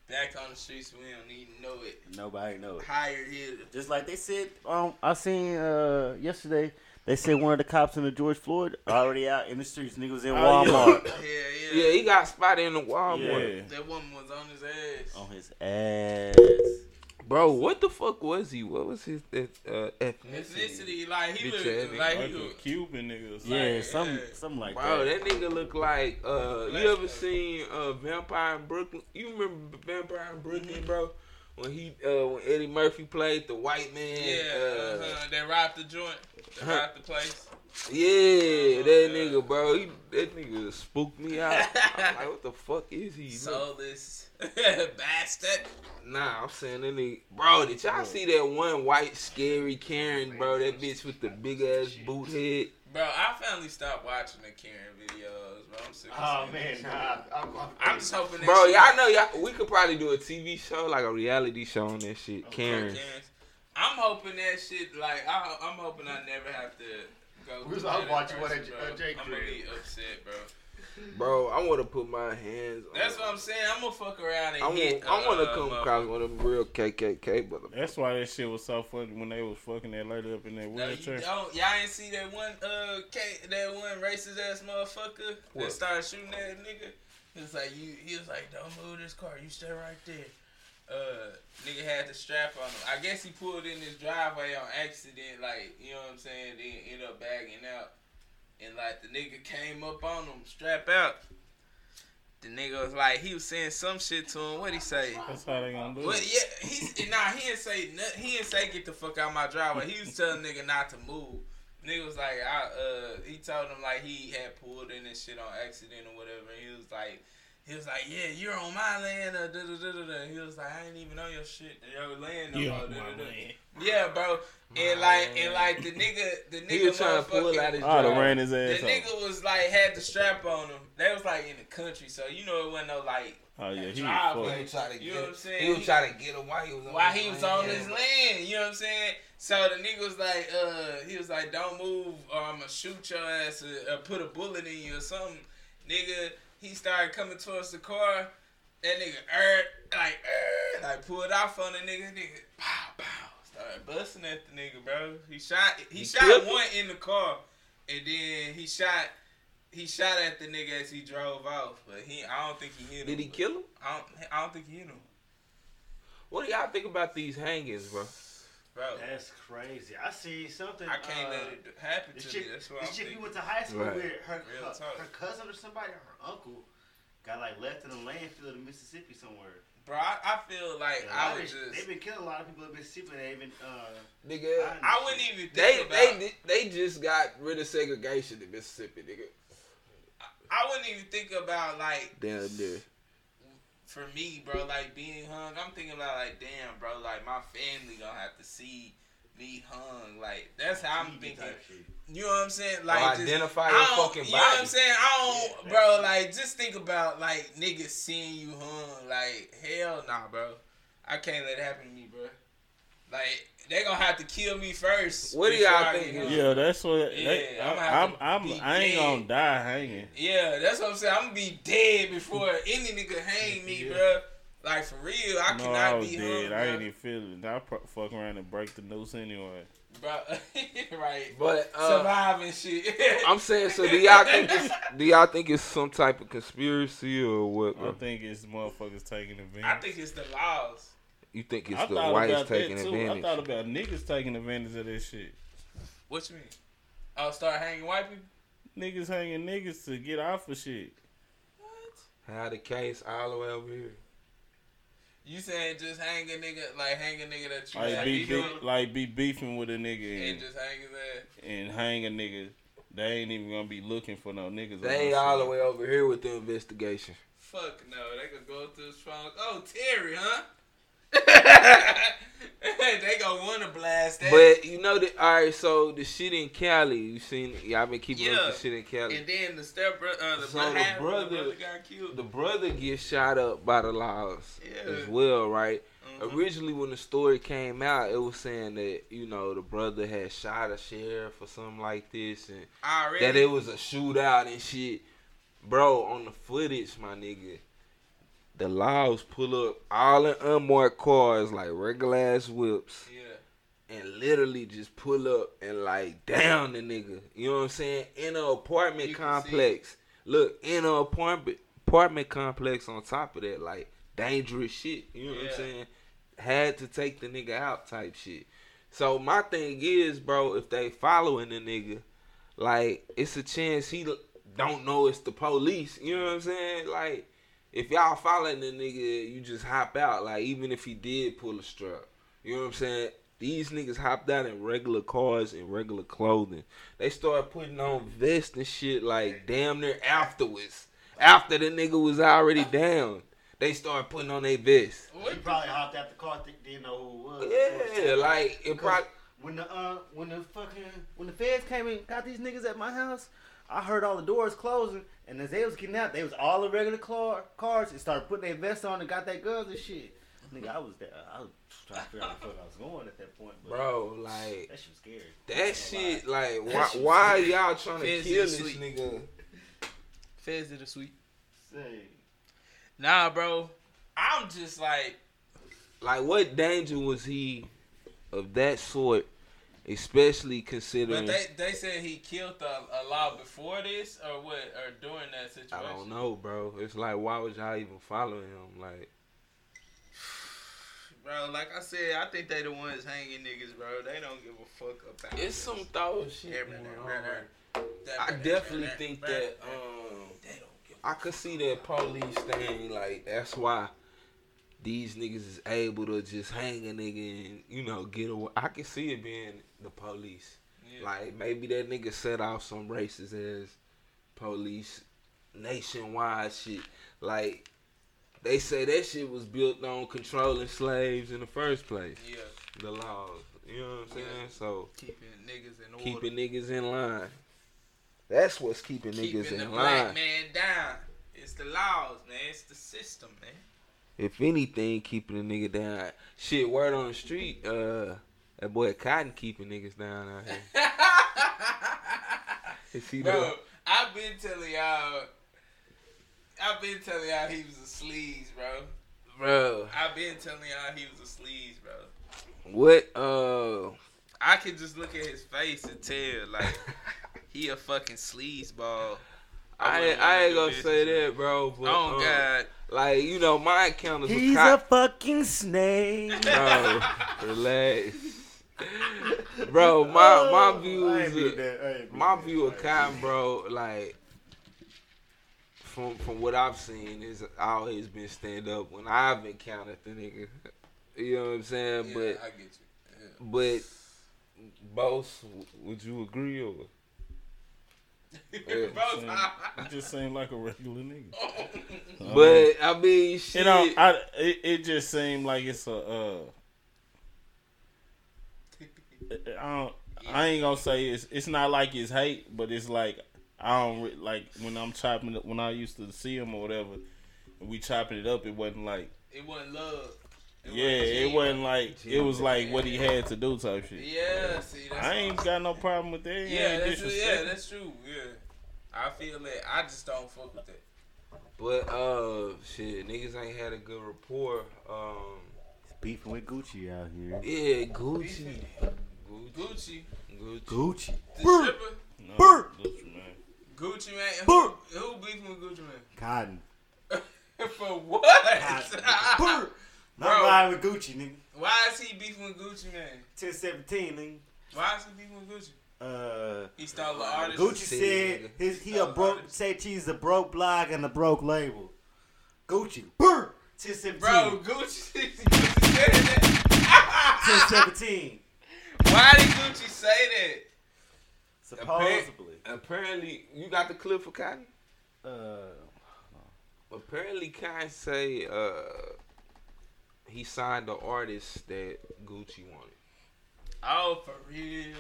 Speaker 4: Back on the streets, we don't even know it.
Speaker 8: Nobody knows.
Speaker 4: Hired here.
Speaker 8: Just like they said, um, I seen uh yesterday. They said one of the cops in the George Floyd already out in the streets. Nigga was in
Speaker 3: Oh, yeah.
Speaker 1: [laughs]
Speaker 8: Walmart
Speaker 4: Yeah, yeah.
Speaker 1: Yeah, he got spotted in the Walmart.
Speaker 3: Yeah.
Speaker 4: That woman was on his ass.
Speaker 8: on his ass.
Speaker 1: Bro, what the fuck was he? What was his uh, uh, ethnicity?
Speaker 4: Ethnicity, like he
Speaker 1: Bitch ass
Speaker 4: looked like
Speaker 3: Like
Speaker 4: he
Speaker 3: a
Speaker 4: looked.
Speaker 3: Cuban nigga. or something.
Speaker 8: Yeah,
Speaker 4: Like,
Speaker 8: some
Speaker 4: yeah.
Speaker 8: something like
Speaker 1: Bro,
Speaker 8: that.
Speaker 1: that nigga look like uh you ever seen uh Vampire in Brooklyn? You remember Vampire in Brooklyn, bro? When he uh when Eddie Murphy played the white man.
Speaker 4: Yeah,
Speaker 1: uh,
Speaker 4: uh-huh. they robbed the joint. They
Speaker 1: Huh.
Speaker 4: robbed the place.
Speaker 1: Yeah, that
Speaker 4: Uh,
Speaker 1: nigga, bro. He, that nigga spooked me out. I'm like, what the fuck is [laughs] he?
Speaker 4: Soulless [laughs] bastard.
Speaker 1: nah, I'm saying that nigga. Bro, did y'all see that one white scary Karen, bro? That bitch with the big ass boot head.
Speaker 4: Bro, I finally stopped watching the Karen videos, bro. I'm sick of
Speaker 2: Oh
Speaker 4: seeing
Speaker 2: man,
Speaker 4: this
Speaker 2: nah.
Speaker 4: shit.
Speaker 2: I'm, I'm,
Speaker 4: I'm just hoping that
Speaker 1: Bro,
Speaker 4: shit-
Speaker 1: y'all know y'all. We could probably do a TV show, like a reality show on that shit. Karen.
Speaker 4: Karens. I'm hoping that shit, like, I, ho- I'm hoping I never have to go
Speaker 2: We was
Speaker 4: through
Speaker 2: all
Speaker 4: that in
Speaker 2: watching one
Speaker 4: person,
Speaker 2: at-
Speaker 4: bro.
Speaker 2: at Jake
Speaker 4: I'm gonna be
Speaker 2: crib.
Speaker 4: upset, bro.
Speaker 1: Bro, I want to put my hands on.
Speaker 4: That's what I'm saying. I'm gonna fuck around and
Speaker 1: I
Speaker 4: hit.
Speaker 1: want, I want to
Speaker 4: uh,
Speaker 1: come
Speaker 4: mother-
Speaker 1: across one of them real KKK motherfuckers.
Speaker 3: That's why that shit was so funny when they was fucking that lady up in that
Speaker 4: No, you
Speaker 3: wheelchair.
Speaker 4: don't. Y'all ain't see that one, uh, K, that one racist ass motherfucker
Speaker 1: What?
Speaker 4: that started shooting that nigga. He was like, you. He was like, don't move this car. You stay right there. Uh, nigga had the strap on him. I guess he pulled in his driveway on accident. Like, you know what I'm saying? Then ended up bagging out, and like the nigga came up on him, strap out. The nigga was like, he was saying some shit to him. What he say?
Speaker 3: That's how they gonna do
Speaker 4: But
Speaker 3: it.
Speaker 4: yeah, he nah, he didn't say nothing. He didn't say get the fuck out my driveway. He was telling nigga not to move. Nigga was like, I uh, he told him like he had pulled in this shit on accident or whatever. And he was like, he was like, yeah, you're on my land. Uh, da, da, da, da, da. He was like, I ain't even on your shit, your land no
Speaker 3: You
Speaker 4: more.
Speaker 3: on
Speaker 4: da,
Speaker 3: my
Speaker 4: da, da.
Speaker 3: land.
Speaker 4: Yeah, bro. And like, and like the nigga, the
Speaker 1: He
Speaker 4: nigga
Speaker 1: was trying to pull
Speaker 4: motherfucking-
Speaker 1: out his.
Speaker 3: I'd have
Speaker 1: jaw.
Speaker 3: ran his
Speaker 4: the
Speaker 3: ass off.
Speaker 4: nigga was like had the strap on him. They was like in the country, so you know it wasn't no like
Speaker 3: Oh yeah, he
Speaker 4: Driveway.
Speaker 3: was fucked.
Speaker 1: He was trying to
Speaker 4: You
Speaker 1: get-
Speaker 4: know what I'm saying?
Speaker 1: He was
Speaker 4: He-
Speaker 1: trying to get him while he was on
Speaker 4: while
Speaker 1: his
Speaker 4: he was
Speaker 1: land.
Speaker 4: on his land. You know what I'm saying? So the nigga was like, uh, he was like, don't move or I'm gonna shoot your ass uh, or, or put a bullet in you or something. Nigga, he started coming towards the car. That nigga, er, like, er, like pulled off on the nigga. Nigga, pow, pow, started busting at the nigga, bro. He shot, he,
Speaker 1: He killed
Speaker 4: shot
Speaker 1: him?
Speaker 4: one in the car, and then he shot. He shot at the nigga as he drove off, but he I don't think he hit him.
Speaker 1: Did he kill him?
Speaker 4: I don't, I don't think he hit him,
Speaker 1: What do y'all think about these hangings, bro?
Speaker 4: bro.
Speaker 2: That's crazy. I see something.
Speaker 4: I can't
Speaker 2: uh,
Speaker 4: let it happen
Speaker 2: This
Speaker 4: to me.
Speaker 2: chick,
Speaker 4: That's what I'm
Speaker 2: this chick we
Speaker 4: thinking.
Speaker 2: went to high school
Speaker 1: Right.
Speaker 2: with, her,
Speaker 4: Real
Speaker 2: her,
Speaker 4: talk.
Speaker 2: her cousin or somebody, or her uncle, got like left in a landfill in Mississippi somewhere.
Speaker 4: Bro, I, I feel like
Speaker 2: And a lot
Speaker 4: I
Speaker 2: of
Speaker 4: was
Speaker 2: sh- They've
Speaker 4: just.
Speaker 2: been killing a lot of people in Mississippi. and They even uh,
Speaker 1: Nigga,
Speaker 4: I wouldn't even think
Speaker 1: they
Speaker 4: about.
Speaker 1: they di- they just got rid of segregation in Mississippi, nigga.
Speaker 4: I wouldn't even think about like
Speaker 1: Damn near.
Speaker 4: for me, bro. Like being hung. I'm thinking about like, damn, bro. Like my family gonna have to see me hung. Like that's how I'm
Speaker 2: TV
Speaker 4: thinking.
Speaker 2: type shit.
Speaker 4: You know what I'm saying?
Speaker 1: Like,
Speaker 4: Like just.
Speaker 1: identify your
Speaker 4: I don't,
Speaker 1: fucking
Speaker 4: you
Speaker 1: body.
Speaker 4: know what I'm saying? I don't,
Speaker 2: Yeah,
Speaker 4: bro.
Speaker 2: definitely.
Speaker 4: Like, just think about like niggas seeing you hung. Like, hell nah, bro. I can't let it happen to me, bro. Like, they gonna have to kill me first.
Speaker 1: What do
Speaker 4: before
Speaker 1: y'all
Speaker 4: I get
Speaker 1: think
Speaker 4: hung.
Speaker 1: is-
Speaker 3: Yeah, that's what. They,
Speaker 4: Yeah, I'ma have
Speaker 3: I'm.
Speaker 4: to
Speaker 3: I'm.
Speaker 4: be
Speaker 3: I ain't
Speaker 4: dead.
Speaker 3: gonna die hanging.
Speaker 4: Yeah, that's what I'm saying. I'm gonna be dead
Speaker 1: [laughs]
Speaker 4: before any nigga hang me, bruh. Like for real, I
Speaker 3: No,
Speaker 4: cannot
Speaker 3: I was
Speaker 4: be
Speaker 3: dead.
Speaker 4: hung,
Speaker 3: I
Speaker 4: bruh.
Speaker 3: ain't
Speaker 4: [laughs]
Speaker 3: even feel it. I pro- fuck around and break the noose anyway.
Speaker 4: Bruh, [laughs] right?
Speaker 1: But uh,
Speaker 4: Surviving shit. [laughs]
Speaker 1: I'm saying, so do y'all think it's do y'all think it's some type of conspiracy or what?
Speaker 3: I
Speaker 1: Bro?
Speaker 3: think it's motherfuckers taking advantage.
Speaker 4: I think it's the laws.
Speaker 1: You think it's
Speaker 3: I
Speaker 1: the
Speaker 3: thought
Speaker 1: whites
Speaker 3: about
Speaker 1: taking
Speaker 3: that too. I
Speaker 1: advantage?
Speaker 3: thought about niggas taking advantage of this shit.
Speaker 4: What you mean? I'll Oh, start hanging white people.
Speaker 3: Niggas hanging niggas to get off of shit.
Speaker 1: How the case all the way over here?
Speaker 4: You saying just hang a nigga like hang a nigga that you
Speaker 3: Like
Speaker 4: like,
Speaker 3: be,
Speaker 4: beef with
Speaker 3: be like be beefing with a nigga
Speaker 4: and
Speaker 3: and,
Speaker 4: just hang his ass.
Speaker 3: and hang a nigga. They ain't even gonna be looking for no niggas. on
Speaker 1: They
Speaker 3: that
Speaker 1: all
Speaker 3: shit.
Speaker 1: the way over here with the investigation.
Speaker 4: Fuck no, they could go through his trunk. Oh Terry, huh? [laughs] they gonna wanna blast that.
Speaker 1: But you know that all right. So the shit in Cali, you seen? Y'all been keeping up
Speaker 4: Yeah.
Speaker 1: with the shit in Cali.
Speaker 4: and then the step bro- uh, the,
Speaker 1: So
Speaker 4: bro-
Speaker 1: the
Speaker 4: half of
Speaker 1: brother-
Speaker 4: the brother got killed.
Speaker 1: the brother gets shot up by the laws
Speaker 4: Yeah.
Speaker 1: as well, right?
Speaker 4: Mhm.
Speaker 1: Originally, when the story came out, it was saying that you know the brother had shot a sheriff or something like this, and
Speaker 4: Already
Speaker 1: that it was a shootout and shit. Bro, on the footage, my nigga, the laws pull up all in unmarked cars like regular ass whips
Speaker 4: Yeah.
Speaker 1: and literally just pull up and like down the nigga. You know what I'm saying? In an apartment
Speaker 4: You can see
Speaker 1: complex. Look, in an apartment apartment complex on top of that, like dangerous shit. You know what
Speaker 4: Yeah.
Speaker 1: I'm saying? Had to take the nigga out type shit. So my thing is, bro, if they following the nigga, like it's a chance he l- don't know it's the police. You know what I'm saying? Like if y'all following the nigga, you just hop out. Like even if he did pull a strap, you know what I'm saying? These niggas hopped out in regular cars and regular clothing. They started putting on vests and shit like damn near afterwards. After the nigga was already down, they started putting on their vests.
Speaker 2: He probably hopped out the car, th- didn't know who it was.
Speaker 1: Yeah, like it probably.
Speaker 2: When the uh, when the fucking
Speaker 9: When the feds came and got these niggas at my house, I heard all the doors closing, and as they was getting out, they was all the regular car- cars and started putting their vests on and got their guns and shit. Nigga, I was there. I was trying to figure out where the fuck I was going at that point, but
Speaker 1: Bro, like
Speaker 9: that shit was scary.
Speaker 1: that shit, like why,
Speaker 9: shit-
Speaker 1: why y'all trying to
Speaker 4: Fizz
Speaker 1: kill
Speaker 4: is
Speaker 1: this
Speaker 4: sweet.
Speaker 1: nigga?
Speaker 4: Feds did a sweep.
Speaker 2: say,
Speaker 4: Nah, bro. I'm just like
Speaker 1: Like, what danger was he of that sort, especially
Speaker 4: But
Speaker 1: considering?
Speaker 4: they they said he killed a, a law before this or what or during that situation.
Speaker 1: I don't know, bro. It's like, why would y'all even follow him? Like,
Speaker 4: Bro, like I said, I think they the ones hanging niggas, bro. They don't give a fuck about
Speaker 1: it's some thought shit
Speaker 4: Everything,
Speaker 1: going
Speaker 4: right,
Speaker 1: on.
Speaker 4: right. that-
Speaker 1: I
Speaker 4: that-
Speaker 1: definitely
Speaker 4: that-
Speaker 1: think
Speaker 4: that-
Speaker 1: that um, I could see that police thing. Like, that's why these niggas is able to just hang a nigga and you know get away. I can see it being the police.
Speaker 4: Yeah.
Speaker 1: Like maybe that nigga set off some racist as police nationwide shit. Like they say that shit was built on controlling slaves in the first place.
Speaker 4: yeah,
Speaker 1: The laws. You know what I'm saying?
Speaker 4: Yeah.
Speaker 1: So
Speaker 4: keeping niggas in order.
Speaker 1: keeping niggas in line. That's what's keeping,
Speaker 4: Keeping
Speaker 1: niggas
Speaker 4: the
Speaker 1: in
Speaker 4: black
Speaker 1: line.
Speaker 4: man down. It's the laws, man. It's the system, man.
Speaker 1: [laughs] If anything, keeping a nigga down. Shit, word on the street, uh that boy Cotton keeping niggas down out here.
Speaker 4: [laughs]
Speaker 1: Is he
Speaker 4: Bro,
Speaker 1: the-
Speaker 4: I've been telling y'all. I've been telling y'all he was a sleaze, bro.
Speaker 1: bro,
Speaker 4: I've been telling y'all he was a sleaze, bro.
Speaker 1: what
Speaker 4: [laughs]
Speaker 1: uh
Speaker 4: I can just look at his face and tell, like, he a fucking sleazeball.
Speaker 1: I,
Speaker 4: wouldn't
Speaker 1: ain't- I
Speaker 4: wanna
Speaker 1: ain't
Speaker 4: do
Speaker 1: gonna
Speaker 4: business
Speaker 1: say
Speaker 4: with him.
Speaker 1: that, bro. But,
Speaker 4: Oh
Speaker 1: um,
Speaker 4: God,
Speaker 1: Like you know, my encounters
Speaker 9: He's
Speaker 1: with
Speaker 9: a
Speaker 1: cops.
Speaker 9: fucking snake. [laughs]
Speaker 1: bro,
Speaker 4: [laughs]
Speaker 1: relax, bro. [laughs] My my
Speaker 9: Oh, I ain't
Speaker 1: views,
Speaker 9: mean
Speaker 1: of-
Speaker 9: that. I ain't mean
Speaker 1: my
Speaker 9: that.
Speaker 1: view
Speaker 9: I
Speaker 1: of
Speaker 9: ain't
Speaker 1: Cotton, bro. Like from from what I've seen, is always been stand up when I've encountered the nigga. You know what I'm saying? but
Speaker 4: I get you.
Speaker 1: But both, would you agree or? Yeah.
Speaker 4: [laughs] Bro,
Speaker 3: It just seemed like a regular nigga.
Speaker 1: But I mean, shit.
Speaker 3: You know, I it, it just seemed like it's a. Uh, I don't. I ain't gonna say it's. It's not like it's hate, but it's like I don't re- like when I'm chopping. it- When I used to see him or whatever, and we chopping it up. It wasn't like.
Speaker 4: it wasn't love.
Speaker 3: yeah, it wasn't like. It was like what he had to do type shit.
Speaker 4: Yeah, see, that's
Speaker 3: I ain't got no problem with that.
Speaker 4: Yeah,
Speaker 3: ain't
Speaker 4: that's true. Yeah,
Speaker 3: disrespecting.
Speaker 4: that's true. Yeah, I feel that. I just don't fuck with that.
Speaker 1: But uh, shit, niggas ain't had a good rapport. Um,
Speaker 9: Beefing with Gucci out here.
Speaker 1: yeah, Gucci, Gucci,
Speaker 4: Gucci,
Speaker 1: Gucci.
Speaker 9: Gucci.
Speaker 4: the stripper,
Speaker 3: No,
Speaker 9: Burr.
Speaker 3: that's man.
Speaker 4: Gucci man. Who, who beefing with Gucci man? [laughs]
Speaker 9: Cotton.
Speaker 1: [laughs]
Speaker 4: For
Speaker 9: Burr.
Speaker 4: what?
Speaker 1: [laughs]
Speaker 9: Not riding with Gucci, nigga.
Speaker 4: [laughs] Why is he beefing with Gucci man?
Speaker 9: 1017, nigga.
Speaker 4: Why is he beefing with Gucci?
Speaker 9: Uh,
Speaker 4: He stole the artist.
Speaker 9: Gucci
Speaker 1: Said,
Speaker 9: said his he a
Speaker 4: Stop
Speaker 9: broke
Speaker 4: it.
Speaker 9: say he's a broke blog and a broke label. Gucci, brr, Ten seventeen.
Speaker 4: Bro, Gucci. [laughs] you said that.
Speaker 9: [laughs] ten seventeen.
Speaker 4: Why did Gucci say that?
Speaker 1: [laughs]
Speaker 9: Supposedly.
Speaker 1: Apparently, you got the clip for Cotton.
Speaker 9: Uh,
Speaker 1: Apparently, Kai say uh, he signed the artist that Gucci wanted.
Speaker 4: Oh, for real.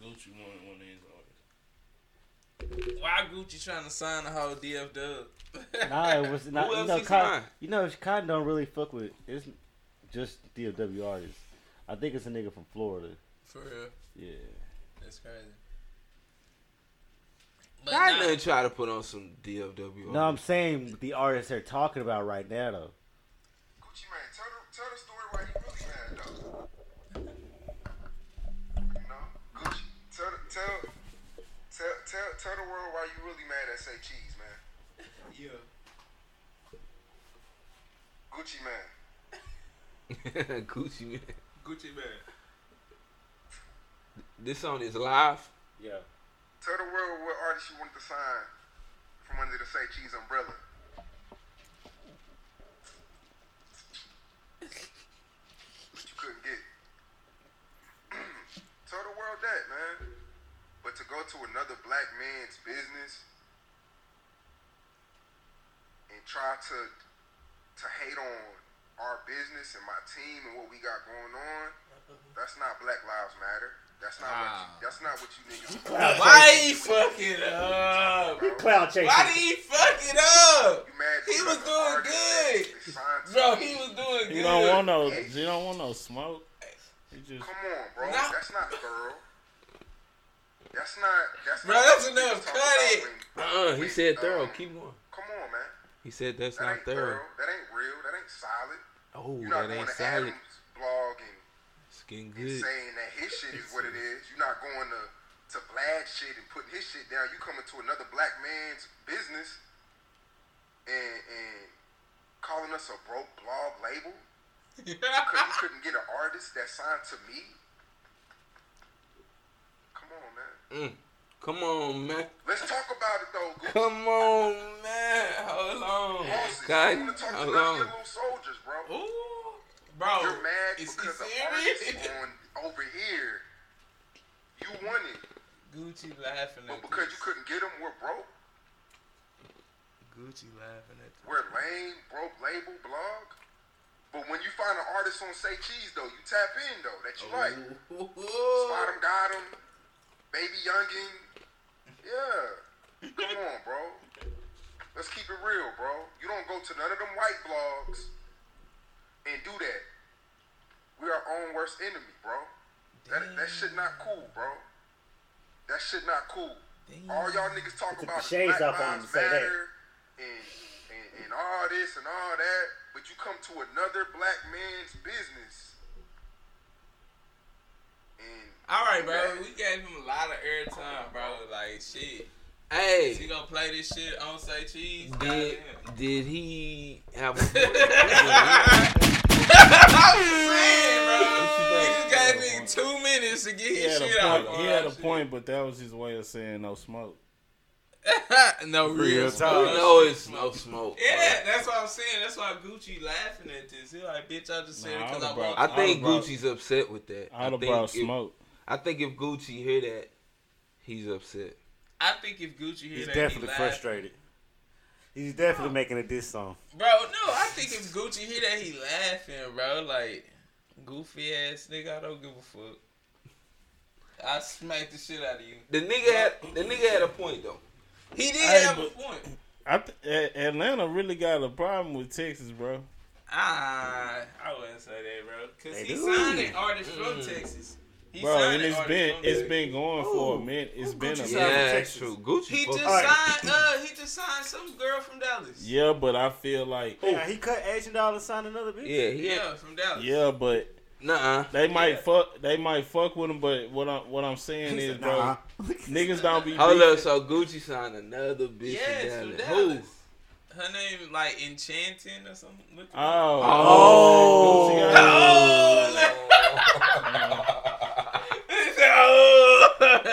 Speaker 3: Gucci wanted one of his artists.
Speaker 4: Why Gucci trying to sign the whole DF Dub?
Speaker 8: Nah, it was not.
Speaker 1: Who
Speaker 8: You
Speaker 1: else
Speaker 8: know,
Speaker 1: he
Speaker 8: Cotton,
Speaker 1: signed?
Speaker 8: you know, Cotton don't really fuck with. It's just DFW artists. I think it's a nigga from Florida.
Speaker 4: for real.
Speaker 8: Yeah.
Speaker 4: That's crazy. But
Speaker 1: Cotton
Speaker 4: nah,
Speaker 1: done try to put on some DFW.
Speaker 8: No, I'm saying the artists they're talking about right now though.
Speaker 10: Gucci man, tell the, tell the story why he really mad though. You know, Gucci, tell the- tell tell tell tell the world why you really mad at say cheese man.
Speaker 4: yeah.
Speaker 10: Gucci
Speaker 1: [laughs]
Speaker 10: man,
Speaker 1: Gucci man.
Speaker 4: Gucci man.
Speaker 1: This song is live.
Speaker 8: Yeah.
Speaker 10: tell the world what artist you wanted to sign from under the say cheese umbrella. But you couldn't get. [clears throat] tell the world that man. But to go to another black man's business and try to to hate on our business and my team and what we got going on, that's not Black Lives Matter. That's not what you,
Speaker 4: Wow.
Speaker 10: that's not what you niggas.
Speaker 4: Why he fucking up?
Speaker 10: Bro,
Speaker 9: cloud chasing.
Speaker 4: Why did he fuck it up?
Speaker 10: you mad
Speaker 4: He
Speaker 10: because
Speaker 4: was
Speaker 10: the
Speaker 4: doing
Speaker 10: artist
Speaker 4: good.
Speaker 10: that is signed to
Speaker 4: Bro,
Speaker 10: me?
Speaker 4: he was doing good.
Speaker 3: He don't want no. He don't want no smoke. He just.
Speaker 10: Come on, bro.
Speaker 4: No.
Speaker 10: That's not thorough. That's not. That's
Speaker 4: Bro,
Speaker 10: not
Speaker 4: that's
Speaker 10: what
Speaker 4: enough.
Speaker 10: niggas talk
Speaker 4: Cut
Speaker 10: about
Speaker 4: it.
Speaker 1: Uh, he
Speaker 10: when-
Speaker 1: said thorough.
Speaker 10: um,
Speaker 1: Keep going.
Speaker 10: Come on, man.
Speaker 1: He said that's
Speaker 10: That
Speaker 1: not
Speaker 10: ain't
Speaker 1: thorough.
Speaker 10: thorough. That ain't real. That ain't solid.
Speaker 1: Oh,
Speaker 10: You're
Speaker 1: that
Speaker 10: not
Speaker 1: ain't
Speaker 10: going to
Speaker 1: solid.
Speaker 10: Adam's blog and,
Speaker 1: It's getting
Speaker 10: and
Speaker 1: good.
Speaker 10: saying that his shit is what it is. You're not going to to Vlad shit and putting his shit down. You coming to another black man's business and and calling us a broke blog label
Speaker 4: [laughs]
Speaker 10: because you couldn't get an artist that signed to me. Come on, man.
Speaker 1: Come on, man.
Speaker 10: Let's talk about it though. Gucci.
Speaker 1: Come on, man. Hold on.
Speaker 10: Moses, you
Speaker 1: God,
Speaker 10: wanna talk
Speaker 1: hold
Speaker 10: about your
Speaker 1: on.
Speaker 10: little soldiers, bro?
Speaker 4: Ooh, bro.
Speaker 10: You're mad
Speaker 4: Oh, is he
Speaker 10: because the
Speaker 4: serious?
Speaker 10: artists on over here. You won it,
Speaker 4: Gucci laughing
Speaker 10: but
Speaker 4: at
Speaker 10: because you
Speaker 4: this.
Speaker 10: couldn't get them, we're broke.
Speaker 4: Gucci laughing at this.
Speaker 10: We're lame, broke label blog. But when you find an artist on Say Cheese though, you tap in though that you like. Spot him, got him, baby youngin. Yeah, come on, bro. Let's keep it real, bro. You don't go to none of them white blogs and do that. We are our own worst enemy, bro. That that shit not cool, bro. That shit not cool. All y'all niggas talk
Speaker 9: Took the
Speaker 10: about is
Speaker 9: shades
Speaker 10: Black
Speaker 9: off on him
Speaker 10: Lives
Speaker 9: to say that.
Speaker 10: Matter and, and and all this and all that, but you come to another black man's business. And
Speaker 4: All right, bro. We gave him a lot of airtime, bro. Like shit. Is he
Speaker 1: Hey,
Speaker 4: gonna play this shit on say cheese?
Speaker 1: did,
Speaker 4: Goddamn.
Speaker 1: did he
Speaker 4: [laughs]
Speaker 1: have
Speaker 4: You gave me two minutes to get
Speaker 3: He had
Speaker 4: his shit
Speaker 3: a
Speaker 4: out.
Speaker 3: point. He had a point, but that was his way of saying no smoke.
Speaker 4: [laughs] no real
Speaker 1: You
Speaker 4: talk.
Speaker 1: know it's no smoke. bro.
Speaker 4: Yeah, that's what I'm saying. That's why Gucci laughing at this. He like, bitch, I just said it
Speaker 3: Nah, I
Speaker 4: because
Speaker 3: would've
Speaker 4: I
Speaker 3: brought-
Speaker 4: want.
Speaker 1: I think
Speaker 3: All about-
Speaker 1: Gucci's upset with that.
Speaker 3: I'd have
Speaker 1: think
Speaker 3: brought
Speaker 1: if-
Speaker 3: smoke.
Speaker 1: I think if Gucci hear that, he's upset.
Speaker 4: I think if Gucci here,
Speaker 8: He's
Speaker 4: they
Speaker 8: definitely
Speaker 4: be laughing.
Speaker 8: frustrated. He's definitely making a diss song.
Speaker 4: Bro, no, I think if Gucci hear that, he laughing, bro. Like, goofy ass nigga, I don't give a fuck. I smack the shit out of you.
Speaker 1: The nigga had the nigga had a point though.
Speaker 4: He did
Speaker 3: Hey,
Speaker 4: have a
Speaker 3: but-
Speaker 4: point.
Speaker 3: I th- A- Atlanta really got a problem with Texas, bro.
Speaker 4: Ah, I wouldn't say that, bro. Cause
Speaker 8: They
Speaker 4: he
Speaker 8: do.
Speaker 4: signed an artist from Texas. He
Speaker 3: Bro,
Speaker 4: signed
Speaker 3: and
Speaker 4: an
Speaker 3: it's
Speaker 4: artist
Speaker 3: been
Speaker 4: from
Speaker 3: it's
Speaker 4: Texas.
Speaker 3: been going for a minute. It's been a
Speaker 8: Gucci
Speaker 3: minute.
Speaker 8: signed?
Speaker 1: Yeah, that's
Speaker 8: Texas.
Speaker 1: true. Gucci.
Speaker 4: He
Speaker 1: fucked
Speaker 4: just
Speaker 1: up.
Speaker 4: signed. Uh, he just signed some girl from Dallas.
Speaker 3: Yeah, but I feel like
Speaker 8: Yeah, he cut Asian Doll and signed another bitch.
Speaker 1: Yeah, he had,
Speaker 4: yeah, from Dallas.
Speaker 3: yeah, but
Speaker 1: Nuh-uh.
Speaker 3: they might
Speaker 4: Yeah.
Speaker 3: fuck they might fuck with him. But what I'm what I'm saying is, bro,
Speaker 8: Nah.
Speaker 3: niggas don't be.
Speaker 1: Hold
Speaker 3: beefing.
Speaker 1: up, so Gucci signed another bitch
Speaker 4: Yes,
Speaker 1: in
Speaker 4: from
Speaker 1: Dallas.
Speaker 4: Dallas. Her name like Enchanting or something. Look it up.
Speaker 3: Oh,
Speaker 8: Oh.
Speaker 3: Gucci got-
Speaker 4: [laughs] Oh, like-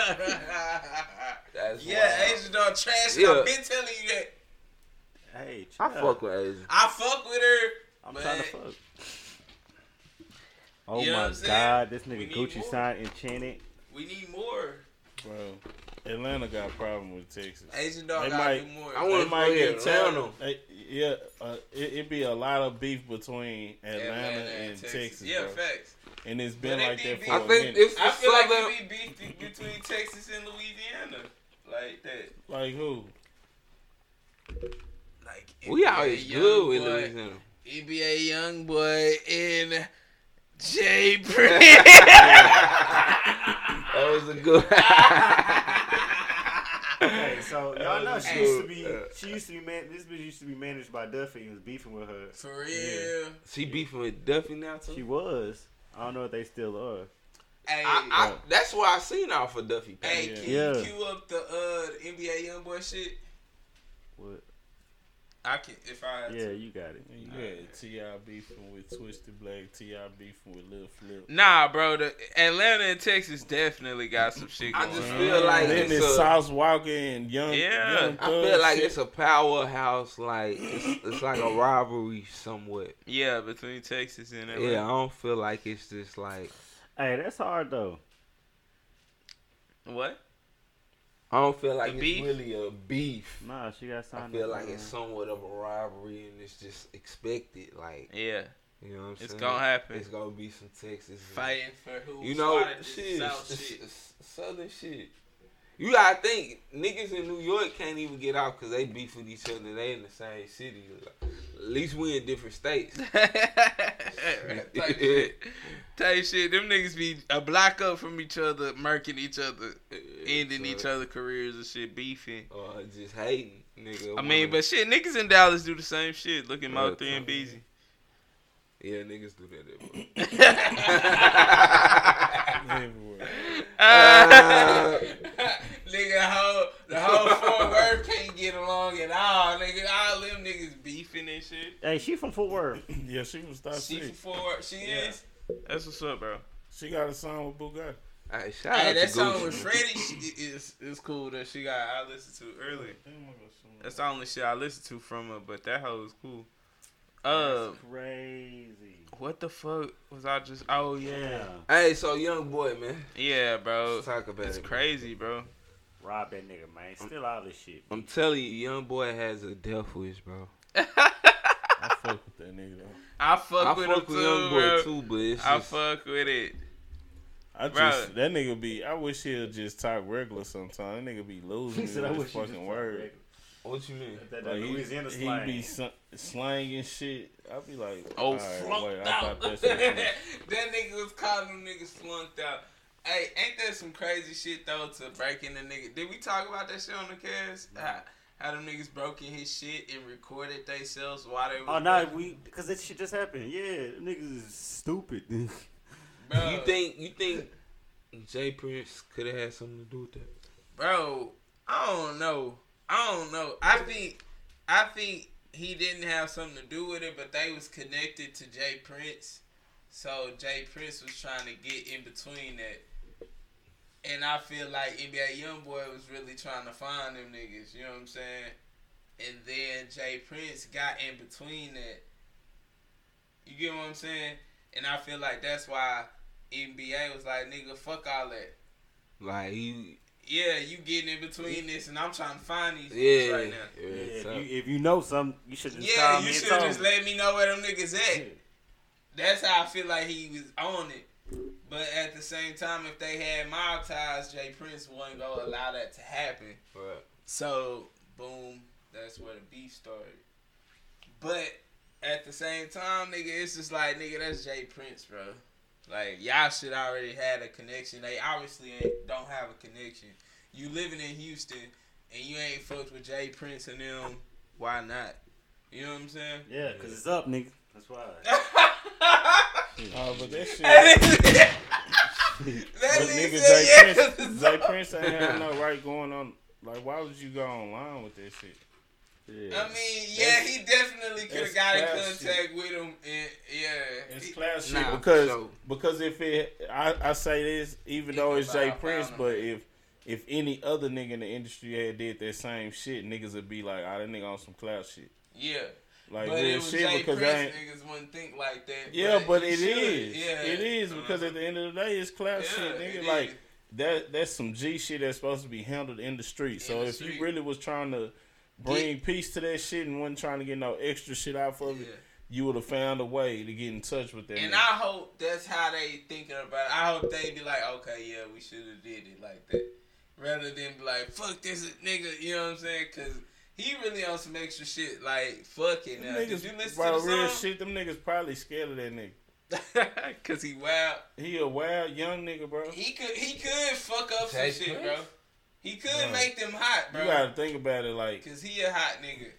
Speaker 4: Oh.
Speaker 1: Who? That's
Speaker 4: [laughs] yeah,
Speaker 1: wild.
Speaker 4: Asian dog trash.
Speaker 1: Yeah.
Speaker 4: I've been telling you that.
Speaker 8: Hey,
Speaker 1: I
Speaker 8: chill out.
Speaker 1: fuck with Asian.
Speaker 4: I fuck with her
Speaker 8: I'm
Speaker 4: But-
Speaker 8: trying to fuck. Oh
Speaker 4: You know what
Speaker 8: my
Speaker 4: I'm saying?
Speaker 8: god, this
Speaker 4: We
Speaker 8: nigga
Speaker 4: need
Speaker 8: Gucci
Speaker 4: more.
Speaker 8: signed enchanted.
Speaker 4: We need more.
Speaker 3: Bro, Atlanta got a problem with Texas.
Speaker 4: Asian dog
Speaker 3: They
Speaker 4: gotta
Speaker 3: might-
Speaker 4: do more.
Speaker 1: I wanna
Speaker 3: they might
Speaker 1: play
Speaker 3: get tired-
Speaker 1: Atlanta.
Speaker 3: they- Yeah, uh, it, it be a lot of beef between Atlanta,
Speaker 4: Atlanta
Speaker 3: and, Texas.
Speaker 4: yeah,
Speaker 3: bro.
Speaker 4: facts.
Speaker 3: And it's
Speaker 4: But
Speaker 3: been
Speaker 4: they
Speaker 3: like
Speaker 4: be
Speaker 3: that
Speaker 4: beef-
Speaker 3: for
Speaker 1: I
Speaker 3: a
Speaker 1: think
Speaker 3: minute.
Speaker 1: it's
Speaker 4: I feel like
Speaker 1: Southern.
Speaker 4: it be beef be- between Texas and Louisiana, like that.
Speaker 3: like who?
Speaker 4: Like
Speaker 1: we always
Speaker 4: NBA
Speaker 1: good with
Speaker 4: Youngboy-
Speaker 1: Louisiana.
Speaker 4: NBA young boy and [laughs] Jay Prince.
Speaker 1: That was a good.
Speaker 9: Hey, so y'all know she
Speaker 1: Hey.
Speaker 9: used to be she used to be man this bitch used to be managed by Duffy and was beefing with her.
Speaker 4: For real.
Speaker 1: [laughs] she beefing with Duffy now too.
Speaker 9: She was. I don't know if they still are.
Speaker 4: Hey,
Speaker 1: I, I, that's why I seen off for Duffy.
Speaker 4: hey,
Speaker 3: Yeah.
Speaker 4: can
Speaker 9: Yeah.
Speaker 4: you cue up the uh the NBA young boy shit?
Speaker 9: What?
Speaker 4: I can if I had
Speaker 9: Yeah,
Speaker 4: to.
Speaker 9: you got it.
Speaker 3: You got Ti beefing with Twisted Black, Ti beefing with Lil Flip.
Speaker 5: Nah, bro. The Atlanta and Texas definitely got some shit
Speaker 1: I
Speaker 5: going
Speaker 1: just
Speaker 5: on.
Speaker 1: feel like
Speaker 3: And then
Speaker 1: it's
Speaker 3: it's
Speaker 1: a-
Speaker 3: South Walker and Young.
Speaker 5: Yeah.
Speaker 3: Young
Speaker 1: I
Speaker 3: Thug
Speaker 1: feel like
Speaker 3: shit.
Speaker 1: it's a powerhouse. Like it's, it's like a rivalry somewhat.
Speaker 5: Yeah, between Texas and Atlanta.
Speaker 1: Yeah, I don't feel like it's just like
Speaker 9: Hey, that's hard though.
Speaker 5: What?
Speaker 1: I don't feel like
Speaker 5: The
Speaker 1: it's
Speaker 5: beef?
Speaker 1: really a beef.
Speaker 9: Nah, she got
Speaker 1: I
Speaker 9: signed.
Speaker 1: feel
Speaker 9: up,
Speaker 1: like
Speaker 9: uh,
Speaker 1: it's somewhat of a rivalry and it's just expected. Like
Speaker 5: Yeah,
Speaker 1: you know what I'm saying?
Speaker 5: it's gonna happen.
Speaker 1: It's gonna be some Texas.
Speaker 4: Fighting for who
Speaker 1: You know,
Speaker 4: started this
Speaker 1: shit,
Speaker 4: South
Speaker 1: s-
Speaker 4: shit.
Speaker 1: s- southern shit. You gotta think niggas in New York can't even get off because they beef with each other. They in the same city. Like, at least we in
Speaker 5: [laughs]
Speaker 1: different states.
Speaker 5: type
Speaker 1: [laughs]
Speaker 5: shit. Type shit. Them niggas be a block up from each other, murking each other, ending each other careers and shit, beefing.
Speaker 1: Or Oh, just hating, nigga.
Speaker 5: I mean, but shit, niggas in Dallas do the same shit. Look at Mo three and Beezy. [laughs]
Speaker 1: yeah, niggas do that. there, bro.
Speaker 3: everywhere. [laughs]
Speaker 1: Uh,
Speaker 4: [laughs] nigga, whole, the whole
Speaker 5: [laughs]
Speaker 4: Fort Worth can't get along at all. Nigga, all them niggas beefing and shit.
Speaker 9: Hey, she from Fort Worth.
Speaker 3: Yeah, she was top
Speaker 4: She
Speaker 3: six.
Speaker 4: from Fort Worth. She is.
Speaker 5: That's what's up, bro.
Speaker 3: She got a song with Bugatti.
Speaker 1: [laughs] hey, shout
Speaker 4: Hey,
Speaker 1: out
Speaker 4: that
Speaker 1: to
Speaker 4: song
Speaker 1: Gucci.
Speaker 4: with Freddie she- it- is is cool that she got. I listened to earlier.
Speaker 5: That's the only shit I listen to from her, but that hoe is cool. Uh,
Speaker 9: Crazy.
Speaker 5: what the fuck was I just? Oh yeah,
Speaker 9: Yeah.
Speaker 1: Hey, so young boy, man.
Speaker 5: yeah, bro.
Speaker 1: Let's talk about
Speaker 5: Oh, It's
Speaker 1: it. man.
Speaker 5: crazy, bro.
Speaker 9: Rob that nigga, man.
Speaker 3: Mm.
Speaker 9: Still all this shit.
Speaker 1: I'm telling you, young boy has a death wish, bro.
Speaker 3: I fuck with that nigga. Though.
Speaker 5: I fuck
Speaker 1: I
Speaker 5: with
Speaker 1: fuck
Speaker 5: him
Speaker 1: with
Speaker 5: too,
Speaker 1: young
Speaker 5: bro.
Speaker 1: boy too, but it's
Speaker 5: I
Speaker 1: just,
Speaker 5: fuck with it.
Speaker 3: I
Speaker 5: Bro.
Speaker 3: just that nigga be. I wish he'll just talk regular sometime. That nigga be losing
Speaker 9: He
Speaker 3: his
Speaker 9: said, I wish you just
Speaker 3: fucking
Speaker 9: fucking
Speaker 3: word.
Speaker 1: what you mean?
Speaker 9: That, that
Speaker 3: Like, he-
Speaker 9: Louisiana
Speaker 3: he,
Speaker 9: slang.
Speaker 3: be sl- slang and shit. I be like,
Speaker 5: Oh,
Speaker 3: all right, wait,
Speaker 4: Flunked
Speaker 3: I
Speaker 4: out.
Speaker 3: thought that shit
Speaker 5: [laughs]
Speaker 3: was-
Speaker 4: [laughs] that nigga was calling them niggas flunked out. Hey, ain't that some crazy shit though to breaking the nigga? Did we talk about that shit on the cast? How, how them niggas broke in his shit and recorded themselves while they was
Speaker 9: Oh no,
Speaker 4: breaking-
Speaker 9: we because that shit just happened. Yeah, them niggas is stupid.
Speaker 4: bro,
Speaker 1: You think you think Jay Prince could have had something to do with that?
Speaker 4: bro? I don't know. I don't know. I think I think he didn't have something to do with it, but they was connected to Jay Prince, so Jay Prince was trying to get in between that. And I feel like NBA YoungBoy was really trying to find them niggas. You know what I'm saying? And then Jay Prince got in between that. You get what I'm saying? And I feel like that's why NBA was like, nigga, fuck all that.
Speaker 1: Like he,
Speaker 4: Yeah, you getting in between this, and I'm trying to find these niggas
Speaker 1: yeah,
Speaker 4: right now.
Speaker 1: yeah,
Speaker 9: Yeah, if,
Speaker 1: so-
Speaker 9: you, if you know something, you should just
Speaker 4: Yeah,
Speaker 9: call me
Speaker 4: you
Speaker 9: and
Speaker 4: should
Speaker 9: tell
Speaker 4: just
Speaker 9: me.
Speaker 4: let me know where them niggas at.
Speaker 9: Yeah.
Speaker 4: That's how I feel like he was on it. But at the same time, if they had mob ties, Jay Prince wouldn't go allow that to happen.
Speaker 1: Right.
Speaker 4: So, boom, that's where the beef started. But at the same time, nigga, it's just like, nigga, that's Jay Prince, bro. Like, y'all should already had a connection. They obviously ain't, don't have a connection. You living in Houston and you ain't fucked with Jay Prince and them, why not? You know what I'm saying?
Speaker 9: Yeah, because it's up, nigga. That's
Speaker 4: [laughs]
Speaker 9: why.
Speaker 3: Oh,
Speaker 5: [laughs]
Speaker 3: but that shit.
Speaker 4: that nigga
Speaker 3: But nigga, Jay,
Speaker 4: said
Speaker 3: Prince,
Speaker 4: yes.
Speaker 3: Jay Prince ain't have no right going on. Like, why would you go online with that shit?
Speaker 9: Yeah.
Speaker 4: I mean, yeah, he definitely could have
Speaker 3: that's
Speaker 4: got in
Speaker 3: class
Speaker 4: contact with him. And, yeah.
Speaker 3: It's
Speaker 4: He-
Speaker 3: class shit
Speaker 1: Nah, for
Speaker 3: because
Speaker 1: sure.
Speaker 3: because if it, I, I say this, even
Speaker 4: If
Speaker 3: though it's
Speaker 4: nobody
Speaker 3: Jay Prince,
Speaker 4: found him.
Speaker 3: but if if any other nigga in the industry had did that same shit, niggas would be like, "Ah, that nigga on some cloud shit."
Speaker 4: Yeah.
Speaker 3: Like
Speaker 4: but
Speaker 3: real
Speaker 4: it was
Speaker 3: shit
Speaker 4: Jay
Speaker 3: because
Speaker 4: Prince,
Speaker 3: I ain't.
Speaker 4: niggas wouldn't think like that.
Speaker 3: Yeah, but
Speaker 4: you
Speaker 3: it
Speaker 4: should.
Speaker 3: is.
Speaker 4: Yeah.
Speaker 3: It is because at the end of the day, it's clout
Speaker 4: Yeah,
Speaker 3: shit, nigga.
Speaker 4: it
Speaker 3: like
Speaker 4: is.
Speaker 3: that. That's some G shit that's supposed to be handled in the street. so
Speaker 4: the
Speaker 3: if
Speaker 4: street.
Speaker 3: you really was trying to bring peace to that shit and wasn't trying to get no extra shit out of
Speaker 4: Yeah.
Speaker 3: it, you would have found a way to get in touch with that.
Speaker 4: And
Speaker 3: nigga.
Speaker 4: I hope that's how they thinking about it. I hope they be like, okay, yeah, we should have did it like that, rather than be like, fuck this nigga. You know what I'm saying? Because he really on some extra shit. Like, fuck it now.
Speaker 3: Them
Speaker 4: Did
Speaker 3: niggas,
Speaker 4: you listen
Speaker 3: bro,
Speaker 4: to
Speaker 3: real
Speaker 4: the
Speaker 3: shit. Them niggas probably scared of that nigga.
Speaker 4: song? [laughs] Because he wild.
Speaker 3: He a wild young nigga, bro.
Speaker 4: He could he could fuck up some
Speaker 1: Jay
Speaker 4: shit,
Speaker 1: Prince?
Speaker 4: bro. He could
Speaker 3: Bro.
Speaker 4: make them hot,
Speaker 3: You gotta
Speaker 4: bro.
Speaker 3: think about it, like
Speaker 4: Because he a hot nigga.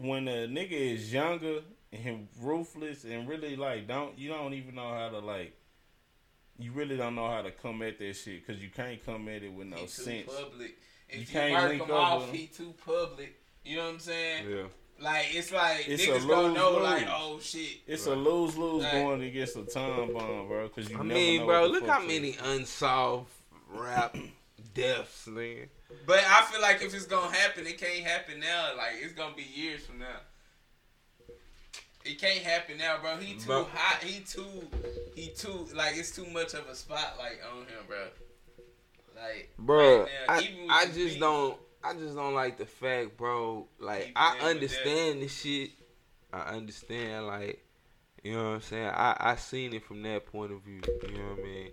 Speaker 3: when a nigga is younger and ruthless and really like don't you don't even know how to like you really don't know how to come at that shit because you can't come at it with no
Speaker 4: he too
Speaker 3: sense.
Speaker 4: public. If
Speaker 3: You
Speaker 4: you,
Speaker 3: can't
Speaker 4: work
Speaker 3: link
Speaker 4: him
Speaker 3: up
Speaker 4: off,
Speaker 3: with him.
Speaker 4: he too public. [laughs] You know what I'm saying?
Speaker 1: Yeah.
Speaker 4: Like it's like
Speaker 3: It's a
Speaker 4: niggas gonna know like,
Speaker 3: lose-lose.
Speaker 4: oh shit.
Speaker 3: It's a lose lose
Speaker 4: Right.
Speaker 3: going against a time bomb, bro. Because you
Speaker 1: I
Speaker 3: never
Speaker 1: mean,
Speaker 3: know
Speaker 1: bro,
Speaker 3: what the
Speaker 1: look
Speaker 3: fuck
Speaker 1: how
Speaker 3: to-
Speaker 1: many unsolved rap [coughs] deaths, man.
Speaker 4: But I feel like if it's gonna happen, it can't happen now. Like it's gonna be years from now. It can't happen now, bro. He too
Speaker 1: Bro.
Speaker 4: hot. He too. He too. Like it's too much of a spotlight on him, bro. Like,
Speaker 1: bro.
Speaker 4: right now,
Speaker 1: I,
Speaker 4: even with
Speaker 1: I
Speaker 4: the
Speaker 1: just
Speaker 4: beat,
Speaker 1: don't. I just don't like the fact, bro. Like
Speaker 4: Even
Speaker 1: I
Speaker 4: then with that.
Speaker 1: understand the shit. I understand, like you know what I'm saying. I I seen it from that point of view. You know what I mean.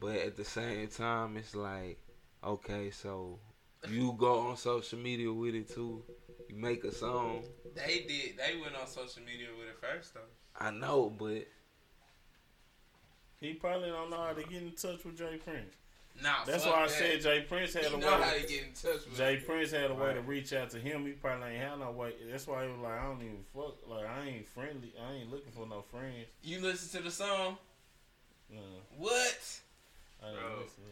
Speaker 1: But at the same time, it's like, okay, so you go on social media with it too. You make a song.
Speaker 4: They did. They went on social media with it first though.
Speaker 1: I know, but
Speaker 3: He probably don't know how to get in touch with Jay Prince.
Speaker 4: Nah,
Speaker 3: That's
Speaker 4: fuck
Speaker 3: why I
Speaker 4: that.
Speaker 3: said Jay Prince had
Speaker 4: He
Speaker 3: a
Speaker 4: know how to
Speaker 3: way.
Speaker 4: get in touch with
Speaker 3: Jay
Speaker 4: him.
Speaker 3: Prince had a way to reach out to him. He probably ain't had no way. That's why he was like, I don't even fuck. Like I ain't friendly. I ain't looking for no friends.
Speaker 4: You listen to the song.
Speaker 3: No,
Speaker 4: What?
Speaker 3: I ain't
Speaker 4: Bro.
Speaker 3: listen.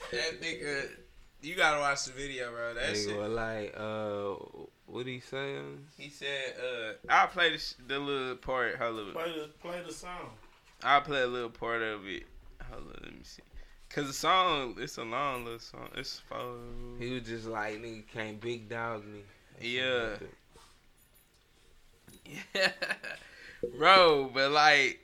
Speaker 4: That that nigga. You gotta watch the video, bro. That
Speaker 1: they
Speaker 4: shit.
Speaker 1: were like, uh, what he saying?
Speaker 4: He said, uh,
Speaker 11: I'll play the, sh- the little part. Hold up.
Speaker 3: Play the play the song.
Speaker 11: I'll play a little part of it. Hold up, let me see. Cause the song, it's a long little song. It's four.
Speaker 1: He was just like, nigga, can't big dog me.
Speaker 11: Yeah. [laughs] Bro, but like,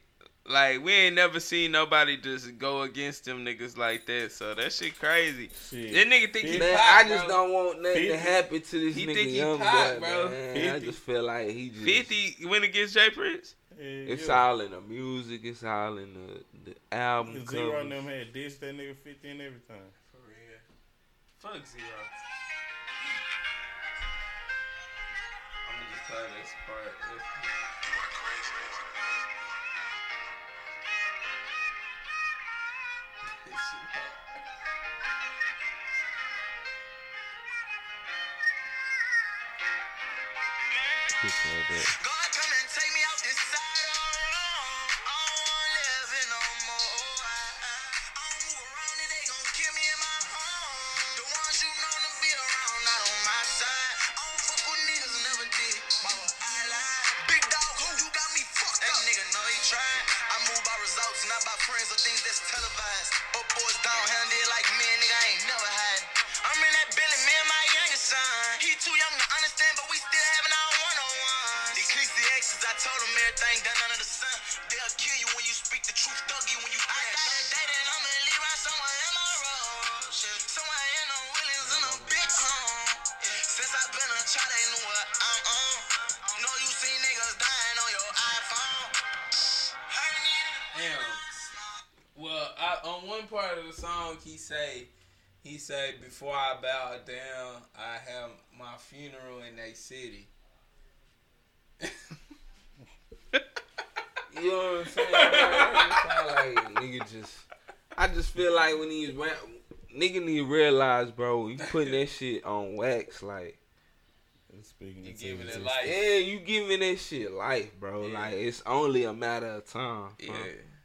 Speaker 11: like we ain't never seen nobody just go against them niggas like that. So that shit crazy.
Speaker 3: Shit.
Speaker 11: That nigga think he
Speaker 1: Man,
Speaker 4: Pop,
Speaker 1: I just
Speaker 4: bro.
Speaker 1: don't want nothing
Speaker 3: Fifty.
Speaker 1: to happen to this
Speaker 11: He
Speaker 1: nigga
Speaker 11: think he
Speaker 1: young
Speaker 4: Pop,
Speaker 1: boy,
Speaker 4: bro.
Speaker 1: man. I
Speaker 3: Fifty.
Speaker 1: just feel like he just
Speaker 11: fifty went against Jay Prince.
Speaker 3: Yeah,
Speaker 1: It's
Speaker 3: yeah.
Speaker 1: all in the music. It's all in the the album.
Speaker 3: Cause Zero and
Speaker 1: Cover.
Speaker 3: them had dissed that nigga 50 and everything.
Speaker 4: for real. Fuck zero. I'm gonna just play this part.
Speaker 10: God, come and take me out this side of wrong. I don't want living no more. I, I don't move around and they gon' kill me in my home. The ones you know to be around, not on my side. I don't fuck with niggas, never did. Mama, I lied. Big dog, who you got me fucked up? That nigga know he tried. I move by results, not by friends or things that's televised. Up boys down, handle it like men, nigga, I ain't never hiding. I'm in that Billy, me and my youngest son. He too young to understand, but we still having our one-on-one. The Ecclesiastes, I told him everything done under the sun. They'll kill you when you speak the truth, thug you when you I died dating, I'm in Leroy, somewhere in my road. Somewhere in the Williams in a big home. Since I've been a child, they knew what I'm on. Know you see niggas dying on your iPhone.
Speaker 4: Damn. Well, I, on one part of the song, he say, he say, before I bow down, I have my funeral in a city.
Speaker 1: You know what I'm saying? It's all like nigga just. I just feel like when he's rap, nigga need to realize, bro. You putting that shit on wax, like
Speaker 3: And Speaking
Speaker 4: You
Speaker 3: of
Speaker 4: giving it
Speaker 3: things,
Speaker 4: life.
Speaker 1: yeah, you giving that shit life, bro.
Speaker 4: Yeah.
Speaker 1: Like it's only a matter of time,
Speaker 4: Yeah.
Speaker 1: bro.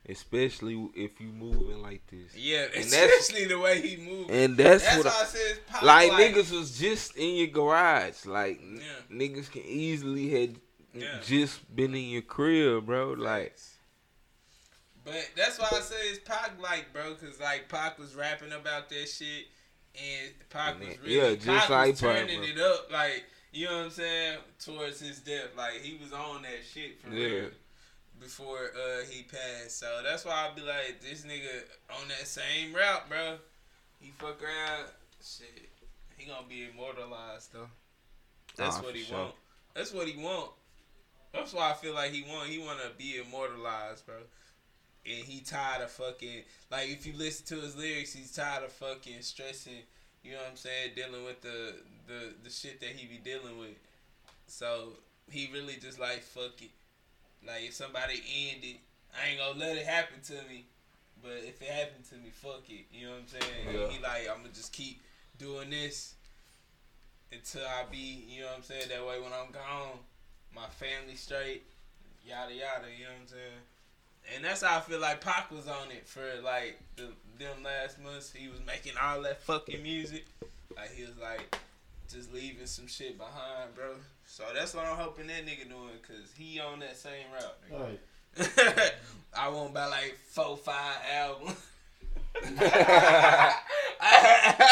Speaker 1: Especially if you moving like this.
Speaker 4: Yeah, [laughs]
Speaker 1: And that's-
Speaker 4: especially the way he moved.
Speaker 1: And that's,
Speaker 4: That's
Speaker 1: what
Speaker 4: why
Speaker 1: I,
Speaker 4: I said it's pop
Speaker 1: like, niggas was just in your garage. Like n-
Speaker 4: Yeah.
Speaker 1: niggas can easily had
Speaker 4: Yeah.
Speaker 1: just been in your crib, bro. Like
Speaker 4: But that's why I say it's Pac like, bro, because like Pac was rapping about that shit, and Pac
Speaker 1: And
Speaker 4: was
Speaker 1: it-
Speaker 4: really,
Speaker 1: yeah, just
Speaker 4: Pac
Speaker 1: like
Speaker 4: was
Speaker 1: Pac,
Speaker 4: turning
Speaker 1: bro.
Speaker 4: it up. Like you know what I'm saying, towards his death. Like he was on that shit for
Speaker 1: Yeah.
Speaker 4: real before uh, he passed. So that's why I'd be like, this nigga on that same route, bro. He fuck around, shit. He gonna be immortalized though. That's
Speaker 1: Nah,
Speaker 4: what
Speaker 1: for
Speaker 4: he
Speaker 1: sure.
Speaker 4: want. That's what he want. That's why I feel like he want. He want to be immortalized, bro. And he tired of fucking like if you listen to his lyrics, he's tired of fucking stressing. You know what I'm saying? Dealing with the the the shit that he be dealing with. So he really just like fuck it. Like if somebody end it, I ain't gonna let it happen to me. But if it happened to me, fuck it. You know what I'm saying?
Speaker 1: Yeah.
Speaker 4: He like I'm gonna just keep doing this until I be. You know what I'm saying? That way when I'm gone, my family straight. Yada yada. You know what I'm saying? And that's how I feel like Pac was on it for like the, them last months. He was making all that fucking music. Like he was like just leaving some shit behind, bro. So that's what I'm hoping that nigga doing, cause he on that same route. Nigga.
Speaker 9: Right.
Speaker 4: [laughs] I won't buy like four, five albums. [laughs]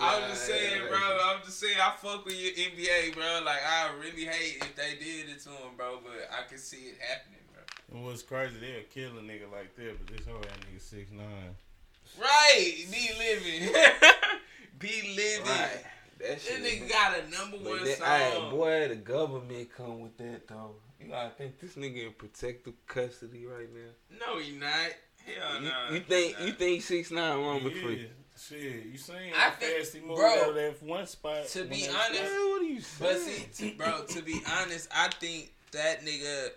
Speaker 4: I'm just saying, bro. I'm just saying, I fuck with your NBA, bro. Like, I really hate if they did it to him, bro. But I can see it happening, bro.
Speaker 3: And what's crazy, they'll kill a nigga like that, but this whole ass nigga six nine.
Speaker 4: Right? Be living, [laughs] be living.
Speaker 1: Right. That
Speaker 4: This
Speaker 1: shit.
Speaker 4: nigga got a number
Speaker 1: but
Speaker 4: one
Speaker 1: that,
Speaker 4: song.
Speaker 1: aight, boy, the government come with that though. You gotta think this nigga in protective custody right now.
Speaker 4: No, he not. Hell
Speaker 1: you,
Speaker 4: no.
Speaker 1: you think you think six nine wrong with
Speaker 3: Yeah,
Speaker 1: free?
Speaker 3: Shit, you seen
Speaker 4: I
Speaker 3: how
Speaker 4: think-
Speaker 3: fast he moved
Speaker 4: bro,
Speaker 3: out of that one spot.
Speaker 4: to
Speaker 3: when
Speaker 4: be
Speaker 3: they-
Speaker 1: Man,
Speaker 4: honest,
Speaker 1: what are you
Speaker 4: But
Speaker 1: saying?
Speaker 4: see, t- bro, to be honest, I think that nigga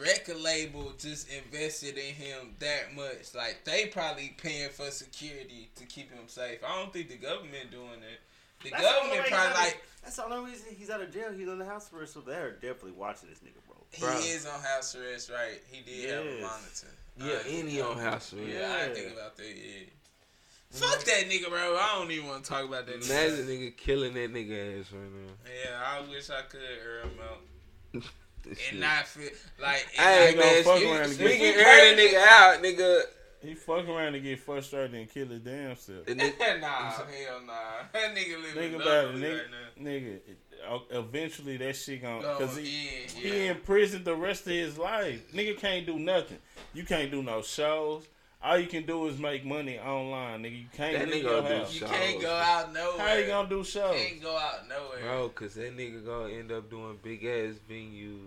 Speaker 4: record label just invested in him that much. Like they probably paying for security to keep him safe. I don't think the government doing it. The
Speaker 9: That's the only
Speaker 4: government
Speaker 9: way
Speaker 4: probably
Speaker 9: he's out of-
Speaker 4: like
Speaker 9: That's the only reason he's out of jail. He's on the house arrest, so they're definitely watching this nigga, bro.
Speaker 4: he
Speaker 1: Bruh.
Speaker 4: is on house arrest, right? He did have a
Speaker 9: Yes.
Speaker 4: monitor.
Speaker 1: yeah,
Speaker 4: I-
Speaker 1: any on house arrest. Mm-hmm.
Speaker 4: yeah, I didn't think about that. Yeah. Fuck that nigga, bro. I don't even want to talk about that. nigga.
Speaker 1: Imagine nigga killing that nigga ass right now.
Speaker 4: Yeah, I wish I could air him out
Speaker 1: This shit.
Speaker 4: and not feel like. and
Speaker 1: Hey
Speaker 4: not-
Speaker 1: man,
Speaker 3: fuck
Speaker 1: you-
Speaker 3: around and
Speaker 1: we
Speaker 3: get-
Speaker 1: can air that nigga out, nigga.
Speaker 3: He fuck around and get frustrated and kill his damn self.
Speaker 1: The
Speaker 4: [laughs]
Speaker 1: nigga
Speaker 4: nah, hell nah. [laughs] That nigga living
Speaker 3: Think about it,
Speaker 4: lovely
Speaker 3: nigga.
Speaker 4: right now.
Speaker 3: nigga, it- uh, eventually that shit gonna
Speaker 4: Oh,
Speaker 3: because he
Speaker 4: yeah,
Speaker 3: he
Speaker 4: yeah.
Speaker 3: in prison the rest of his life. Nigga can't do nothing. You can't do no shows. All you can do is make money online, nigga. You can't
Speaker 1: That
Speaker 3: leave
Speaker 1: nigga
Speaker 3: your
Speaker 1: gonna do
Speaker 3: house.
Speaker 4: You
Speaker 1: Shower.
Speaker 4: can't go out nowhere.
Speaker 3: How you gonna do
Speaker 4: You
Speaker 3: shows?
Speaker 4: can't go out nowhere.
Speaker 1: Bro, cause that nigga gonna end up doing big ass venues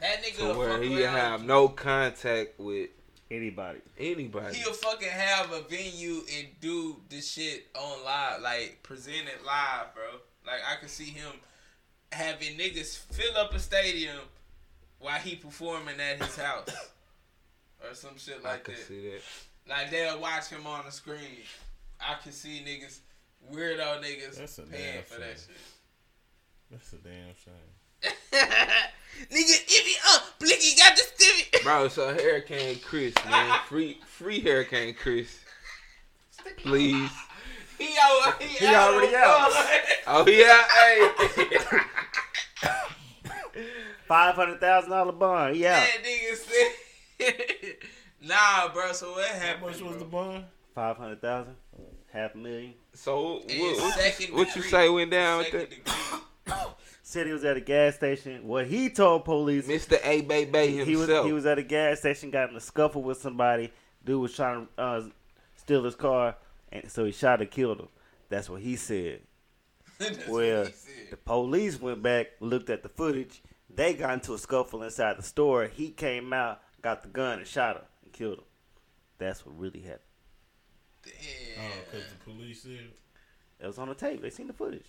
Speaker 4: that nigga
Speaker 1: to
Speaker 4: will
Speaker 1: where
Speaker 4: fuck
Speaker 1: he
Speaker 4: around.
Speaker 1: have no contact with
Speaker 9: Anybody.
Speaker 1: anybody.
Speaker 4: He'll fucking have a venue and do this shit on live, like present it live, bro. Like I can see him having niggas fill up a stadium while he performing at his house or some shit
Speaker 1: I
Speaker 4: like
Speaker 1: can
Speaker 4: that.
Speaker 1: see that.
Speaker 4: Like they'll watch him on the screen. I can see niggas, weirdo niggas
Speaker 3: That's a
Speaker 4: paying
Speaker 3: damn
Speaker 4: for that
Speaker 3: shame.
Speaker 4: shit.
Speaker 3: That's a damn shame.
Speaker 4: Nigga, if he uh, Blicky got the stimmy.
Speaker 1: Bro, so Hurricane Chris, man, free free Hurricane Chris, please.
Speaker 4: [laughs] He, al- he,
Speaker 9: He already out.
Speaker 1: Oh yeah, hey. [laughs]
Speaker 9: Five hundred thousand dollar bond.
Speaker 1: Oh.
Speaker 9: Yeah.
Speaker 4: That nigga said, [laughs] nah, bro. So what
Speaker 3: How
Speaker 4: happened?
Speaker 3: much was the
Speaker 4: bro?
Speaker 3: bond?
Speaker 9: Five hundred thousand. Half a million.
Speaker 1: So what,
Speaker 4: It's
Speaker 1: what,
Speaker 4: second
Speaker 1: you, what you
Speaker 4: degree.
Speaker 1: say went down with
Speaker 4: Second
Speaker 1: that?
Speaker 4: degree. [laughs]
Speaker 9: Said he was at a gas station. What he told police
Speaker 1: Mr. A Bay Bay himself.
Speaker 9: he was he was at a gas station, got in a scuffle with somebody. Dude was trying to uh, steal his car, and so he shot and killed him. That's what he said.
Speaker 4: That's what
Speaker 9: Well,
Speaker 4: he said.
Speaker 9: the police went back, looked at the footage. They got into a scuffle inside the store. He came out, got the gun, and shot him and killed him. That's what really happened.
Speaker 3: Oh,
Speaker 4: Damn.
Speaker 3: because Oh, the police said
Speaker 9: It was on the tape. They seen the footage.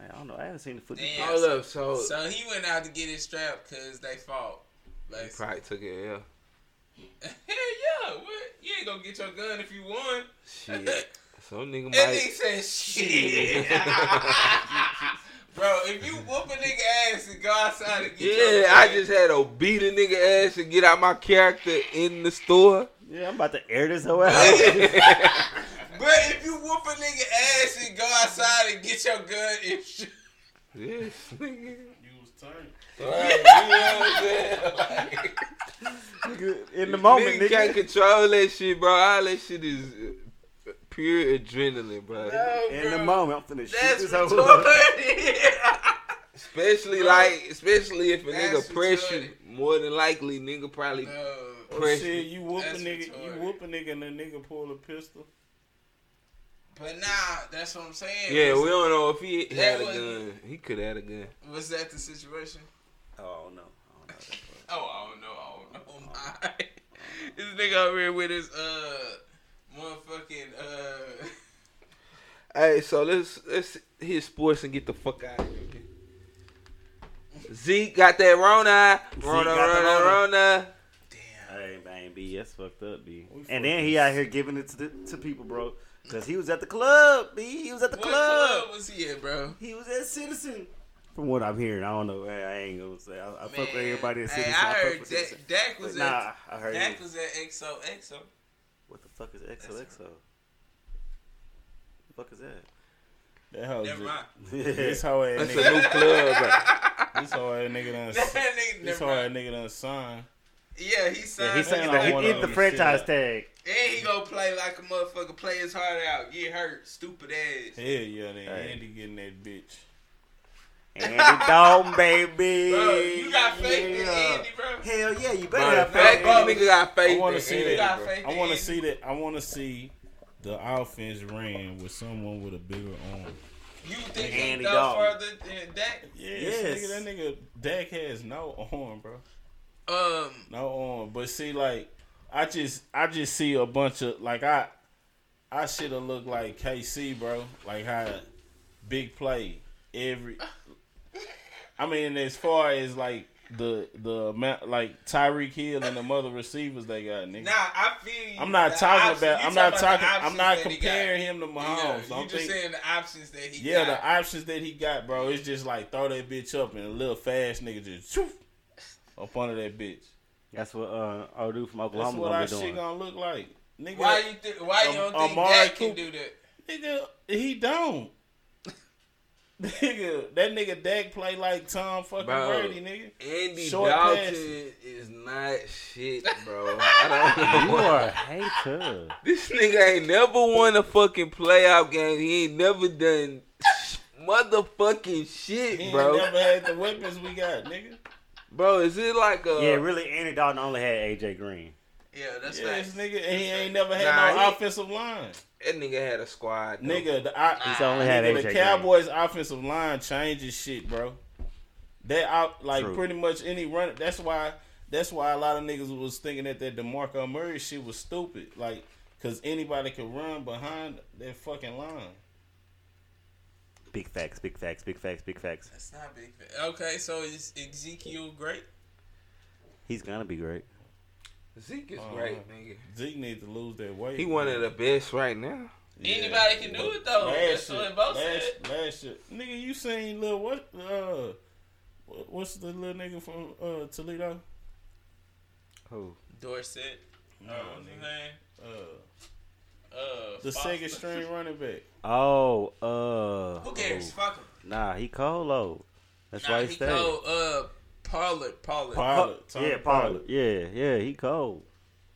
Speaker 9: I don't know. I haven't seen the footage.
Speaker 4: Damn.
Speaker 1: Hold up, so,
Speaker 4: So he went out to get his strap because they fought.
Speaker 1: he
Speaker 4: Like, [laughs] Hell
Speaker 1: probably took it. Yeah,
Speaker 4: yeah, what? You ain't gonna get your gun if you won.
Speaker 1: shit.
Speaker 4: [laughs]
Speaker 1: Some nigga
Speaker 4: And he
Speaker 1: might.
Speaker 4: said,
Speaker 1: [laughs]
Speaker 4: shit. Bro, if you whoop a nigga ass and go outside and get your
Speaker 1: Yeah, I
Speaker 4: gun,
Speaker 1: just had to beat a nigga ass and get out my character in the store.
Speaker 9: Yeah, I'm about to air this
Speaker 4: [laughs]
Speaker 9: whole out.
Speaker 4: But if you whoop a nigga ass and go outside and get your gun and shoot.
Speaker 1: Yes, nigga.
Speaker 3: you was turned.
Speaker 9: in the moment,
Speaker 1: nigga can't
Speaker 9: nigga.
Speaker 1: control that shit, bro. All that shit is uh, pure adrenaline, bro.
Speaker 8: Oh,
Speaker 9: In the moment, I'm finna shoot
Speaker 4: That's
Speaker 9: this whole.
Speaker 4: retarded.
Speaker 1: Especially
Speaker 4: Bro,
Speaker 1: like, especially if a
Speaker 4: that's
Speaker 1: nigga press you, more than likely nigga
Speaker 4: [laughs]
Speaker 1: probably
Speaker 3: Oh,
Speaker 1: press
Speaker 3: shit, you whoop a
Speaker 4: That's
Speaker 3: nigga,
Speaker 4: retarded.
Speaker 3: you whoop a nigga, and the nigga pull a pistol.
Speaker 4: But nah, that's what I'm saying.
Speaker 1: Yeah,
Speaker 4: was,
Speaker 1: we don't know if he
Speaker 4: That
Speaker 1: had a
Speaker 4: was-
Speaker 1: gun. He could have had a gun.
Speaker 4: was that the situation?
Speaker 9: Oh no.
Speaker 4: Oh, I don't know. I don't know. [laughs] My. this nigga over here with his uh, motherfucking uh. [laughs]
Speaker 1: Hey, so let's let's hit sports and get the fuck out of here. Zeke got that Rona, Rona,
Speaker 8: got
Speaker 1: Rona,
Speaker 8: the
Speaker 1: Rona.
Speaker 8: Hey man, B, that's fucked up, B.
Speaker 3: We
Speaker 8: And then
Speaker 3: fucked
Speaker 8: he
Speaker 3: up.
Speaker 8: out here giving it to, the, to people, bro, because he was at the club, B. He was at the
Speaker 4: What
Speaker 8: club.
Speaker 4: club was he at, bro?
Speaker 8: He was at Citizen. From what I'm hearing, I don't know. man, I ain't gonna say. I, I fuck with everybody at
Speaker 4: hey,
Speaker 8: Citizen.
Speaker 4: I
Speaker 8: fuck
Speaker 4: heard
Speaker 8: with
Speaker 4: that
Speaker 8: Citizen.
Speaker 4: Dak
Speaker 8: But
Speaker 4: was
Speaker 8: nah,
Speaker 4: at
Speaker 8: I heard.
Speaker 4: Dak
Speaker 8: you.
Speaker 4: was at XOXO.
Speaker 8: What the fuck is XOXO? The fuck is
Speaker 3: That hoe
Speaker 4: Never
Speaker 3: just-
Speaker 4: mind.
Speaker 3: [laughs] This
Speaker 8: that?
Speaker 3: hoe ass
Speaker 1: That's a new
Speaker 3: nigga.
Speaker 1: club. bro.
Speaker 3: This hoe ass nigga done.
Speaker 4: [laughs] That
Speaker 3: s-
Speaker 4: nigga,
Speaker 3: This
Speaker 4: never
Speaker 3: hoe ass
Speaker 4: mind.
Speaker 3: nigga done signed.
Speaker 4: Yeah, he signed.
Speaker 8: yeah,
Speaker 3: saying
Speaker 8: he's saying
Speaker 4: and
Speaker 3: like
Speaker 8: the,
Speaker 4: he-
Speaker 3: one
Speaker 8: he
Speaker 3: of
Speaker 8: did the
Speaker 3: them
Speaker 8: franchise
Speaker 4: [laughs]
Speaker 3: shit.
Speaker 8: tag.
Speaker 4: and he gonna play like a motherfucker. Play his heart out. Get hurt. Stupid ass.
Speaker 3: Hell yeah, then
Speaker 8: Hey.
Speaker 3: Andy getting that bitch.
Speaker 8: Andy Dalton, baby.
Speaker 4: Bro, you got faith in
Speaker 8: Yeah.
Speaker 4: Andy, bro.
Speaker 8: Hell yeah, you
Speaker 1: Bro,
Speaker 8: better
Speaker 1: the
Speaker 8: have
Speaker 1: fact
Speaker 8: faith. in
Speaker 1: that
Speaker 8: Andy.
Speaker 1: nigga got faith.
Speaker 3: I want to
Speaker 1: in
Speaker 3: see
Speaker 1: Andy,
Speaker 4: got
Speaker 1: bro.
Speaker 4: faith
Speaker 3: that. I
Speaker 4: in
Speaker 3: want to
Speaker 4: Andy.
Speaker 3: see that. I want to see the offense ran with someone with a bigger arm.
Speaker 4: You think
Speaker 8: Andy
Speaker 4: he go
Speaker 8: Dalton.
Speaker 4: further than Dak?
Speaker 3: Yes,
Speaker 8: Yes.
Speaker 3: nigga, that nigga Dak has no arm, bro.
Speaker 4: Um,
Speaker 3: No arm. But see, like, I just, I just see a bunch of like I, I should have looked like KC, bro. Like how big play every. I mean, as far as like the the amount, like Tyreek Hill and the mother receivers they got, nigga.
Speaker 4: nah, I feel you.
Speaker 3: I'm not
Speaker 4: The
Speaker 3: talking
Speaker 4: options-
Speaker 3: about.
Speaker 4: you
Speaker 3: I'm not
Speaker 4: about the
Speaker 3: talking. I'm
Speaker 4: options
Speaker 3: not
Speaker 4: that he got.
Speaker 3: comparing him to
Speaker 4: Yeah,
Speaker 3: Mahomes.
Speaker 4: you
Speaker 3: I'm
Speaker 4: just
Speaker 3: thinking.
Speaker 4: saying the options that he
Speaker 3: Yeah,
Speaker 4: got.
Speaker 3: the options that he got, bro, it's just like throw that bitch up and a little fast nigga just shoof, up under that bitch.
Speaker 8: That's what uh, our dude from
Speaker 3: That's
Speaker 8: Oklahoma
Speaker 3: what our
Speaker 8: gonna be
Speaker 3: shit
Speaker 8: doing.
Speaker 3: gonna look like, nigga.
Speaker 4: Why you th- why you
Speaker 3: Um,
Speaker 4: don't think
Speaker 3: Amari
Speaker 4: Dak can
Speaker 3: Cooper.
Speaker 4: do that?
Speaker 3: Nigga, he don't. [laughs] nigga, that nigga Dak play like Tom fucking
Speaker 1: Bro.
Speaker 3: Brady, nigga.
Speaker 1: Andy
Speaker 3: Short
Speaker 1: Dalton
Speaker 3: passes.
Speaker 1: is not shit, bro. I don't
Speaker 8: You are a hater.
Speaker 1: [laughs] This nigga ain't never won a fucking playoff game. He ain't never done sh- motherfucking
Speaker 3: He
Speaker 1: shit,
Speaker 3: ain't
Speaker 1: bro.
Speaker 3: never had the weapons we got, nigga.
Speaker 1: Bro, is it like a
Speaker 8: yeah, really, Andy Dalton only had AJ Green.
Speaker 4: Yeah, that's
Speaker 3: Yes,
Speaker 4: facts.
Speaker 3: nigga, and he ain't never had
Speaker 1: Nah,
Speaker 3: no
Speaker 1: he-
Speaker 3: offensive line,
Speaker 1: that nigga had a squad? though.
Speaker 3: nigga. The, I,
Speaker 8: He's only had
Speaker 3: Nigga,
Speaker 8: AJ
Speaker 3: the
Speaker 8: Green.
Speaker 3: Cowboys' offensive line changes shit, bro. That out like
Speaker 8: True.
Speaker 3: pretty much any run. That's why. That's why a lot of niggas was thinking that that Demarco Murray shit was stupid. Like, cause anybody could run behind that fucking line.
Speaker 8: Big facts, big facts, big facts, big facts.
Speaker 4: That's not big. fa- Okay, so is Ezekiel great?
Speaker 8: He's gonna be great.
Speaker 1: Zeke is
Speaker 3: Uh-huh.
Speaker 1: great, nigga.
Speaker 3: Zeke needs to lose that weight.
Speaker 1: He one of the best right now.
Speaker 3: Yeah.
Speaker 4: Anybody can do it though.
Speaker 3: Last
Speaker 4: That's
Speaker 3: year,
Speaker 4: what Bo said.
Speaker 3: last, last year, nigga, you seen little what? Uh, what- what's the little nigga from uh Toledo?
Speaker 1: Who?
Speaker 4: Dorset.
Speaker 3: No,
Speaker 4: No,
Speaker 3: nigga. Uh,
Speaker 4: Uh,
Speaker 3: the
Speaker 4: Foster.
Speaker 3: second string running back.
Speaker 8: Oh, uh,
Speaker 4: Who cares?
Speaker 8: oh.
Speaker 4: Fuck him.
Speaker 8: nah, he Colo. That's
Speaker 4: Nah,
Speaker 8: why he,
Speaker 4: he
Speaker 8: stayed.
Speaker 4: called uh Pollard. Pollard.
Speaker 3: Pollard, Tony
Speaker 8: yeah, Pollard. Yeah, yeah, he cold.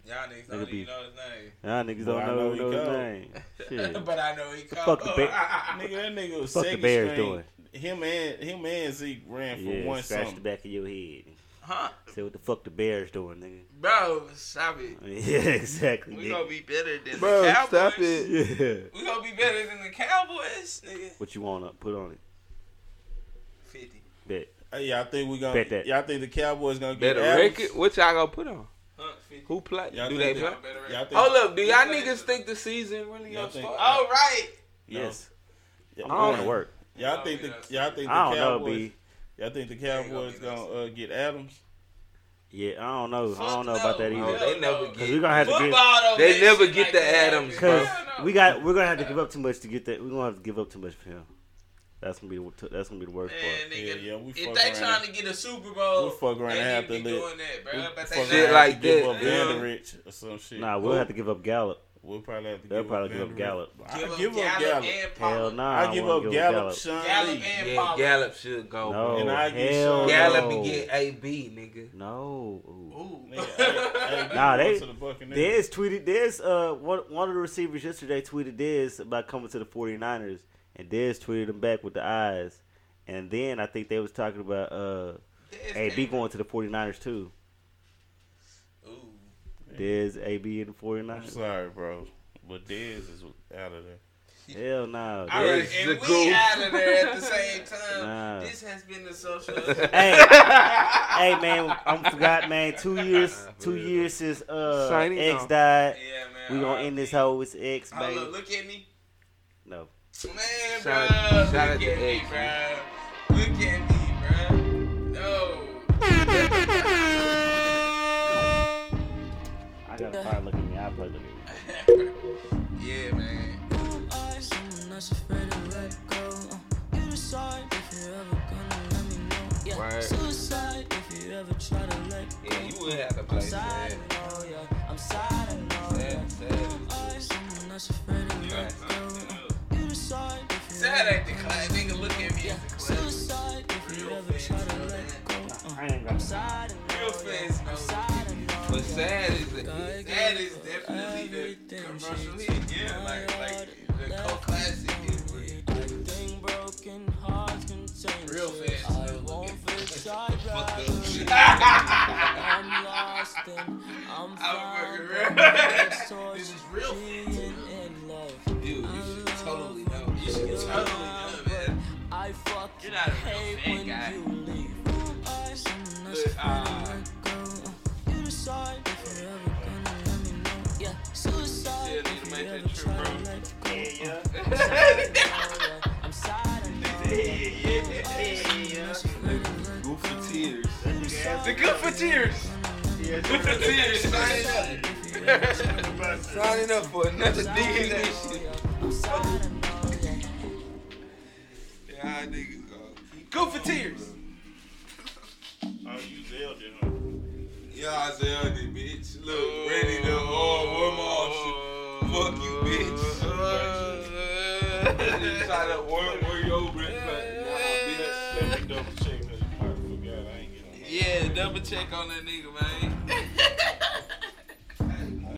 Speaker 4: Y'all niggas don't
Speaker 8: Nigga be-
Speaker 4: even know his
Speaker 8: Y'all niggas
Speaker 3: Well,
Speaker 8: don't
Speaker 3: I
Speaker 8: know,
Speaker 3: know he
Speaker 8: know his
Speaker 4: [laughs]
Speaker 3: cold.
Speaker 8: name. Shit.
Speaker 4: name. but I know he Oh, called.
Speaker 8: fuck the Bear-
Speaker 4: ah,
Speaker 3: Nigga, that nigga was
Speaker 8: Fuck the
Speaker 3: second
Speaker 8: Bears
Speaker 3: string.
Speaker 8: doing.
Speaker 3: Him and him and Zeke ran for
Speaker 8: yeah,
Speaker 3: one
Speaker 8: scratch the
Speaker 3: something.
Speaker 8: back of your head.
Speaker 5: Huh?
Speaker 8: Say what the fuck the Bears doing, nigga. [laughs]
Speaker 5: Bro, stop it.
Speaker 8: yeah, exactly.
Speaker 5: We
Speaker 8: nigga.
Speaker 5: gonna be better than
Speaker 1: Bro,
Speaker 5: the Cowboys.
Speaker 1: stop it.
Speaker 8: yeah.
Speaker 4: We gonna be better than the Cowboys, nigga.
Speaker 8: [laughs] What you wanna put on it?
Speaker 4: Fifty.
Speaker 8: Bet.
Speaker 3: Hey, y'all think we gonna?
Speaker 8: Bet that.
Speaker 3: Y'all think the Cowboys gonna get
Speaker 1: Better
Speaker 3: Adams?
Speaker 1: record? What y'all gonna put on?
Speaker 4: Huh? Fifty.
Speaker 1: Who play?
Speaker 3: Y'all
Speaker 1: do they
Speaker 3: think
Speaker 1: play?
Speaker 3: that- Y'all think?
Speaker 1: Hold up, do y'all
Speaker 4: Who
Speaker 1: niggas
Speaker 4: plays?
Speaker 1: think the season really
Speaker 3: Y'all
Speaker 1: gonna
Speaker 3: think-
Speaker 1: start?
Speaker 4: All right.
Speaker 8: Yes.
Speaker 3: Yeah,
Speaker 8: I'm going to work.
Speaker 3: Y'all think the y'all think the
Speaker 8: I don't know,
Speaker 3: Cowboys?
Speaker 8: B.
Speaker 3: Y'all think the
Speaker 4: gonna
Speaker 3: Cowboys
Speaker 4: be
Speaker 3: gonna uh, get Adams?
Speaker 8: Yeah, I don't know.
Speaker 4: Fuck
Speaker 8: I don't know about that
Speaker 4: no.
Speaker 1: Oh,
Speaker 8: either.
Speaker 1: they never
Speaker 4: Yeah.
Speaker 8: Cause we're
Speaker 1: get.
Speaker 8: gonna have to give
Speaker 4: Football don't
Speaker 1: They
Speaker 4: make
Speaker 1: never
Speaker 4: shit
Speaker 1: get
Speaker 4: like
Speaker 1: the
Speaker 4: that happen.
Speaker 1: Adams,
Speaker 8: Cause
Speaker 4: Hell no.
Speaker 8: we got we're gonna have to give up too much to get that. We're gonna have to give up too much for him. That's gonna be the- that's gonna be the worst
Speaker 4: Man,
Speaker 8: part.
Speaker 4: nigga,
Speaker 3: Yeah, yeah, we
Speaker 4: if
Speaker 3: fuck
Speaker 4: they
Speaker 3: around.
Speaker 4: trying to get a Super Bowl,
Speaker 3: We fuck around
Speaker 4: Oh, they
Speaker 3: and have
Speaker 4: need to
Speaker 3: to
Speaker 4: be
Speaker 3: let-
Speaker 4: doing that, bro. But
Speaker 3: Fuck,
Speaker 4: they
Speaker 1: Shit
Speaker 3: we'll
Speaker 4: not.
Speaker 1: like
Speaker 3: have to give
Speaker 1: that,
Speaker 3: up
Speaker 1: yeah.
Speaker 3: Vanderich or some shit.
Speaker 8: Nah, we'll have to give up Gallup.
Speaker 3: We'll probably have to.
Speaker 8: They'll
Speaker 3: give
Speaker 8: probably
Speaker 3: up
Speaker 8: give up
Speaker 3: Vanderich.
Speaker 8: Gallup.
Speaker 3: I give up
Speaker 4: Gallup
Speaker 3: Gallup.
Speaker 4: and
Speaker 8: Hell
Speaker 4: Pollard.
Speaker 8: nah,
Speaker 3: I give
Speaker 8: wanna
Speaker 3: up Gallup,
Speaker 8: Gallup.
Speaker 3: Sean
Speaker 4: Gallup
Speaker 3: Lee.
Speaker 4: and
Speaker 1: Yeah,
Speaker 4: Pollard.
Speaker 1: Gallup should go.
Speaker 8: No,
Speaker 1: bro.
Speaker 3: And I get
Speaker 8: hell
Speaker 3: Sean
Speaker 1: Gallup
Speaker 8: no.
Speaker 1: and get AB, nigga.
Speaker 8: No. Ooh.
Speaker 4: Ooh.
Speaker 3: [laughs] Nigga, hey, hey,
Speaker 8: Nah,
Speaker 3: go
Speaker 8: they-
Speaker 3: to the Buccaneers.
Speaker 8: Dez tweeted Dez uh one one of the receivers yesterday tweeted Dez about coming to the 49ers and Dez tweeted him back with the eyes And then I think they was talking about uh, AB going to the 49ers too.
Speaker 12: Ooh.
Speaker 8: There's AB in the
Speaker 13: I'm
Speaker 8: 49ers.
Speaker 13: sorry, bro, but Dez is out of there.
Speaker 8: Hell no.
Speaker 4: All right,
Speaker 1: There's
Speaker 4: and
Speaker 1: the
Speaker 4: we
Speaker 1: goof.
Speaker 4: out of there
Speaker 1: [laughs]
Speaker 4: at the same time.
Speaker 8: Nah.
Speaker 4: This has been the social.
Speaker 8: hey, [laughs] hey man, I'm forgot man. Two years, two years since uh
Speaker 1: Signing
Speaker 8: X
Speaker 1: off.
Speaker 8: died.
Speaker 4: Yeah, man.
Speaker 8: We gonna
Speaker 4: alright.
Speaker 8: end this hoe with X,
Speaker 4: Hold up,
Speaker 8: baby.
Speaker 4: look at me.
Speaker 8: No.
Speaker 4: Man,
Speaker 1: Shout
Speaker 4: bro.
Speaker 1: out-
Speaker 4: look
Speaker 1: shout
Speaker 4: at
Speaker 1: out to
Speaker 4: me,
Speaker 1: X,
Speaker 4: bro. Look at me, bro. No.
Speaker 8: I gotta find look at me. I play look at me.
Speaker 4: yeah, man.
Speaker 14: Someone that's afraid to let go. Uh, You decide if you're ever gonna let me know. Yeah.
Speaker 1: Word.
Speaker 14: Suicide if you ever try to let go.
Speaker 1: Yeah, you would have to play
Speaker 14: I'm sad
Speaker 1: sad.
Speaker 14: and all, yeah. I'm sad and all, yeah.
Speaker 1: Sad, sad.
Speaker 14: Someone that's afraid to let go. You decide if you
Speaker 4: Shout
Speaker 14: ever
Speaker 4: out to Clay. Nigga, look at me.
Speaker 14: yeah.
Speaker 4: at the club.
Speaker 14: Suicide if you
Speaker 4: Real
Speaker 14: ever try
Speaker 4: fans
Speaker 14: to
Speaker 4: know
Speaker 14: let
Speaker 4: that.
Speaker 14: go.
Speaker 8: I
Speaker 14: Uh,
Speaker 8: ain't
Speaker 14: I'm
Speaker 8: got
Speaker 14: sad and
Speaker 4: Real
Speaker 14: all, yeah.
Speaker 4: fans know
Speaker 14: I'm sad and all,
Speaker 1: But
Speaker 14: yeah.
Speaker 1: sad is
Speaker 14: Gotta
Speaker 1: the
Speaker 14: give
Speaker 4: That is
Speaker 14: up
Speaker 4: definitely the
Speaker 14: everything she
Speaker 4: commercial
Speaker 14: took.
Speaker 4: hit. Yeah, like, like the cult classic is real.
Speaker 14: Everything broken hearts contain
Speaker 4: Real
Speaker 14: shit
Speaker 4: fans
Speaker 14: I
Speaker 4: know the
Speaker 14: won't
Speaker 4: difference.
Speaker 14: fix. I'd
Speaker 4: [laughs] Fuck
Speaker 14: rather
Speaker 4: up shit.
Speaker 14: I'm lost and I'm
Speaker 4: I'm
Speaker 14: found.
Speaker 4: fucking real.
Speaker 14: but
Speaker 4: [laughs] This is real
Speaker 14: being
Speaker 4: fans.
Speaker 14: in love.
Speaker 4: Dude, you should totally know. You should totally know, man.
Speaker 14: I fucking
Speaker 4: You're not a real
Speaker 14: hate
Speaker 4: fan
Speaker 14: when
Speaker 4: guy.
Speaker 14: you leave. I someone else
Speaker 4: Look, uh,
Speaker 14: let go. You decide if you're ever gonna let me know. Yeah, suicide
Speaker 4: Still need
Speaker 14: if
Speaker 4: to
Speaker 14: you
Speaker 4: make that
Speaker 14: ever
Speaker 4: true,
Speaker 14: try to
Speaker 4: bro.
Speaker 14: let go.
Speaker 3: Yeah,
Speaker 14: I'm sad and all,
Speaker 3: yeah,
Speaker 14: yeah.
Speaker 3: yeah, yeah, yeah.
Speaker 1: Go for tears.
Speaker 4: The good for tears. Good for tears. Sign it up.
Speaker 1: Signing up for another DVD shit.
Speaker 14: I'm sad and all, yeah.
Speaker 4: Yeah, niggas go. Go for tears.
Speaker 3: Oh, you Zell did, huh?
Speaker 1: Y'all Zelda, bitch. Look,
Speaker 4: Oh,
Speaker 1: ready to all warm off shit. Fuck you, bitch.
Speaker 4: oh.
Speaker 1: Try to work
Speaker 4: [laughs]
Speaker 1: where your breath
Speaker 3: Let me double check 'cause you might forget. I ain't getting on.
Speaker 4: Yeah, double check on that nigga, man.